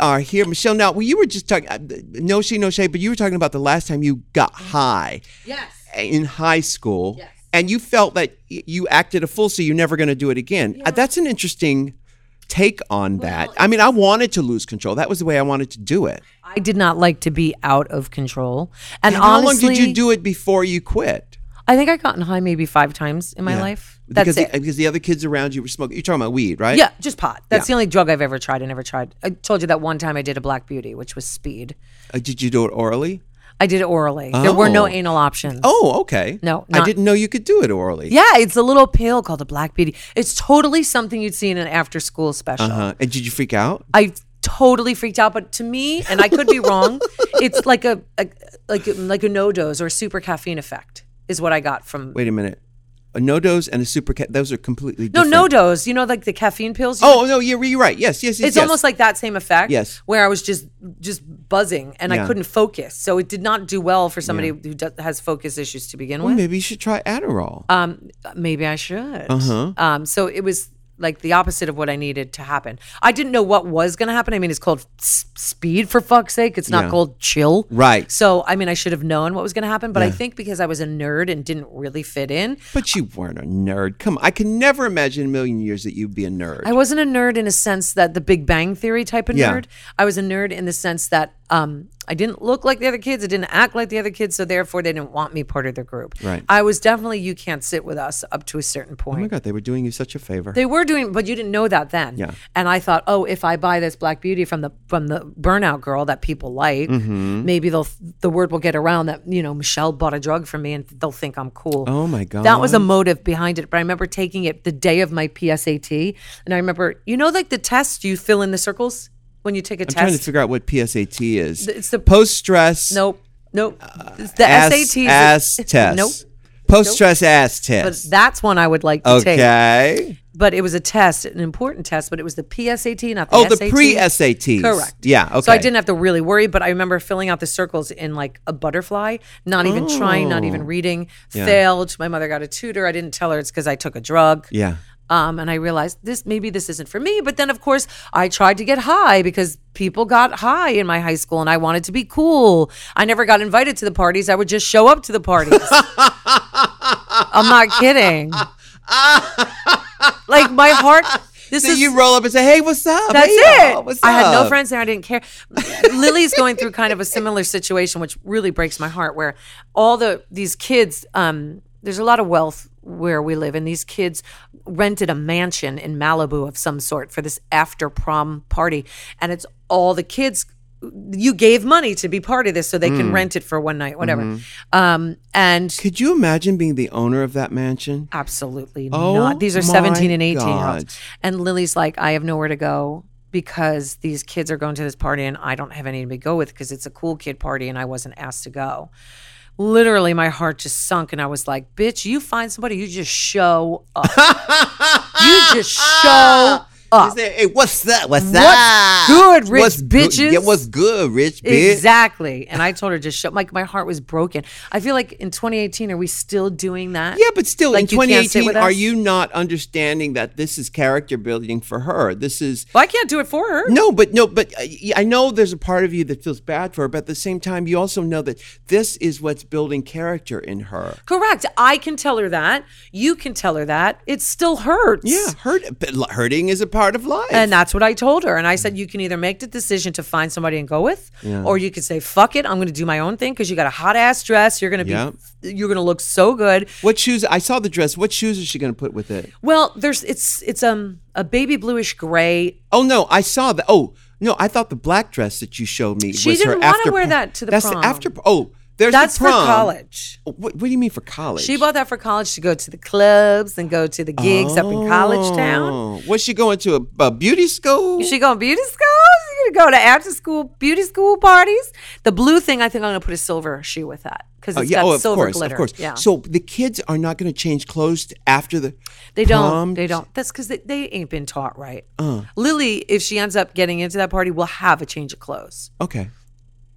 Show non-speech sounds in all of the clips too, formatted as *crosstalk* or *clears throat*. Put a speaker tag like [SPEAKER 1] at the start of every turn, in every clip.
[SPEAKER 1] are here, Michelle. Now, well, you were just talking, uh, no shade, no shade, but you were talking about the last time you got high
[SPEAKER 2] Yes.
[SPEAKER 1] in high school,
[SPEAKER 2] Yes.
[SPEAKER 1] and you felt that y- you acted a fool, so you're never going to do it again. Uh, That's an interesting take on that. I mean, I wanted to lose control. That was the way I wanted to do it.
[SPEAKER 2] I did not like to be out of control. And,
[SPEAKER 1] And how long
[SPEAKER 2] honestly,
[SPEAKER 1] did you do it before you quit?
[SPEAKER 2] I think I gotten high maybe five times in my life. That's
[SPEAKER 1] because
[SPEAKER 2] it.
[SPEAKER 1] The, because the other kids around you were smoking. You're talking about weed, right?
[SPEAKER 2] yeah, just pot. That's the only drug I've ever tried. I never tried. I told you that one time I did a Black Beauty, which was speed.
[SPEAKER 1] Uh, did you do it orally?
[SPEAKER 2] I did it orally. There were
[SPEAKER 1] Oh.
[SPEAKER 2] no anal options.
[SPEAKER 1] Oh, okay.
[SPEAKER 2] No,
[SPEAKER 1] I
[SPEAKER 2] not-
[SPEAKER 1] didn't know you could do it orally.
[SPEAKER 2] Yeah, it's a little pill called a Black Beauty. It's totally something you'd see in an after school special.
[SPEAKER 1] Uh-huh. And did you freak out?
[SPEAKER 2] I totally freaked out, but to me, and I could be wrong, it's like a, a like a- like a no dose or super caffeine effect is what I got from
[SPEAKER 1] Wait a minute. A no dose and a super cat. Those are completely
[SPEAKER 2] no
[SPEAKER 1] different.
[SPEAKER 2] no dose. You know, like the caffeine pills. You
[SPEAKER 1] Oh no, you're, you're right. Yes, yes, yes.
[SPEAKER 2] it's
[SPEAKER 1] yes.
[SPEAKER 2] almost like that same effect
[SPEAKER 1] Yes.
[SPEAKER 2] where i was just just buzzing and
[SPEAKER 1] Yeah.
[SPEAKER 2] i couldn't focus so it did not do well for somebody who does, has focus issues to begin with
[SPEAKER 1] maybe you should try Adderall.
[SPEAKER 2] um maybe i should
[SPEAKER 1] Uh-huh.
[SPEAKER 2] um so it was like the opposite of what i needed to happen i didn't know what was going to happen i mean it's called s- speed for fuck's sake it's not
[SPEAKER 1] Yeah.
[SPEAKER 2] called chill
[SPEAKER 1] Right.
[SPEAKER 2] so i mean i should have known what was going to happen but i think because i was a nerd and didn't really fit in
[SPEAKER 1] but you weren't a nerd. Come, on. I can never imagine in a million years that you'd be a nerd.
[SPEAKER 2] I wasn't a nerd in a sense that the Big Bang Theory type of
[SPEAKER 1] Yeah.
[SPEAKER 2] nerd. I was a nerd in the sense that um, I didn't look like the other kids. I didn't act like the other kids. So therefore, they didn't want me part of their group.
[SPEAKER 1] Right.
[SPEAKER 2] I was definitely you can't sit with us up to a certain
[SPEAKER 1] oh my
[SPEAKER 2] point.
[SPEAKER 1] god, they were doing you such a favor.
[SPEAKER 2] they were doing, but you didn't know that then.
[SPEAKER 1] Yeah.
[SPEAKER 2] And I thought, oh, if I buy this Black Beauty from the from the burnout girl that people like,
[SPEAKER 1] Mm-hmm.
[SPEAKER 2] maybe they'll the word will get around that you know Michelle bought a drug from me and they'll think I'm cool.
[SPEAKER 1] oh my god.
[SPEAKER 2] That was a motive behind it. But I remember taking it the day of my PSAT. And I remember, you know, like the test, you fill in the circles when you take a
[SPEAKER 1] I'm
[SPEAKER 2] test?
[SPEAKER 1] trying to figure out what PSAT is.
[SPEAKER 2] It's the-
[SPEAKER 1] post stress.
[SPEAKER 2] nope. Nope. It's the
[SPEAKER 1] Ass,
[SPEAKER 2] SATs.
[SPEAKER 1] ass Uh, test.
[SPEAKER 2] *laughs* Nope.
[SPEAKER 1] Post stress ass
[SPEAKER 2] But
[SPEAKER 1] test.
[SPEAKER 2] that's one I would like to take.
[SPEAKER 1] okay.
[SPEAKER 2] But it was a test, an important test, but it was the PSAT, not the
[SPEAKER 1] Oh, the
[SPEAKER 2] SAT.
[SPEAKER 1] pre-SATs.
[SPEAKER 2] Correct.
[SPEAKER 1] Yeah,
[SPEAKER 2] So I
[SPEAKER 1] okay.
[SPEAKER 2] didn't have to really worry, but I remember filling out the circles in like a butterfly, not even trying, not
[SPEAKER 1] Oh.
[SPEAKER 2] even reading, failed. My mother got a tutor. I didn't tell her it's because I took a drug.
[SPEAKER 1] Yeah.
[SPEAKER 2] Um, and I realized this maybe this isn't for me. But then, of course, I tried to get high because people got high in my high school, and I wanted to be cool. I never got invited to the parties. I would just show up to
[SPEAKER 1] *laughs*
[SPEAKER 2] the parties. I'm not kidding. like my heart. This
[SPEAKER 1] So
[SPEAKER 2] is
[SPEAKER 1] you roll up and say, "Hey, what's up?"
[SPEAKER 2] that's
[SPEAKER 1] Hey,
[SPEAKER 2] it.
[SPEAKER 1] y'all, oh, What's
[SPEAKER 2] I had no
[SPEAKER 1] up?
[SPEAKER 2] friends there. I didn't care. Lily's going through kind of a similar situation, which really breaks my heart. Where all the these kids, um, there's a lot of wealth where we live, and these kids rented a mansion in Malibu of some sort for this after prom party, and it's all the kids. You gave money to be part of this, so they can
[SPEAKER 1] Mm.
[SPEAKER 2] rent it for one night, whatever.
[SPEAKER 1] Mm-hmm.
[SPEAKER 2] Um, and
[SPEAKER 1] Could you imagine being the owner of that mansion?
[SPEAKER 2] Absolutely
[SPEAKER 1] Oh
[SPEAKER 2] not. These are
[SPEAKER 1] my
[SPEAKER 2] 17 and 18 year
[SPEAKER 1] God.
[SPEAKER 2] olds. And Lily's like, I have nowhere to go because these kids are going to this party and I don't have anyone to go with because it's a cool kid party and I wasn't asked to go. Literally, my heart just sunk and I was like, bitch, you find somebody, you just show
[SPEAKER 1] *laughs*
[SPEAKER 2] up. you just show
[SPEAKER 1] Is there- hey, what's that? What's that?
[SPEAKER 2] What's good, rich
[SPEAKER 1] What's good-
[SPEAKER 2] bitches?
[SPEAKER 1] Yeah, what's good, rich bitch?
[SPEAKER 2] Exactly. And I told her just shut like my heart was broken. I feel like in 2018 are we still doing that?
[SPEAKER 1] Yeah, but still,
[SPEAKER 2] Like,
[SPEAKER 1] in
[SPEAKER 2] you can't sit
[SPEAKER 1] 2018,
[SPEAKER 2] with
[SPEAKER 1] are
[SPEAKER 2] us?
[SPEAKER 1] you not understanding that this is character building for her? This is
[SPEAKER 2] Well, I can't do it for her.
[SPEAKER 1] no, but no, but uh, y- I know there's a part of you that feels bad for her, but at the same time, you also know that this is what's building character in her.
[SPEAKER 2] Correct. I can tell her that. You can tell her that. It still hurts.
[SPEAKER 1] Yeah, hurt, but l- hurting is a part of life.
[SPEAKER 2] And that's what I told her. And I said, you can either make the decision to find somebody and go with, or you could say, fuck it, I'm going to do my own thing because you got a hot ass dress. You're going to be,
[SPEAKER 1] Yep.
[SPEAKER 2] you're going to look so good.
[SPEAKER 1] what shoes? I saw the dress. What shoes is she going to put with it?
[SPEAKER 2] Well, there's, it's, it's um a baby bluish gray.
[SPEAKER 1] Oh no, I saw that. Oh no, I thought the black dress that you showed me.
[SPEAKER 2] She
[SPEAKER 1] was her
[SPEAKER 2] didn't wanna
[SPEAKER 1] after
[SPEAKER 2] wear
[SPEAKER 1] prom-
[SPEAKER 2] that to the
[SPEAKER 1] That's
[SPEAKER 2] prom.
[SPEAKER 1] after. Oh, there's the
[SPEAKER 2] That's for
[SPEAKER 1] prom.
[SPEAKER 2] college.
[SPEAKER 1] What, what do you mean for college?
[SPEAKER 2] She bought that for college to go to the clubs and go to the gigs up in college town.
[SPEAKER 1] Oh, Was she going to a, a beauty school?
[SPEAKER 2] She going to beauty school? She gonna go to after school beauty school parties? The blue thing, I think I'm gonna put a silver shoe with that because
[SPEAKER 1] Oh,
[SPEAKER 2] it's got silver glitter.
[SPEAKER 1] of course.
[SPEAKER 2] Yeah,
[SPEAKER 1] So the kids are not going to change clothes t- after the.
[SPEAKER 2] they don't.
[SPEAKER 1] prom? Uh.
[SPEAKER 2] They don't. That's because they, they ain't been taught right. Lily, if she ends up getting into that party, will have a change of clothes.
[SPEAKER 1] Okay.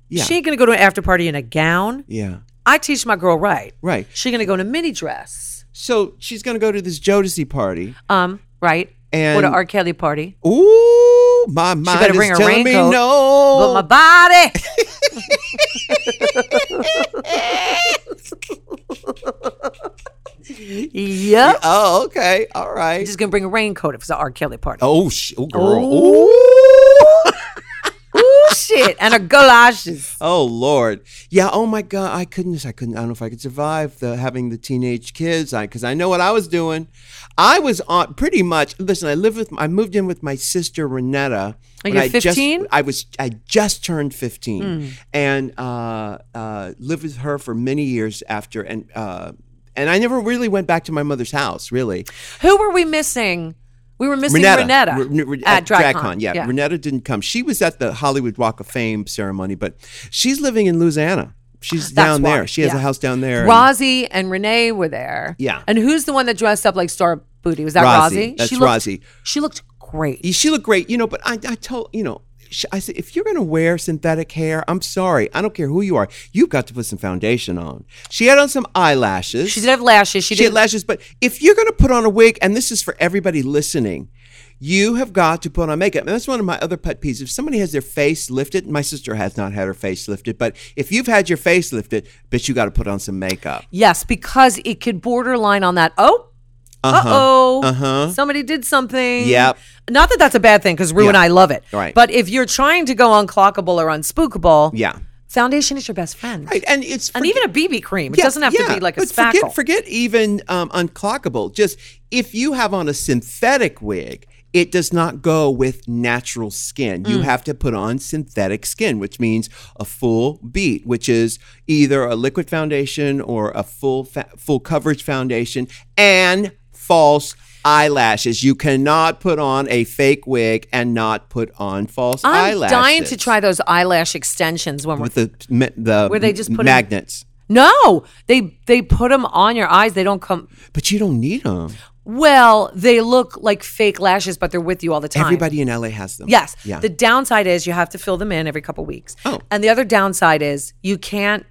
[SPEAKER 1] Yeah.
[SPEAKER 2] She ain't gonna go to an after party in a gown.
[SPEAKER 1] yeah.
[SPEAKER 2] I teach my girl right.
[SPEAKER 1] Right.
[SPEAKER 2] She gonna go in a mini dress.
[SPEAKER 1] So she's going to go to this Jodeci party.
[SPEAKER 2] Um, right.
[SPEAKER 1] And-
[SPEAKER 2] or the R. Kelly party.
[SPEAKER 1] Ooh, my mind
[SPEAKER 2] better
[SPEAKER 1] is
[SPEAKER 2] bring her
[SPEAKER 1] telling me
[SPEAKER 2] raincoat,
[SPEAKER 1] no.
[SPEAKER 2] But my body. yep.
[SPEAKER 1] oh, okay, all right.
[SPEAKER 2] Just gonna bring a raincoat if it's an R. Kelly party.
[SPEAKER 1] oh, sh- oh, girl. Ooh.
[SPEAKER 2] Ooh, shit. And her galoshes.
[SPEAKER 1] Oh Lord, yeah. Oh my God, I couldn't. I couldn't. I don't know if I could survive the having the teenage kids. I because I know what I was doing. I was on pretty much. Listen, I lived with. I moved in with my sister Renetta.
[SPEAKER 2] Are
[SPEAKER 1] when
[SPEAKER 2] you
[SPEAKER 1] I
[SPEAKER 2] 15?
[SPEAKER 1] Just, I was. I just turned fifteen, and uh, uh, lived with her for many years after. And uh, and I never really went back to my mother's house. Really,
[SPEAKER 2] Who were we missing? We were missing
[SPEAKER 1] Renetta.
[SPEAKER 2] Renetta,
[SPEAKER 1] Re- re-
[SPEAKER 2] at, DragCon.
[SPEAKER 1] Yeah. Renetta didn't come. She was at the Hollywood Walk of Fame ceremony, but she's living in Louisiana. She's
[SPEAKER 2] That's
[SPEAKER 1] down
[SPEAKER 2] why.
[SPEAKER 1] there. She has
[SPEAKER 2] Yeah.
[SPEAKER 1] a house down there.
[SPEAKER 2] Rozzy and Renee were there.
[SPEAKER 1] Yeah.
[SPEAKER 2] And who's the one that dressed up like Star Booty? Was that
[SPEAKER 1] Rozzy.
[SPEAKER 2] Rozzy?
[SPEAKER 1] That's
[SPEAKER 2] she looked,
[SPEAKER 1] Rozzy.
[SPEAKER 2] She looked great.
[SPEAKER 1] And she looked great, you know, but I, I told, you know, sh- I said, if you're going to wear synthetic hair, I'm sorry. I don't care who you are. You've got to put some foundation on. She had on some eyelashes.
[SPEAKER 2] She did have lashes. She,
[SPEAKER 1] she
[SPEAKER 2] did
[SPEAKER 1] had lashes, but if you're going to put on a wig, and this is for everybody listening, you have got to put on makeup. And that's one of my other pet peeves. If somebody has their face lifted, my sister has not had her face lifted, but if you've had your face lifted, bitch, you got to put on some makeup.
[SPEAKER 2] Yes, because it could borderline on that. Oh, uh oh, uh-huh. somebody did something.
[SPEAKER 1] Yep.
[SPEAKER 2] Not that that's a bad thing, because Rue and
[SPEAKER 1] Yeah.
[SPEAKER 2] I love it.
[SPEAKER 1] Right.
[SPEAKER 2] But if you're trying to go unclockable or unspookable,
[SPEAKER 1] Yeah.
[SPEAKER 2] foundation is your best friend.
[SPEAKER 1] Right. And it's
[SPEAKER 2] And even a BB cream. It
[SPEAKER 1] Yeah,
[SPEAKER 2] doesn't have
[SPEAKER 1] yeah,
[SPEAKER 2] to be like a
[SPEAKER 1] but
[SPEAKER 2] spackle.
[SPEAKER 1] Forget, forget even um, unclockable. Just if you have on a synthetic wig, it does not go with natural skin.
[SPEAKER 2] Mm.
[SPEAKER 1] You have to put on synthetic skin, which means a full beat, which is either a liquid foundation or a full fa- full coverage foundation and false eyelashes. You cannot put on a fake wig and not put on false
[SPEAKER 2] I'm
[SPEAKER 1] eyelashes.
[SPEAKER 2] dying to try those eyelash extensions when we're
[SPEAKER 1] with the ma- the
[SPEAKER 2] Where they just put 'em-
[SPEAKER 1] magnets.
[SPEAKER 2] No, they they put them on your eyes. They don't come.
[SPEAKER 1] but you don't need them.
[SPEAKER 2] Well, they look like fake lashes, but they're with you all the time.
[SPEAKER 1] Everybody in LA has them.
[SPEAKER 2] Yes.
[SPEAKER 1] Yeah.
[SPEAKER 2] The downside is you have to fill them in every couple weeks.
[SPEAKER 1] Oh.
[SPEAKER 2] And the other downside is you can't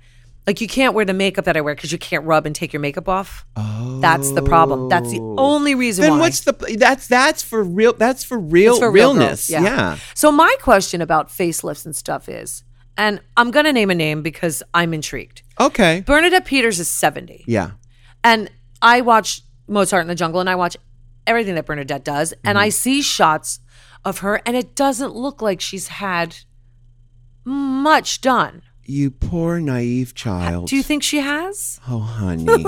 [SPEAKER 2] like you can't wear the makeup that I wear because you can't rub and take your makeup off. Oh. That's the problem. That's the only reason
[SPEAKER 1] Oh. then
[SPEAKER 2] why.
[SPEAKER 1] what's the that's that's for real that's for real
[SPEAKER 2] It's for real
[SPEAKER 1] realness.
[SPEAKER 2] girls, So my question about facelifts and stuff is, and I'm gonna name a name because I'm intrigued.
[SPEAKER 1] Okay.
[SPEAKER 2] Bernadette Peters is 70.
[SPEAKER 1] Yeah.
[SPEAKER 2] And I watch Mozart in the Jungle and I watch everything that Bernadette does. And
[SPEAKER 1] Mm-hmm.
[SPEAKER 2] I see shots of her and it doesn't look like she's had much done.
[SPEAKER 1] You poor naive child.
[SPEAKER 2] Do you think she has?
[SPEAKER 1] oh honey.
[SPEAKER 2] *laughs*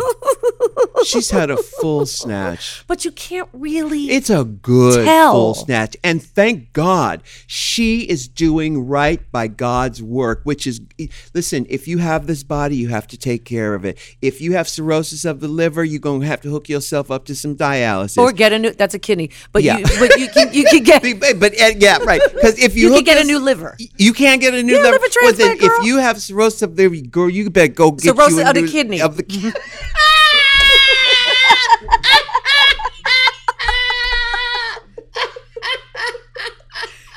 [SPEAKER 1] She's had a full snatch.
[SPEAKER 2] But you can't really.
[SPEAKER 1] It's a good
[SPEAKER 2] Tell.
[SPEAKER 1] full snatch. And thank God she is doing right by God's work, which is listen, if you have this body, you have to take care of it. If you have cirrhosis of the liver, you're going to have to hook yourself up to some dialysis.
[SPEAKER 2] or get a new. That's a kidney. But,
[SPEAKER 1] Yeah.
[SPEAKER 2] you, but you, can, you
[SPEAKER 1] *laughs*
[SPEAKER 2] can get.
[SPEAKER 1] Be- but, but, uh, yeah, right. Because if you,
[SPEAKER 2] You could
[SPEAKER 1] hook
[SPEAKER 2] get a
[SPEAKER 1] this-
[SPEAKER 2] new liver.
[SPEAKER 1] y- you can't get a new
[SPEAKER 2] Get a
[SPEAKER 1] liver.
[SPEAKER 2] liver
[SPEAKER 1] Well, then,
[SPEAKER 2] transplant, girl.
[SPEAKER 1] if you have cirrhosis of the girl, you better go get
[SPEAKER 2] Cirrhosis
[SPEAKER 1] you a
[SPEAKER 2] of the
[SPEAKER 1] new-
[SPEAKER 2] kidney. *laughs*
[SPEAKER 1] of the ki-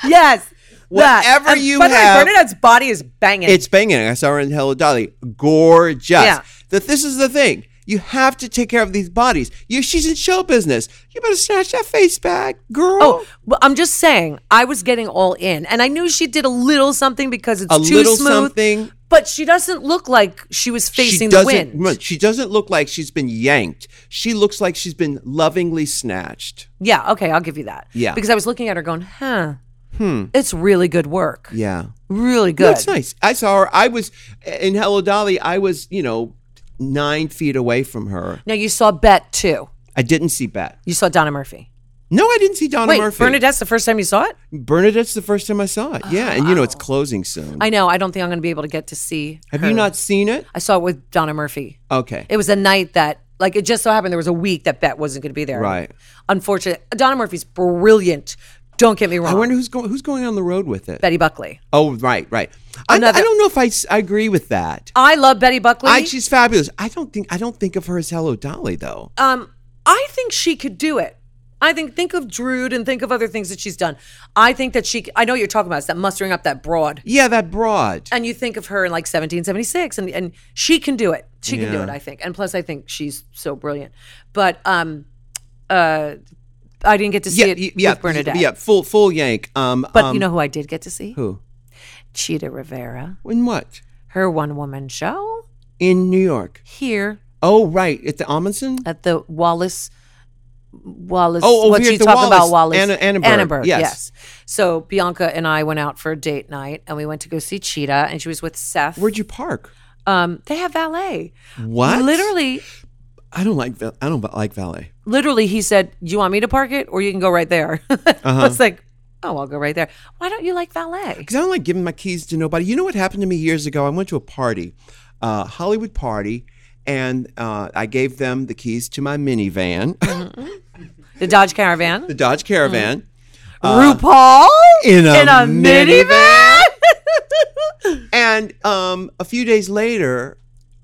[SPEAKER 2] Yes.
[SPEAKER 1] Whatever
[SPEAKER 2] And
[SPEAKER 1] you
[SPEAKER 2] by the way,
[SPEAKER 1] have-
[SPEAKER 2] Bernadette's body is banging.
[SPEAKER 1] it's banging. I saw her in Hello Dolly. Gorgeous.
[SPEAKER 2] Yeah.
[SPEAKER 1] That this is the thing. You have to take care of these bodies. You, she's in show business. You better snatch that face back, girl.
[SPEAKER 2] Oh, well, I'm just saying, I was getting all in, and I knew she did a little something because it's
[SPEAKER 1] A
[SPEAKER 2] too
[SPEAKER 1] little
[SPEAKER 2] smooth.
[SPEAKER 1] something.
[SPEAKER 2] but she doesn't look like she was facing the
[SPEAKER 1] doesn't,
[SPEAKER 2] wind.
[SPEAKER 1] look, She doesn't look like she's been yanked. She looks like she's been lovingly snatched.
[SPEAKER 2] Yeah, okay, I'll give you that.
[SPEAKER 1] Yeah.
[SPEAKER 2] because I was looking at her going, huh, hmm, it's really good work.
[SPEAKER 1] Yeah.
[SPEAKER 2] Really good.
[SPEAKER 1] That's nice. I saw her. I was in Hello Dolly. I was, you know, nine feet away from her.
[SPEAKER 2] Now you saw Bet too.
[SPEAKER 1] I didn't see Bet.
[SPEAKER 2] You saw Donna Murphy.
[SPEAKER 1] No, I didn't see Donna
[SPEAKER 2] Wait,
[SPEAKER 1] Murphy. Mm.
[SPEAKER 2] Bernadette's the first time you saw it.
[SPEAKER 1] Bernadette's the first time I saw it. Yeah, and you know it's closing soon.
[SPEAKER 2] Oh. I know. I don't think I'm going to be able to get to see.
[SPEAKER 1] Have
[SPEAKER 2] her.
[SPEAKER 1] you not seen it?
[SPEAKER 2] I saw it with Donna Murphy.
[SPEAKER 1] Okay.
[SPEAKER 2] It was a night that, like, it just so happened there was a week that Bet wasn't going to be there.
[SPEAKER 1] Right.
[SPEAKER 2] Unfortunately, Donna Murphy's brilliant. Don't get me wrong.
[SPEAKER 1] I wonder who's going who's going on the road with it.
[SPEAKER 2] Betty Buckley.
[SPEAKER 1] Oh, right, right. I, I
[SPEAKER 2] Another-
[SPEAKER 1] don't know if I, s- I agree with that.
[SPEAKER 2] I love Betty Buckley.
[SPEAKER 1] I, she's fabulous. I don't think I don't think of her as Hello Dolly though.
[SPEAKER 2] um, I think she could do it. I think think of Drood and think of other things that she's done. I think that she. I know what you're talking about it's that mustering up that broad,
[SPEAKER 1] yeah, that broad.
[SPEAKER 2] and you think of her in like 1776, and and she can do it. She can do
[SPEAKER 1] Yeah.
[SPEAKER 2] it. I think, and plus I think she's so brilliant. But um, uh, I didn't get to see
[SPEAKER 1] yeah,
[SPEAKER 2] it
[SPEAKER 1] y- yeah,
[SPEAKER 2] with Bernadette.
[SPEAKER 1] yeah, full full yank. Um,
[SPEAKER 2] But
[SPEAKER 1] um,
[SPEAKER 2] you know who I did get to see?
[SPEAKER 1] who?
[SPEAKER 2] Cheetah Rivera.
[SPEAKER 1] In what?
[SPEAKER 2] Her one woman show
[SPEAKER 1] In New York.
[SPEAKER 2] here
[SPEAKER 1] Oh, right, at the Amundsen.
[SPEAKER 2] at the Wallace. Wallace.
[SPEAKER 1] Oh, over
[SPEAKER 2] what
[SPEAKER 1] here
[SPEAKER 2] you
[SPEAKER 1] at the
[SPEAKER 2] talking about? Wallace
[SPEAKER 1] Wallace, Anna- Annenberg, yes.
[SPEAKER 2] So Bianca and I went out for a date night, and we went to go see Cheetah, and she was with Seth.
[SPEAKER 1] Where'd you park?
[SPEAKER 2] um, they have valet.
[SPEAKER 1] What?
[SPEAKER 2] Literally,
[SPEAKER 1] I don't like val- I don't like valet.
[SPEAKER 2] literally, he said, "You want me to park it, or you can go right there." *laughs*
[SPEAKER 1] Uh-huh.
[SPEAKER 2] I was like, "Oh, I'll go right there." Why don't you like valet?
[SPEAKER 1] Because I don't like giving my keys to nobody. You know what happened to me years ago? I went to a party, uh, Hollywood party, and uh, I gave them the keys to my minivan, *laughs*
[SPEAKER 2] The Dodge Caravan.
[SPEAKER 1] the Dodge Caravan.
[SPEAKER 2] RuPaul
[SPEAKER 1] Uh, in a
[SPEAKER 2] minivan.
[SPEAKER 1] And um, a few days later,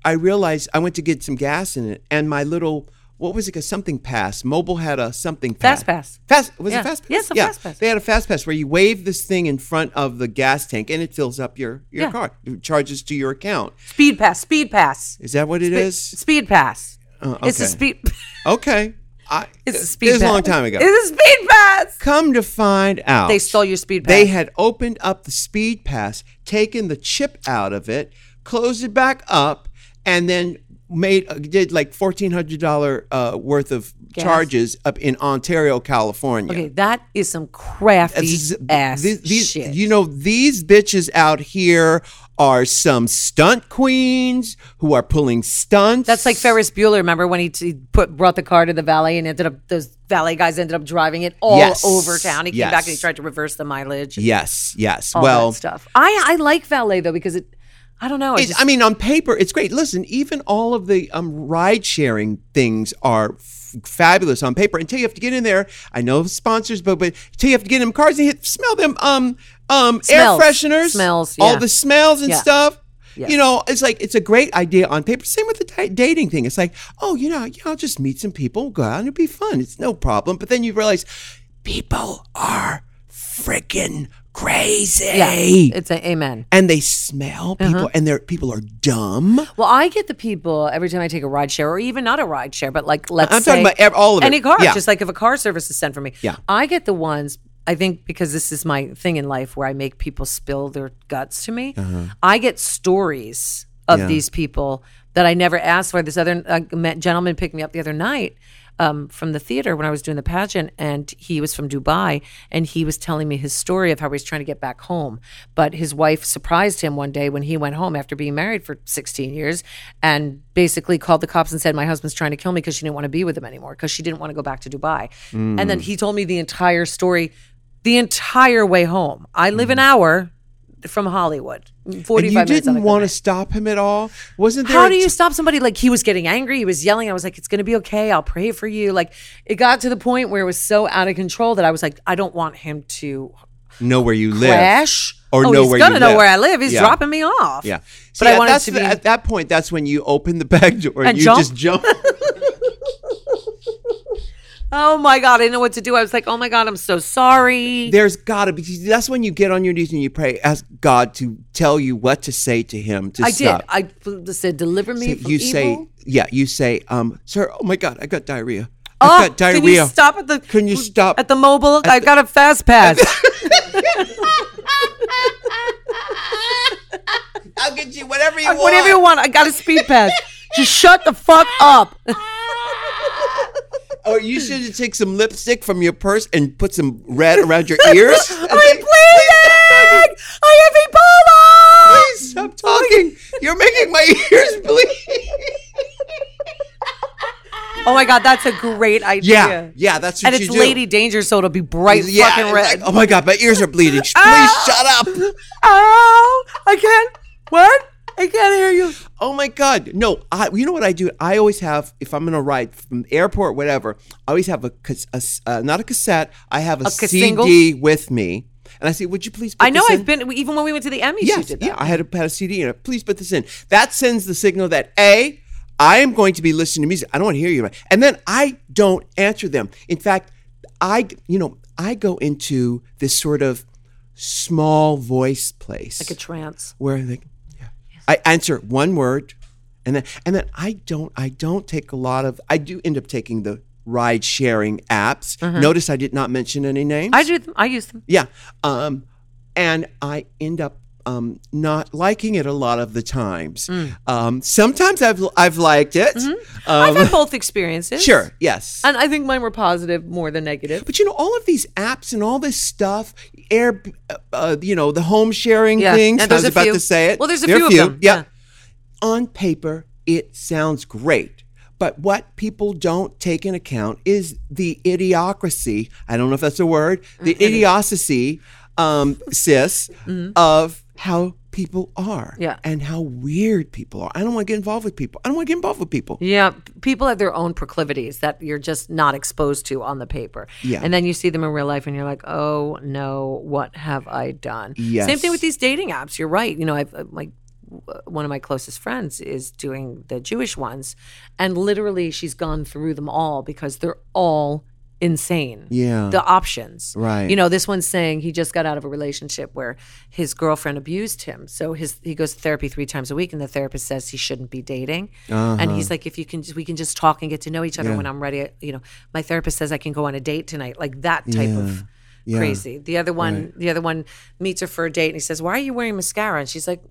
[SPEAKER 1] I realized I went to get some gas in it, and my little what was it? A something pass. Mobile had a something pass.
[SPEAKER 2] Fast pass.
[SPEAKER 1] Fast was
[SPEAKER 2] Yeah.
[SPEAKER 1] it fast pass?
[SPEAKER 2] Yes, a fast pass.
[SPEAKER 1] They had a fast pass where you wave this thing in front of the gas tank, and it fills up your your
[SPEAKER 2] Yeah.
[SPEAKER 1] car. It charges to your account.
[SPEAKER 2] *laughs* Speed pass. Speed pass.
[SPEAKER 1] Is that what it is?
[SPEAKER 2] Speed pass. It's a
[SPEAKER 1] Uh, okay.
[SPEAKER 2] speed. *laughs*
[SPEAKER 1] Okay. I,
[SPEAKER 2] It's a speed.
[SPEAKER 1] It was
[SPEAKER 2] pass.
[SPEAKER 1] a long time ago.
[SPEAKER 2] It's a speed pass.
[SPEAKER 1] Come to find out,
[SPEAKER 2] They stole your speed pass.
[SPEAKER 1] They had opened up the speed pass, taken the chip out of it, closed it back up, and then made uh, did like fourteen hundred dollar uh, worth of charges up in Ontario, California.
[SPEAKER 2] okay, that is some crafty
[SPEAKER 1] This is-
[SPEAKER 2] ass
[SPEAKER 1] these- these-
[SPEAKER 2] shit.
[SPEAKER 1] You know, these bitches out here are some stunt queens who are pulling stunts.
[SPEAKER 2] That's like Ferris Bueller. Remember when he, he put brought the car to the valet and ended up those valet guys ended up driving it all
[SPEAKER 1] Yes.
[SPEAKER 2] over town. He came
[SPEAKER 1] Yes.
[SPEAKER 2] back and he tried to reverse the mileage. and
[SPEAKER 1] yes, yes.
[SPEAKER 2] all
[SPEAKER 1] well,
[SPEAKER 2] that stuff. I I like valet though because it. I don't know. I
[SPEAKER 1] It- I mean, on paper, it's great. Listen, even all of the um, ride sharing things are f- fabulous on paper until you have to get in there. I know sponsors, but but until you have to get in them cars and hit, smell them um um
[SPEAKER 2] Smells.
[SPEAKER 1] air fresheners,
[SPEAKER 2] Smells,
[SPEAKER 1] all
[SPEAKER 2] yeah.
[SPEAKER 1] the smells and
[SPEAKER 2] Yeah.
[SPEAKER 1] stuff.
[SPEAKER 2] Yes.
[SPEAKER 1] You know, it's like it's a great idea on paper. Same with the di- dating thing. It's like, oh, you know, yeah, I'll just meet some people, go out, and it'll be fun. It's no problem. But then you realize people are freaking crazy
[SPEAKER 2] yeah, it's a amen.
[SPEAKER 1] and they smell
[SPEAKER 2] Uh-huh.
[SPEAKER 1] people and their people are dumb.
[SPEAKER 2] Well, I get the people every time I take a ride share, or even not a ride share, but like let's
[SPEAKER 1] I'm talking
[SPEAKER 2] say
[SPEAKER 1] about ev- all of it.
[SPEAKER 2] any car,
[SPEAKER 1] Yeah.
[SPEAKER 2] just like if a car service is sent for me.
[SPEAKER 1] Yeah.
[SPEAKER 2] I get the ones. I think because this is my thing in life where I make people spill their guts to me. I get stories of
[SPEAKER 1] Uh-huh. Yeah.
[SPEAKER 2] these people that I never asked for. This other uh, ma- gentleman picked me up the other night um, from the theater when I was doing the pageant, and he was from Dubai, and he was telling me his story of how he was trying to get back home. But his wife surprised him one day when he went home after being married for 16 years and basically called the cops and said, My husband's trying to kill me because she didn't want to be with him anymore because she didn't want to go back to Dubai. And
[SPEAKER 1] Mm.
[SPEAKER 2] then he told me the entire story, the entire way home. I live an hour from Hollywood, 45
[SPEAKER 1] Mm. And you
[SPEAKER 2] minutes. on a
[SPEAKER 1] didn't
[SPEAKER 2] good
[SPEAKER 1] want
[SPEAKER 2] night.
[SPEAKER 1] to stop him at all. Wasn't there?
[SPEAKER 2] How
[SPEAKER 1] a
[SPEAKER 2] do you
[SPEAKER 1] t-
[SPEAKER 2] stop somebody? Like he was getting angry, he was yelling. I was like, "It's gonna be okay. I'll pray for you." Like it got to the point where it was so out of control that I was like, "I don't want him to
[SPEAKER 1] know where you live?
[SPEAKER 2] crash
[SPEAKER 1] Or
[SPEAKER 2] oh,
[SPEAKER 1] know
[SPEAKER 2] he's
[SPEAKER 1] where you
[SPEAKER 2] gonna know
[SPEAKER 1] live.
[SPEAKER 2] where I live. He's
[SPEAKER 1] Yeah.
[SPEAKER 2] dropping me off."
[SPEAKER 1] Yeah,
[SPEAKER 2] but
[SPEAKER 1] See,
[SPEAKER 2] I
[SPEAKER 1] at-
[SPEAKER 2] wanted
[SPEAKER 1] that's
[SPEAKER 2] to be.
[SPEAKER 1] the- at that point. That's when you open the back door and,
[SPEAKER 2] And
[SPEAKER 1] you
[SPEAKER 2] jump.
[SPEAKER 1] just jump. *laughs*
[SPEAKER 2] oh my god, I didn't know what to do. I was like, "Oh my god, I'm so sorry."
[SPEAKER 1] There's gotta be. That's when you get on your knees and you pray, ask God to tell you what to say to him to
[SPEAKER 2] I
[SPEAKER 1] stop.
[SPEAKER 2] did. I f- said, "Deliver me from
[SPEAKER 1] you
[SPEAKER 2] evil."
[SPEAKER 1] say, yeah, you say, um, sir, oh my God, I got diarrhea.
[SPEAKER 2] oh,
[SPEAKER 1] I got diarrhea.
[SPEAKER 2] Can you stop at the?
[SPEAKER 1] Can you stop?
[SPEAKER 2] at the mobile? I got a
[SPEAKER 1] *laughs*
[SPEAKER 2] fast pass. *laughs*
[SPEAKER 1] I'll get you whatever you want.
[SPEAKER 2] Whatever you want, I got a speed pass. Just shut the fuck up. *laughs*
[SPEAKER 1] Or you should have take some lipstick from your purse and put some red around your
[SPEAKER 2] *laughs*
[SPEAKER 1] ears.
[SPEAKER 2] I'm bleeding! I have Ebola!
[SPEAKER 1] Please stop talking. You're making my *laughs* ears bleed.
[SPEAKER 2] Oh my god, that's a great idea.
[SPEAKER 1] Yeah, yeah, that's what
[SPEAKER 2] And
[SPEAKER 1] you
[SPEAKER 2] it's
[SPEAKER 1] do.
[SPEAKER 2] Lady Danger, so it'll be bright
[SPEAKER 1] yeah,
[SPEAKER 2] fucking
[SPEAKER 1] it's
[SPEAKER 2] red. Ah!
[SPEAKER 1] like, oh my god, my ears are bleeding. Sh- Please shut up.
[SPEAKER 2] *laughs* oh, I can't. What? I can't hear you.
[SPEAKER 1] Oh my god, no. I, you know what I do? I always have if I'm gonna ride from the airport, whatever. I always have a, cas- a s- uh, not a cassette. I have a,
[SPEAKER 2] ca-
[SPEAKER 1] CD
[SPEAKER 2] single?
[SPEAKER 1] with me, and I say, would you please? Put
[SPEAKER 2] I know
[SPEAKER 1] this in?
[SPEAKER 2] I've been even when we went to the Emmys, you
[SPEAKER 1] Yes,
[SPEAKER 2] did that.
[SPEAKER 1] yeah, I had a, had a CD in it. Please put this in. That sends the signal that A, I am going to be listening to music. I don't want to hear you. And then I don't answer them. In fact, I, you know, I go into this sort of small voice place
[SPEAKER 2] Like a trance.
[SPEAKER 1] where like, I answer one word, and then and then I don't I don't take a lot of I do end up taking the ride sharing apps.
[SPEAKER 2] Mm-hmm.
[SPEAKER 1] Notice I did not mention any names.
[SPEAKER 2] I do. Them, I use them.
[SPEAKER 1] Yeah. Um, and I end up um, not liking it a lot of the times. Um, sometimes I've I've liked it. Um,
[SPEAKER 2] I've had both experiences.
[SPEAKER 1] sure. Yes.
[SPEAKER 2] And I think mine were positive more than negative.
[SPEAKER 1] but you know, all of these apps and all this stuff, air, uh, you know, the home sharing
[SPEAKER 2] Yeah.
[SPEAKER 1] things. I
[SPEAKER 2] Yeah,
[SPEAKER 1] was
[SPEAKER 2] there's a
[SPEAKER 1] about
[SPEAKER 2] few.
[SPEAKER 1] to say it.
[SPEAKER 2] Well, there's a
[SPEAKER 1] There are
[SPEAKER 2] few of them,
[SPEAKER 1] Yeah.
[SPEAKER 2] yeah.
[SPEAKER 1] On paper, it sounds great. But what people don't take into account is the idiocracy. I don't know if that's a word. The
[SPEAKER 2] Mm-hmm.
[SPEAKER 1] idiocy, um, sis, of how people are
[SPEAKER 2] Yeah.
[SPEAKER 1] and how weird people are. I don't want to get involved with people. I don't want to get involved with people.
[SPEAKER 2] Yeah, p- people have their own proclivities that you're just not exposed to on the paper.
[SPEAKER 1] Yeah.
[SPEAKER 2] And then you see them in real life and you're like, oh no, what have I done? Same
[SPEAKER 1] Yes.
[SPEAKER 2] thing with these dating apps. You're right. You know, I've uh, like w- one of my closest friends is doing the Jewish ones, and literally she's gone through them all because they're all insane.
[SPEAKER 1] Yeah.
[SPEAKER 2] The options.
[SPEAKER 1] Right.
[SPEAKER 2] You know, this one's saying he just got out of a relationship where his girlfriend abused him. So his he goes to therapy three times a week and the therapist says he shouldn't be dating. And
[SPEAKER 1] Uh-huh.
[SPEAKER 2] he's like, if you can we can just talk and get to know each other when I'm ready. You know, my therapist says I can go on a date tonight. Like that type of
[SPEAKER 1] Yeah.
[SPEAKER 2] crazy. The other one the other one meets her for a date and he says, Why are you wearing mascara? And she's like,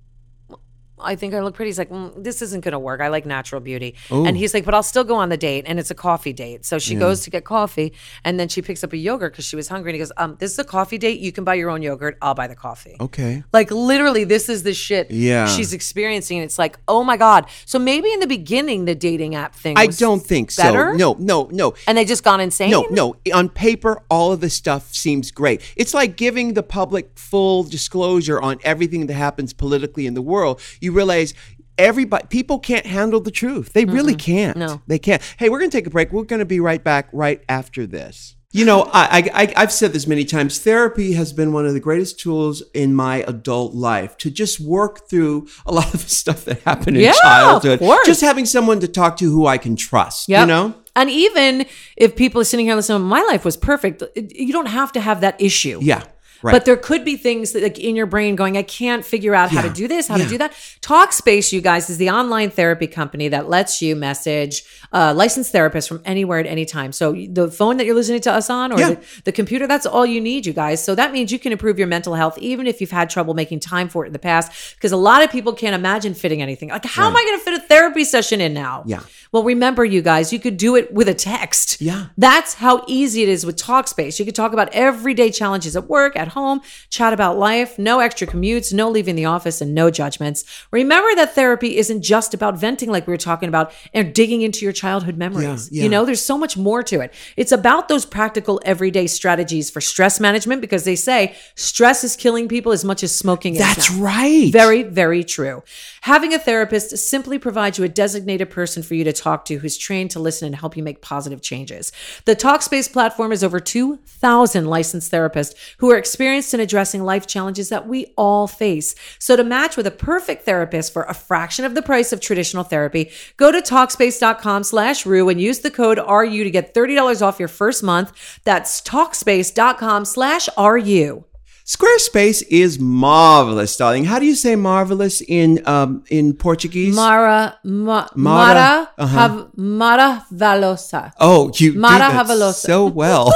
[SPEAKER 2] I think I look pretty. He's like, mm, this isn't going to work. I like natural beauty. And he's like, but I'll still go on the date. And it's a coffee date. So she goes to get coffee and then she picks up a yogurt because she was hungry. And he goes, um, this is a coffee date. You can buy your own yogurt. I'll buy the coffee.
[SPEAKER 1] Okay.
[SPEAKER 2] Like literally, this is the shit
[SPEAKER 1] Oh. Yeah.
[SPEAKER 2] she's experiencing. And it's like, oh my God. So maybe in the beginning, the dating app thing.
[SPEAKER 1] I
[SPEAKER 2] was
[SPEAKER 1] don't think
[SPEAKER 2] better?
[SPEAKER 1] so. No, no, no.
[SPEAKER 2] And they just gone insane?
[SPEAKER 1] No, no. On paper, all of this stuff seems great. It's like giving the public full disclosure on everything that happens politically in the world. You realize everybody, people can't handle the truth. They really can't.
[SPEAKER 2] No.
[SPEAKER 1] they can't. Hey, we're going to take a break. We're going to be right back right after this. You know, I, I, I, I've said this many times. Therapy has been one of the greatest tools in my adult life to just work through a lot of the stuff that happened in
[SPEAKER 2] Yeah, of
[SPEAKER 1] childhood.
[SPEAKER 2] course.
[SPEAKER 1] Just having someone to talk to who I can trust. You
[SPEAKER 2] Yep.
[SPEAKER 1] know.
[SPEAKER 2] And even if people are sitting here listening, my life was perfect. it- You don't have to have that issue.
[SPEAKER 1] Yeah. Right.
[SPEAKER 2] But there could be things that, like in your brain going, I can't figure out how to do this, how to do that. TalkSpace, you guys, is the online therapy company that lets you message uh, licensed therapists from anywhere at any time. So the phone that you're listening to us on or
[SPEAKER 1] Yeah.
[SPEAKER 2] the, the computer, that's all you need, you guys. So that means you can improve your mental health, even if you've had trouble making time for it in the past, because a lot of people can't imagine fitting anything. Like, how am I going to fit a therapy session in now?
[SPEAKER 1] Yeah.
[SPEAKER 2] Well, remember, you guys, you could do it with a text.
[SPEAKER 1] Yeah.
[SPEAKER 2] That's how easy it is with TalkSpace. You could talk about everyday challenges at work, at home, chat about life, no extra commutes, no leaving the office, and no judgments. Remember that therapy isn't just about venting, like we were talking about, and digging into your childhood memories.
[SPEAKER 1] Yeah, yeah.
[SPEAKER 2] You know, there's so much more to it. It's about those practical everyday strategies for stress management because they say stress is killing people as much as smoking is.
[SPEAKER 1] That's
[SPEAKER 2] now.
[SPEAKER 1] right.
[SPEAKER 2] Very, very true. Having a therapist simply provides you a designated person for you to talk to who's trained to listen and help you make positive changes. The TalkSpace platform is over 2,000 licensed therapists who are experienced in addressing life challenges that we all face. So to match with a perfect therapist for a fraction of the price of traditional therapy, go to TalkSpace.com slash Rue and use the code RU to get $30 off your first month. That's TalkSpace.com slash RU.
[SPEAKER 1] Squarespace is marvelous, darling. How do you say marvelous in um in Portuguese?
[SPEAKER 2] Mara, ma, Mara,
[SPEAKER 1] Mara, uh-huh.
[SPEAKER 2] Hav- Mara Valosa.
[SPEAKER 1] oh, you do
[SPEAKER 2] Mara
[SPEAKER 1] that
[SPEAKER 2] Javalosa.
[SPEAKER 1] so
[SPEAKER 2] *laughs*
[SPEAKER 1] well.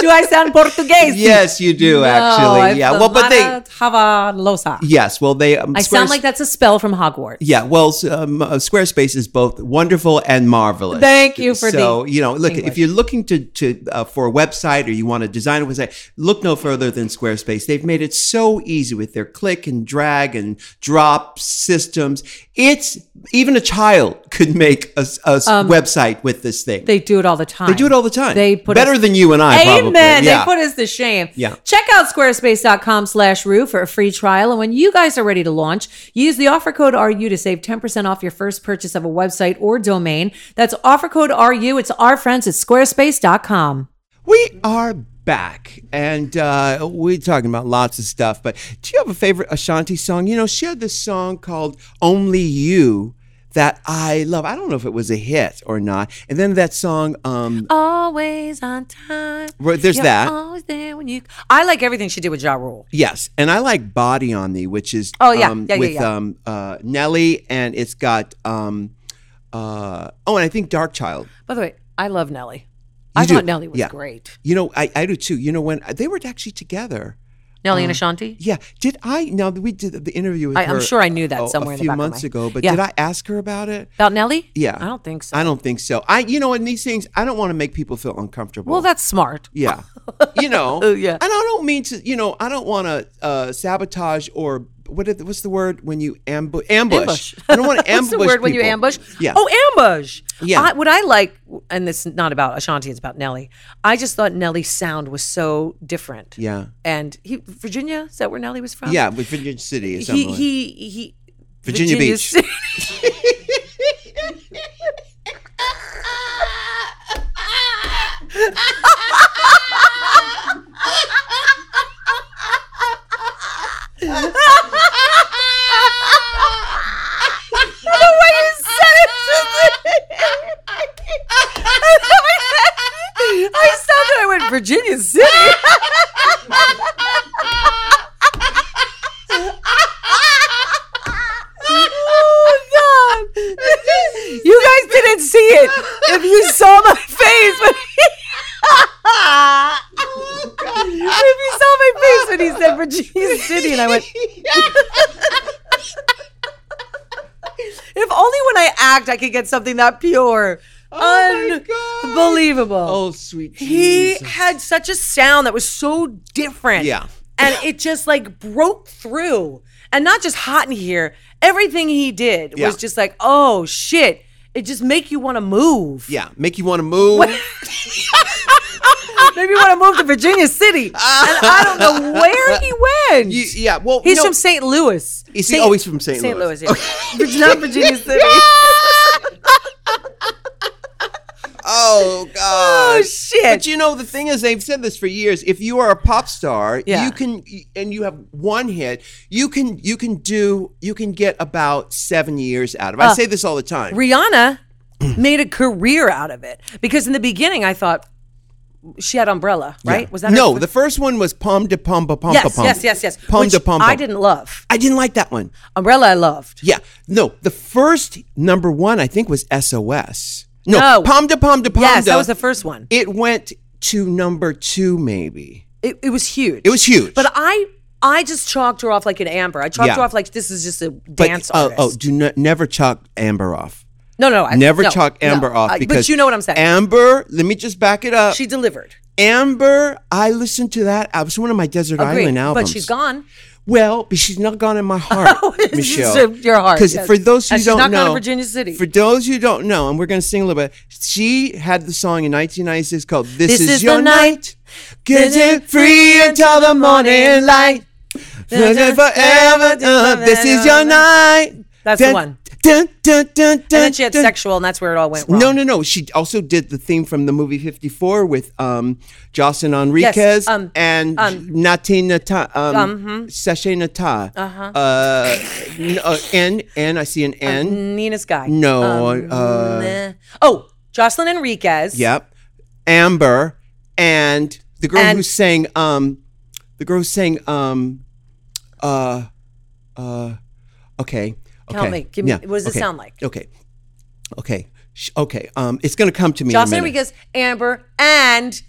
[SPEAKER 2] Do I sound
[SPEAKER 1] *laughs*
[SPEAKER 2] Portuguese?
[SPEAKER 1] yes, you do
[SPEAKER 2] No,
[SPEAKER 1] actually.
[SPEAKER 2] it's
[SPEAKER 1] Yeah.
[SPEAKER 2] the
[SPEAKER 1] Well, but they
[SPEAKER 2] Mara Javalosa.
[SPEAKER 1] yes. Well, they. Um,
[SPEAKER 2] I sound like that's a spell from Hogwarts.
[SPEAKER 1] Yeah. Well, s- um, uh, Squarespace is both wonderful and marvelous.
[SPEAKER 2] Thank you for
[SPEAKER 1] so
[SPEAKER 2] the
[SPEAKER 1] you know. Look,
[SPEAKER 2] English.
[SPEAKER 1] if you're looking to to uh, for a website or you want to design a website, look no further than Squarespace. They've made it so easy with their click and drag and drop systems. It's even a child could make a, s- a s- website with this thing.
[SPEAKER 2] Um, They do it all the time.
[SPEAKER 1] They do it all the time.
[SPEAKER 2] They put
[SPEAKER 1] better
[SPEAKER 2] us-
[SPEAKER 1] than you and I.
[SPEAKER 2] Amen.
[SPEAKER 1] Probably. Yeah.
[SPEAKER 2] They put us to shame.
[SPEAKER 1] Yeah.
[SPEAKER 2] Check out squarespace.com slash rue for a free trial. And when you guys are ready to launch, use the offer code RU to save 10% off your first purchase of a website or domain. That's offer code RU. It's our friends at squarespace.com.
[SPEAKER 1] we are back, and uh, we're talking about lots of stuff. But do you have a favorite Ashanti song? You know, she had this song called "Only You." That I love. I don't know if it was a hit or not. And then that song, um,
[SPEAKER 2] Always on time.
[SPEAKER 1] Well, there's
[SPEAKER 2] You're
[SPEAKER 1] that.
[SPEAKER 2] Always there when you. I like everything she did with Ja Rule.
[SPEAKER 1] yes, and I like "Body on Thee," which is
[SPEAKER 2] Oh, yeah.
[SPEAKER 1] um,
[SPEAKER 2] Yeah, yeah,
[SPEAKER 1] with
[SPEAKER 2] yeah.
[SPEAKER 1] Um, uh, Nelly, and it's got um, uh, oh, and I think Dark Child.
[SPEAKER 2] By the way, I love Nelly. I
[SPEAKER 1] do.
[SPEAKER 2] thought Nelly was
[SPEAKER 1] Yeah.
[SPEAKER 2] great.
[SPEAKER 1] You know, I, I do too. You know, when they were actually together.
[SPEAKER 2] Nelly
[SPEAKER 1] Mm-hmm.
[SPEAKER 2] and Ashanti.
[SPEAKER 1] Yeah. Did I? Now we did the interview with
[SPEAKER 2] I,
[SPEAKER 1] her.
[SPEAKER 2] I'm sure I knew that
[SPEAKER 1] oh,
[SPEAKER 2] somewhere
[SPEAKER 1] a
[SPEAKER 2] in
[SPEAKER 1] few
[SPEAKER 2] the back of
[SPEAKER 1] months
[SPEAKER 2] my-
[SPEAKER 1] ago, but
[SPEAKER 2] Yeah.
[SPEAKER 1] did I ask her about it?
[SPEAKER 2] About Nelly?
[SPEAKER 1] Yeah.
[SPEAKER 2] I don't think so.
[SPEAKER 1] I don't think so. I, you know, in these things, I don't want to make people feel uncomfortable.
[SPEAKER 2] well, that's smart.
[SPEAKER 1] yeah, you know,
[SPEAKER 2] Oh, yeah.
[SPEAKER 1] And I don't mean to, you know, I don't want to uh, sabotage or what is, what's the word when you ambu- ambush?
[SPEAKER 2] Ambush.
[SPEAKER 1] I don't want to ambush.
[SPEAKER 2] *laughs* *laughs* What's the word when you
[SPEAKER 1] people.
[SPEAKER 2] ambush?
[SPEAKER 1] Yeah.
[SPEAKER 2] Oh, ambush.
[SPEAKER 1] Yeah.
[SPEAKER 2] I, what I like, and this is not about Ashanti, it's about Nelly. I just thought Nelly's sound was so different.
[SPEAKER 1] yeah,
[SPEAKER 2] And he, Virginia, is that where Nelly was from?
[SPEAKER 1] yeah, with Virginia City or something.
[SPEAKER 2] He, he, he,
[SPEAKER 1] Virginia Beach.
[SPEAKER 2] City- the way you said it. *laughs* just- *laughs* I sounded. I went Virginia City. Oh God! You guys didn't see it. If you saw my face, when *laughs* if you saw my face when he said Virginia City, and I went. If only when I act I could get something that pure.
[SPEAKER 1] Oh my God.
[SPEAKER 2] Unbelievable.
[SPEAKER 1] oh, sweet.
[SPEAKER 2] he
[SPEAKER 1] Jesus.
[SPEAKER 2] had such a sound that was so different.
[SPEAKER 1] Yeah.
[SPEAKER 2] And it just like broke through. And not just hot in here. Everything he did
[SPEAKER 1] Yeah.
[SPEAKER 2] was just like, oh shit. It just make you want to move.
[SPEAKER 1] yeah, make you want to move.
[SPEAKER 2] Maybe you want to move to Virginia City.
[SPEAKER 1] *laughs*
[SPEAKER 2] And I don't know where he went.
[SPEAKER 1] You- yeah, well,
[SPEAKER 2] He's
[SPEAKER 1] no,
[SPEAKER 2] from St. Louis.
[SPEAKER 1] Is he- oh, he's from St.
[SPEAKER 2] St.
[SPEAKER 1] Louis.
[SPEAKER 2] Louis, yeah. Vir- Not Virginia
[SPEAKER 1] *laughs*
[SPEAKER 2] City.
[SPEAKER 1] Oh
[SPEAKER 2] *laughs*
[SPEAKER 1] God!
[SPEAKER 2] Oh, shit.
[SPEAKER 1] But you know the thing is, they've said this for years. If you are a pop star,
[SPEAKER 2] Yeah.
[SPEAKER 1] you can, and you have one hit, you can, you can do, you can get about seven years out
[SPEAKER 2] Ah.
[SPEAKER 1] of. it. I say this all the time.
[SPEAKER 2] Rihanna
[SPEAKER 1] *clears throat*
[SPEAKER 2] made a career out of it because in the beginning I thought she had Umbrella, right? Was that her
[SPEAKER 1] no? The first one was Pom de Pom ba Pom ba
[SPEAKER 2] yes,
[SPEAKER 1] Pom.
[SPEAKER 2] yes, yes, yes.
[SPEAKER 1] Pom
[SPEAKER 2] Which
[SPEAKER 1] de Pom.
[SPEAKER 2] I
[SPEAKER 1] Pom.
[SPEAKER 2] didn't love
[SPEAKER 1] I didn't like that one.
[SPEAKER 2] Umbrella. I loved.
[SPEAKER 1] Yeah. No, the first number one I think was SOS. No,
[SPEAKER 2] No.
[SPEAKER 1] Pom de Pom de Pom.
[SPEAKER 2] Yes,
[SPEAKER 1] de.
[SPEAKER 2] that was the first one.
[SPEAKER 1] It went to number two, maybe.
[SPEAKER 2] It, it was huge.
[SPEAKER 1] It was huge.
[SPEAKER 2] But I I just chalked her off like an Amber. I chalked
[SPEAKER 1] Yeah.
[SPEAKER 2] her off like this is just a
[SPEAKER 1] But,
[SPEAKER 2] dance
[SPEAKER 1] oh,
[SPEAKER 2] artist.
[SPEAKER 1] oh, do not never chalk Amber off.
[SPEAKER 2] no, no, I,
[SPEAKER 1] Never
[SPEAKER 2] no,
[SPEAKER 1] chalk Amber
[SPEAKER 2] no.
[SPEAKER 1] off
[SPEAKER 2] I-
[SPEAKER 1] because
[SPEAKER 2] but you know what I'm saying.
[SPEAKER 1] Amber, let me just back it up.
[SPEAKER 2] she delivered.
[SPEAKER 1] Amber, I listened to that. It was one of my Desert
[SPEAKER 2] Agreed.
[SPEAKER 1] Island albums.
[SPEAKER 2] But she's gone.
[SPEAKER 1] Well, but she's not gone in
[SPEAKER 2] *laughs*
[SPEAKER 1] my heart,
[SPEAKER 2] it's
[SPEAKER 1] Michelle.
[SPEAKER 2] just Oh, your heart,
[SPEAKER 1] Because
[SPEAKER 2] yes.
[SPEAKER 1] for those who
[SPEAKER 2] And she's
[SPEAKER 1] don't
[SPEAKER 2] not
[SPEAKER 1] know,
[SPEAKER 2] gone to Virginia City.
[SPEAKER 1] For those who don't know, and we're going to sing a little bit. She had the song in 1996 called "This,
[SPEAKER 2] This
[SPEAKER 1] Is,
[SPEAKER 2] is the
[SPEAKER 1] Your Night."
[SPEAKER 2] night.
[SPEAKER 1] Get it free until the morning
[SPEAKER 2] *laughs*
[SPEAKER 1] light. Forever, uh, this is your night.
[SPEAKER 2] That's the one.
[SPEAKER 1] Dun, dun, dun, dun,
[SPEAKER 2] And then
[SPEAKER 1] *laughs*
[SPEAKER 2] she had
[SPEAKER 1] dun.
[SPEAKER 2] sexual, and that's where it all went wrong.
[SPEAKER 1] No, no, no. She also did the theme from the movie 54 with um, Jocelyn Enriquez
[SPEAKER 2] um, hmm.
[SPEAKER 1] and Nati Nata, um, Sashay Nata. Uh-huh. Uh, n- uh, N, N, I see an
[SPEAKER 2] Um,
[SPEAKER 1] N.
[SPEAKER 2] Nina's guy.
[SPEAKER 1] no.
[SPEAKER 2] um,
[SPEAKER 1] uh,
[SPEAKER 2] Nah. Oh, Jocelyn Enriquez.
[SPEAKER 1] Yep. Amber and the girl
[SPEAKER 2] And-
[SPEAKER 1] who sang, um, the girl who sang, um, uh, uh, okay.
[SPEAKER 2] Tell
[SPEAKER 1] okay.
[SPEAKER 2] me, give me- what does it
[SPEAKER 1] okay,
[SPEAKER 2] sound like?
[SPEAKER 1] Okay. Okay. Sh- Okay. Um, it's going to come to me. in a
[SPEAKER 2] Jocelyn
[SPEAKER 1] minute.
[SPEAKER 2] Enriquez, Amber, and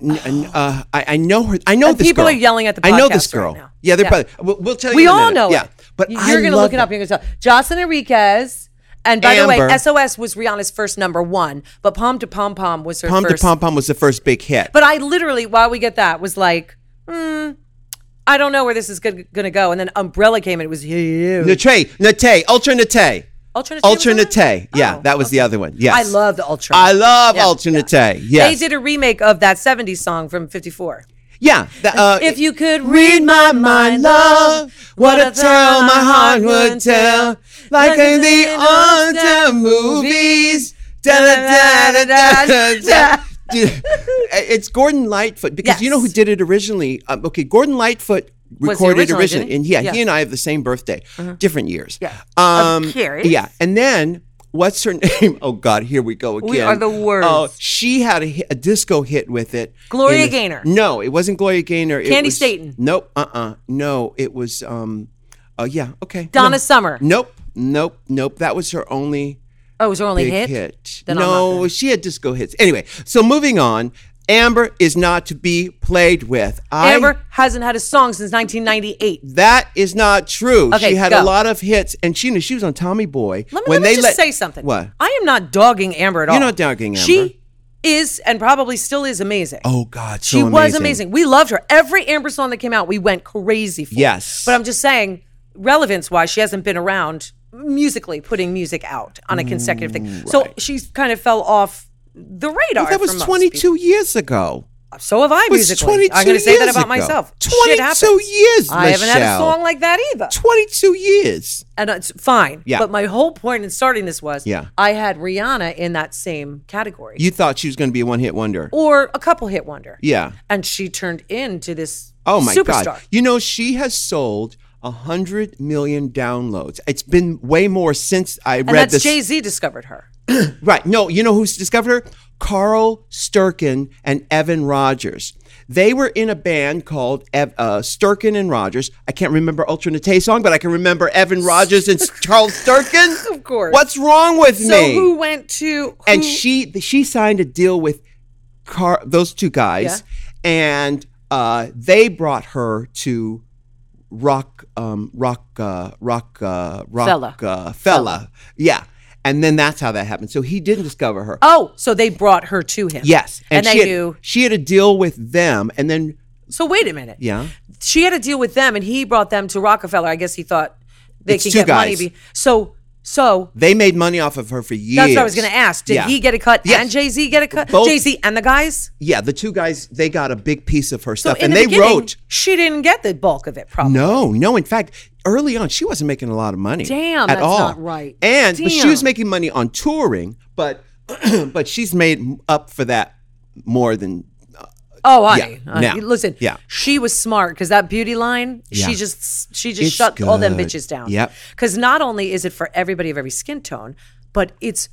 [SPEAKER 1] N- n- uh, I, I know her. I know
[SPEAKER 2] And
[SPEAKER 1] this
[SPEAKER 2] people
[SPEAKER 1] girl.
[SPEAKER 2] are yelling at the
[SPEAKER 1] I know
[SPEAKER 2] podcast
[SPEAKER 1] this girl.
[SPEAKER 2] right now.
[SPEAKER 1] yeah, they're
[SPEAKER 2] Yeah.
[SPEAKER 1] probably. We'll, we'll tell you.
[SPEAKER 2] we
[SPEAKER 1] in a
[SPEAKER 2] all
[SPEAKER 1] minute.
[SPEAKER 2] know
[SPEAKER 1] Yeah,
[SPEAKER 2] it.
[SPEAKER 1] but
[SPEAKER 2] you're
[SPEAKER 1] I
[SPEAKER 2] gonna
[SPEAKER 1] love
[SPEAKER 2] look it up. You're gonna tell Jocelyn Enriquez. And by the way,
[SPEAKER 1] Amber.
[SPEAKER 2] SOS was Rihanna's first number one, but Pom to Pom Pom was her
[SPEAKER 1] Pom de
[SPEAKER 2] first.
[SPEAKER 1] Pom Pom was the first big hit.
[SPEAKER 2] But I literally, while we get that, was like, hmm, I don't know where this is going to go. And then Umbrella came and it was huge.
[SPEAKER 1] Nate, Nate, Ultra Nate,
[SPEAKER 2] Alternate.
[SPEAKER 1] Ultra Nate. Yeah,
[SPEAKER 2] Oh,
[SPEAKER 1] that was the other one. Yes,
[SPEAKER 2] I love the Ultra.
[SPEAKER 1] I love
[SPEAKER 2] Yeah,
[SPEAKER 1] Ultra
[SPEAKER 2] yeah.
[SPEAKER 1] Nate. Yes,
[SPEAKER 2] They did a remake of that 70s song from 54.
[SPEAKER 1] Yeah, the, uh,
[SPEAKER 2] If you could
[SPEAKER 1] read my mind, love what a
[SPEAKER 2] a
[SPEAKER 1] tale my heart would tell, like in the old movies. Da, da, da, da, da, da, da. *laughs* It's Gordon Lightfoot because you know who
[SPEAKER 2] Yes.
[SPEAKER 1] did it originally. Um, okay, Gordon Lightfoot recorded
[SPEAKER 2] original,
[SPEAKER 1] originally, Uh-huh.
[SPEAKER 2] didn't he?
[SPEAKER 1] and yeah, he
[SPEAKER 2] Yeah.
[SPEAKER 1] and I have the same birthday, different years.
[SPEAKER 2] Yeah. I'm
[SPEAKER 1] um,
[SPEAKER 2] curious.
[SPEAKER 1] yeah, and then. What's her *laughs* name? Oh God, here we go again.
[SPEAKER 2] are the worst.
[SPEAKER 1] Oh, she had a, hit, a disco hit with it.
[SPEAKER 2] Gloria
[SPEAKER 1] in the-
[SPEAKER 2] Gaynor.
[SPEAKER 1] No, it wasn't Gloria Gaynor. It
[SPEAKER 2] Candy
[SPEAKER 1] was-
[SPEAKER 2] Staton.
[SPEAKER 1] Nope. Uh. uh No, it was. Um. Uh. Yeah. Okay.
[SPEAKER 2] Donna
[SPEAKER 1] No.
[SPEAKER 2] Summer.
[SPEAKER 1] Nope. Nope. Nope. That was her only.
[SPEAKER 2] Oh, it was her only
[SPEAKER 1] big
[SPEAKER 2] hit?
[SPEAKER 1] hit.
[SPEAKER 2] Then I'm not
[SPEAKER 1] no,
[SPEAKER 2] gonna-
[SPEAKER 1] she had disco hits. Anyway, so moving on, Amber is not to be played with. I,
[SPEAKER 2] Amber hasn't had a song since 1998.
[SPEAKER 1] that is not true.
[SPEAKER 2] Okay,
[SPEAKER 1] she had
[SPEAKER 2] go.
[SPEAKER 1] a lot of hits, and she knew she was on Tommy Boy.
[SPEAKER 2] Let me, let me just say something.
[SPEAKER 1] What?
[SPEAKER 2] I am not dogging Amber at all.
[SPEAKER 1] You're not dogging Amber.
[SPEAKER 2] She is and probably still is amazing.
[SPEAKER 1] Oh God, so
[SPEAKER 2] she was amazing. We loved her. Every Amber song that came out, we went crazy for.
[SPEAKER 1] Yes.
[SPEAKER 2] But I'm just saying, relevance wise, she hasn't been around musically putting music out on a consecutive thing. So she kind of fell off the radar.
[SPEAKER 1] That
[SPEAKER 2] for
[SPEAKER 1] was
[SPEAKER 2] most
[SPEAKER 1] 22 years ago.
[SPEAKER 2] people. So have I
[SPEAKER 1] It was
[SPEAKER 2] musically.
[SPEAKER 1] 22
[SPEAKER 2] I'm going to say that
[SPEAKER 1] years
[SPEAKER 2] about
[SPEAKER 1] ago.
[SPEAKER 2] myself. Shit
[SPEAKER 1] 22
[SPEAKER 2] happens.
[SPEAKER 1] years,
[SPEAKER 2] I haven't had a
[SPEAKER 1] Michelle.
[SPEAKER 2] song like that either.
[SPEAKER 1] 22 years.
[SPEAKER 2] and it's fine.
[SPEAKER 1] Yeah.
[SPEAKER 2] But my whole point in starting this was
[SPEAKER 1] Yeah.
[SPEAKER 2] I had Rihanna in that same category
[SPEAKER 1] You thought she was going to be a one-hit wonder.
[SPEAKER 2] or a couple hit wonder.
[SPEAKER 1] Yeah.
[SPEAKER 2] And she turned into this
[SPEAKER 1] Oh my
[SPEAKER 2] superstar.
[SPEAKER 1] God. You know, she has sold a hundred million downloads. It's been way more since I
[SPEAKER 2] And
[SPEAKER 1] read
[SPEAKER 2] that's
[SPEAKER 1] this.
[SPEAKER 2] Jay Z discovered her.
[SPEAKER 1] Right. No, you know who's discovered her? Carl Sturken and Evan Rogers. They were in a band called Ev- uh, Sturken and Rogers. I can't remember Ultranate song, but I can remember Evan Rogers
[SPEAKER 2] *laughs*
[SPEAKER 1] and Charles Sturken.
[SPEAKER 2] Of course.
[SPEAKER 1] What's wrong with
[SPEAKER 2] so
[SPEAKER 1] me?
[SPEAKER 2] who went to who,
[SPEAKER 1] and she she signed a deal with Car- those two guys, and uh, they brought her to rock um, rock uh, rock uh, rock
[SPEAKER 2] Fella.
[SPEAKER 1] Uh, fella. yeah. And then that's how that happened. So he didn't discover her.
[SPEAKER 2] Oh, so they brought her to him.
[SPEAKER 1] yes,
[SPEAKER 2] And,
[SPEAKER 1] she
[SPEAKER 2] they
[SPEAKER 1] had,
[SPEAKER 2] knew.
[SPEAKER 1] she had a deal with them, and then
[SPEAKER 2] So wait a minute.
[SPEAKER 1] yeah,
[SPEAKER 2] She had a deal with them and he brought them to Rockefeller. I guess he thought they
[SPEAKER 1] It's
[SPEAKER 2] could
[SPEAKER 1] two
[SPEAKER 2] get money.
[SPEAKER 1] guys.
[SPEAKER 2] Be- so so
[SPEAKER 1] they made money off of her for years.
[SPEAKER 2] that's what I was going to ask. Did
[SPEAKER 1] Yeah.
[SPEAKER 2] he get a cut
[SPEAKER 1] Yes.
[SPEAKER 2] and Jay Z get a cut?
[SPEAKER 1] Both-
[SPEAKER 2] Jay Z and the guys?
[SPEAKER 1] Yeah, the two guys they got a big piece of her
[SPEAKER 2] So
[SPEAKER 1] stuff,
[SPEAKER 2] in
[SPEAKER 1] and
[SPEAKER 2] the
[SPEAKER 1] they
[SPEAKER 2] beginning,
[SPEAKER 1] wrote.
[SPEAKER 2] she didn't get the bulk of it. Probably.
[SPEAKER 1] No, no. In fact, early on, she wasn't making a lot of money.
[SPEAKER 2] Damn,
[SPEAKER 1] at
[SPEAKER 2] that's
[SPEAKER 1] all.
[SPEAKER 2] not right.
[SPEAKER 1] And but she was
[SPEAKER 2] Damn.
[SPEAKER 1] making money on touring, but *clears throat* but she's made up for that more than
[SPEAKER 2] Oh, honey.
[SPEAKER 1] Yeah,
[SPEAKER 2] Uh,
[SPEAKER 1] now.
[SPEAKER 2] listen.
[SPEAKER 1] Yeah.
[SPEAKER 2] She was smart because that beauty line. She
[SPEAKER 1] Yeah.
[SPEAKER 2] just she just
[SPEAKER 1] It's
[SPEAKER 2] shut all them
[SPEAKER 1] good.
[SPEAKER 2] bitches down.
[SPEAKER 1] Yep.
[SPEAKER 2] Because not only is it for everybody of every skin tone, but it's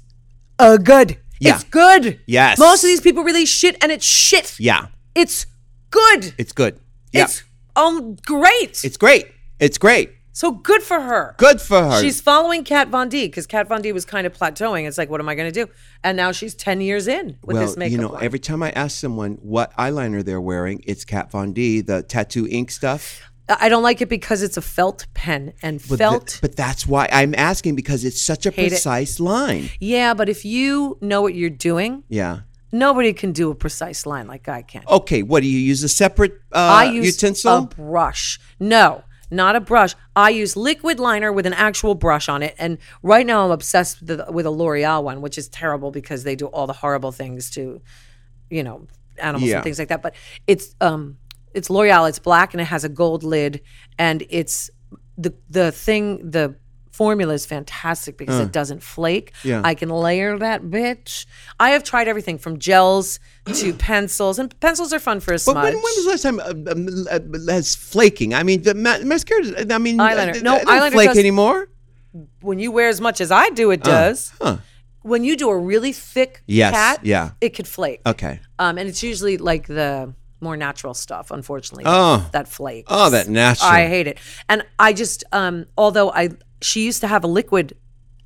[SPEAKER 2] a good.
[SPEAKER 1] Yeah.
[SPEAKER 2] It's good.
[SPEAKER 1] Yes.
[SPEAKER 2] Most of these people release shit, and it's shit.
[SPEAKER 1] yeah.
[SPEAKER 2] It's good.
[SPEAKER 1] It's good. Yeah,
[SPEAKER 2] It's um great.
[SPEAKER 1] It's great. It's great.
[SPEAKER 2] so good for her.
[SPEAKER 1] Good for her.
[SPEAKER 2] She's following Kat Von D because Kat Von D was kind of plateauing. It's like, what am I going to do? And now she's ten years in with
[SPEAKER 1] well,
[SPEAKER 2] this makeup.
[SPEAKER 1] you know,
[SPEAKER 2] line.
[SPEAKER 1] every time I ask someone what eyeliner they're wearing, it's Kat Von D, the tattoo ink stuff.
[SPEAKER 2] I don't like it because it's a felt pen and felt.
[SPEAKER 1] Th- eh but that's why I'm asking because it's such a
[SPEAKER 2] Hate it.
[SPEAKER 1] precise line.
[SPEAKER 2] yeah, but if you know what you're doing,
[SPEAKER 1] Yeah.
[SPEAKER 2] nobody can do a precise line like I can.
[SPEAKER 1] Okay. What do you use? A separate uh,
[SPEAKER 2] I use
[SPEAKER 1] utensil?
[SPEAKER 2] a brush. No, not a brush. I use liquid liner with an actual brush on it. And right now I'm obsessed with, the, with a L'Oreal one, which is terrible because they do all the horrible things to, you know, animals
[SPEAKER 1] Yeah.
[SPEAKER 2] and things like that. But it's um it's L'Oreal. It's black and it has a gold lid, and it's the the thing the formula is fantastic because it doesn't flake.
[SPEAKER 1] Mm. Yeah.
[SPEAKER 2] I can layer that bitch. I have tried everything from gels to pencils, and pencils are fun for a smudge.
[SPEAKER 1] But when, when was the last time uh, um, uh, as flaking? I mean, the ma- mascara. I mean,
[SPEAKER 2] Eyeliner.
[SPEAKER 1] uh,
[SPEAKER 2] No,
[SPEAKER 1] they don't
[SPEAKER 2] eyeliner
[SPEAKER 1] flake
[SPEAKER 2] does-
[SPEAKER 1] anymore.
[SPEAKER 2] when you wear as much as I do, it does.
[SPEAKER 1] Huh?
[SPEAKER 2] When you do a really thick
[SPEAKER 1] Yes,
[SPEAKER 2] cat,
[SPEAKER 1] yeah. Uh,
[SPEAKER 2] it could flake.
[SPEAKER 1] Okay.
[SPEAKER 2] Um, and it's usually like the more natural stuff, unfortunately.
[SPEAKER 1] Oh.
[SPEAKER 2] that flakes.
[SPEAKER 1] Oh, that natural.
[SPEAKER 2] I hate it. And I just, um, although I, she used to have a liquid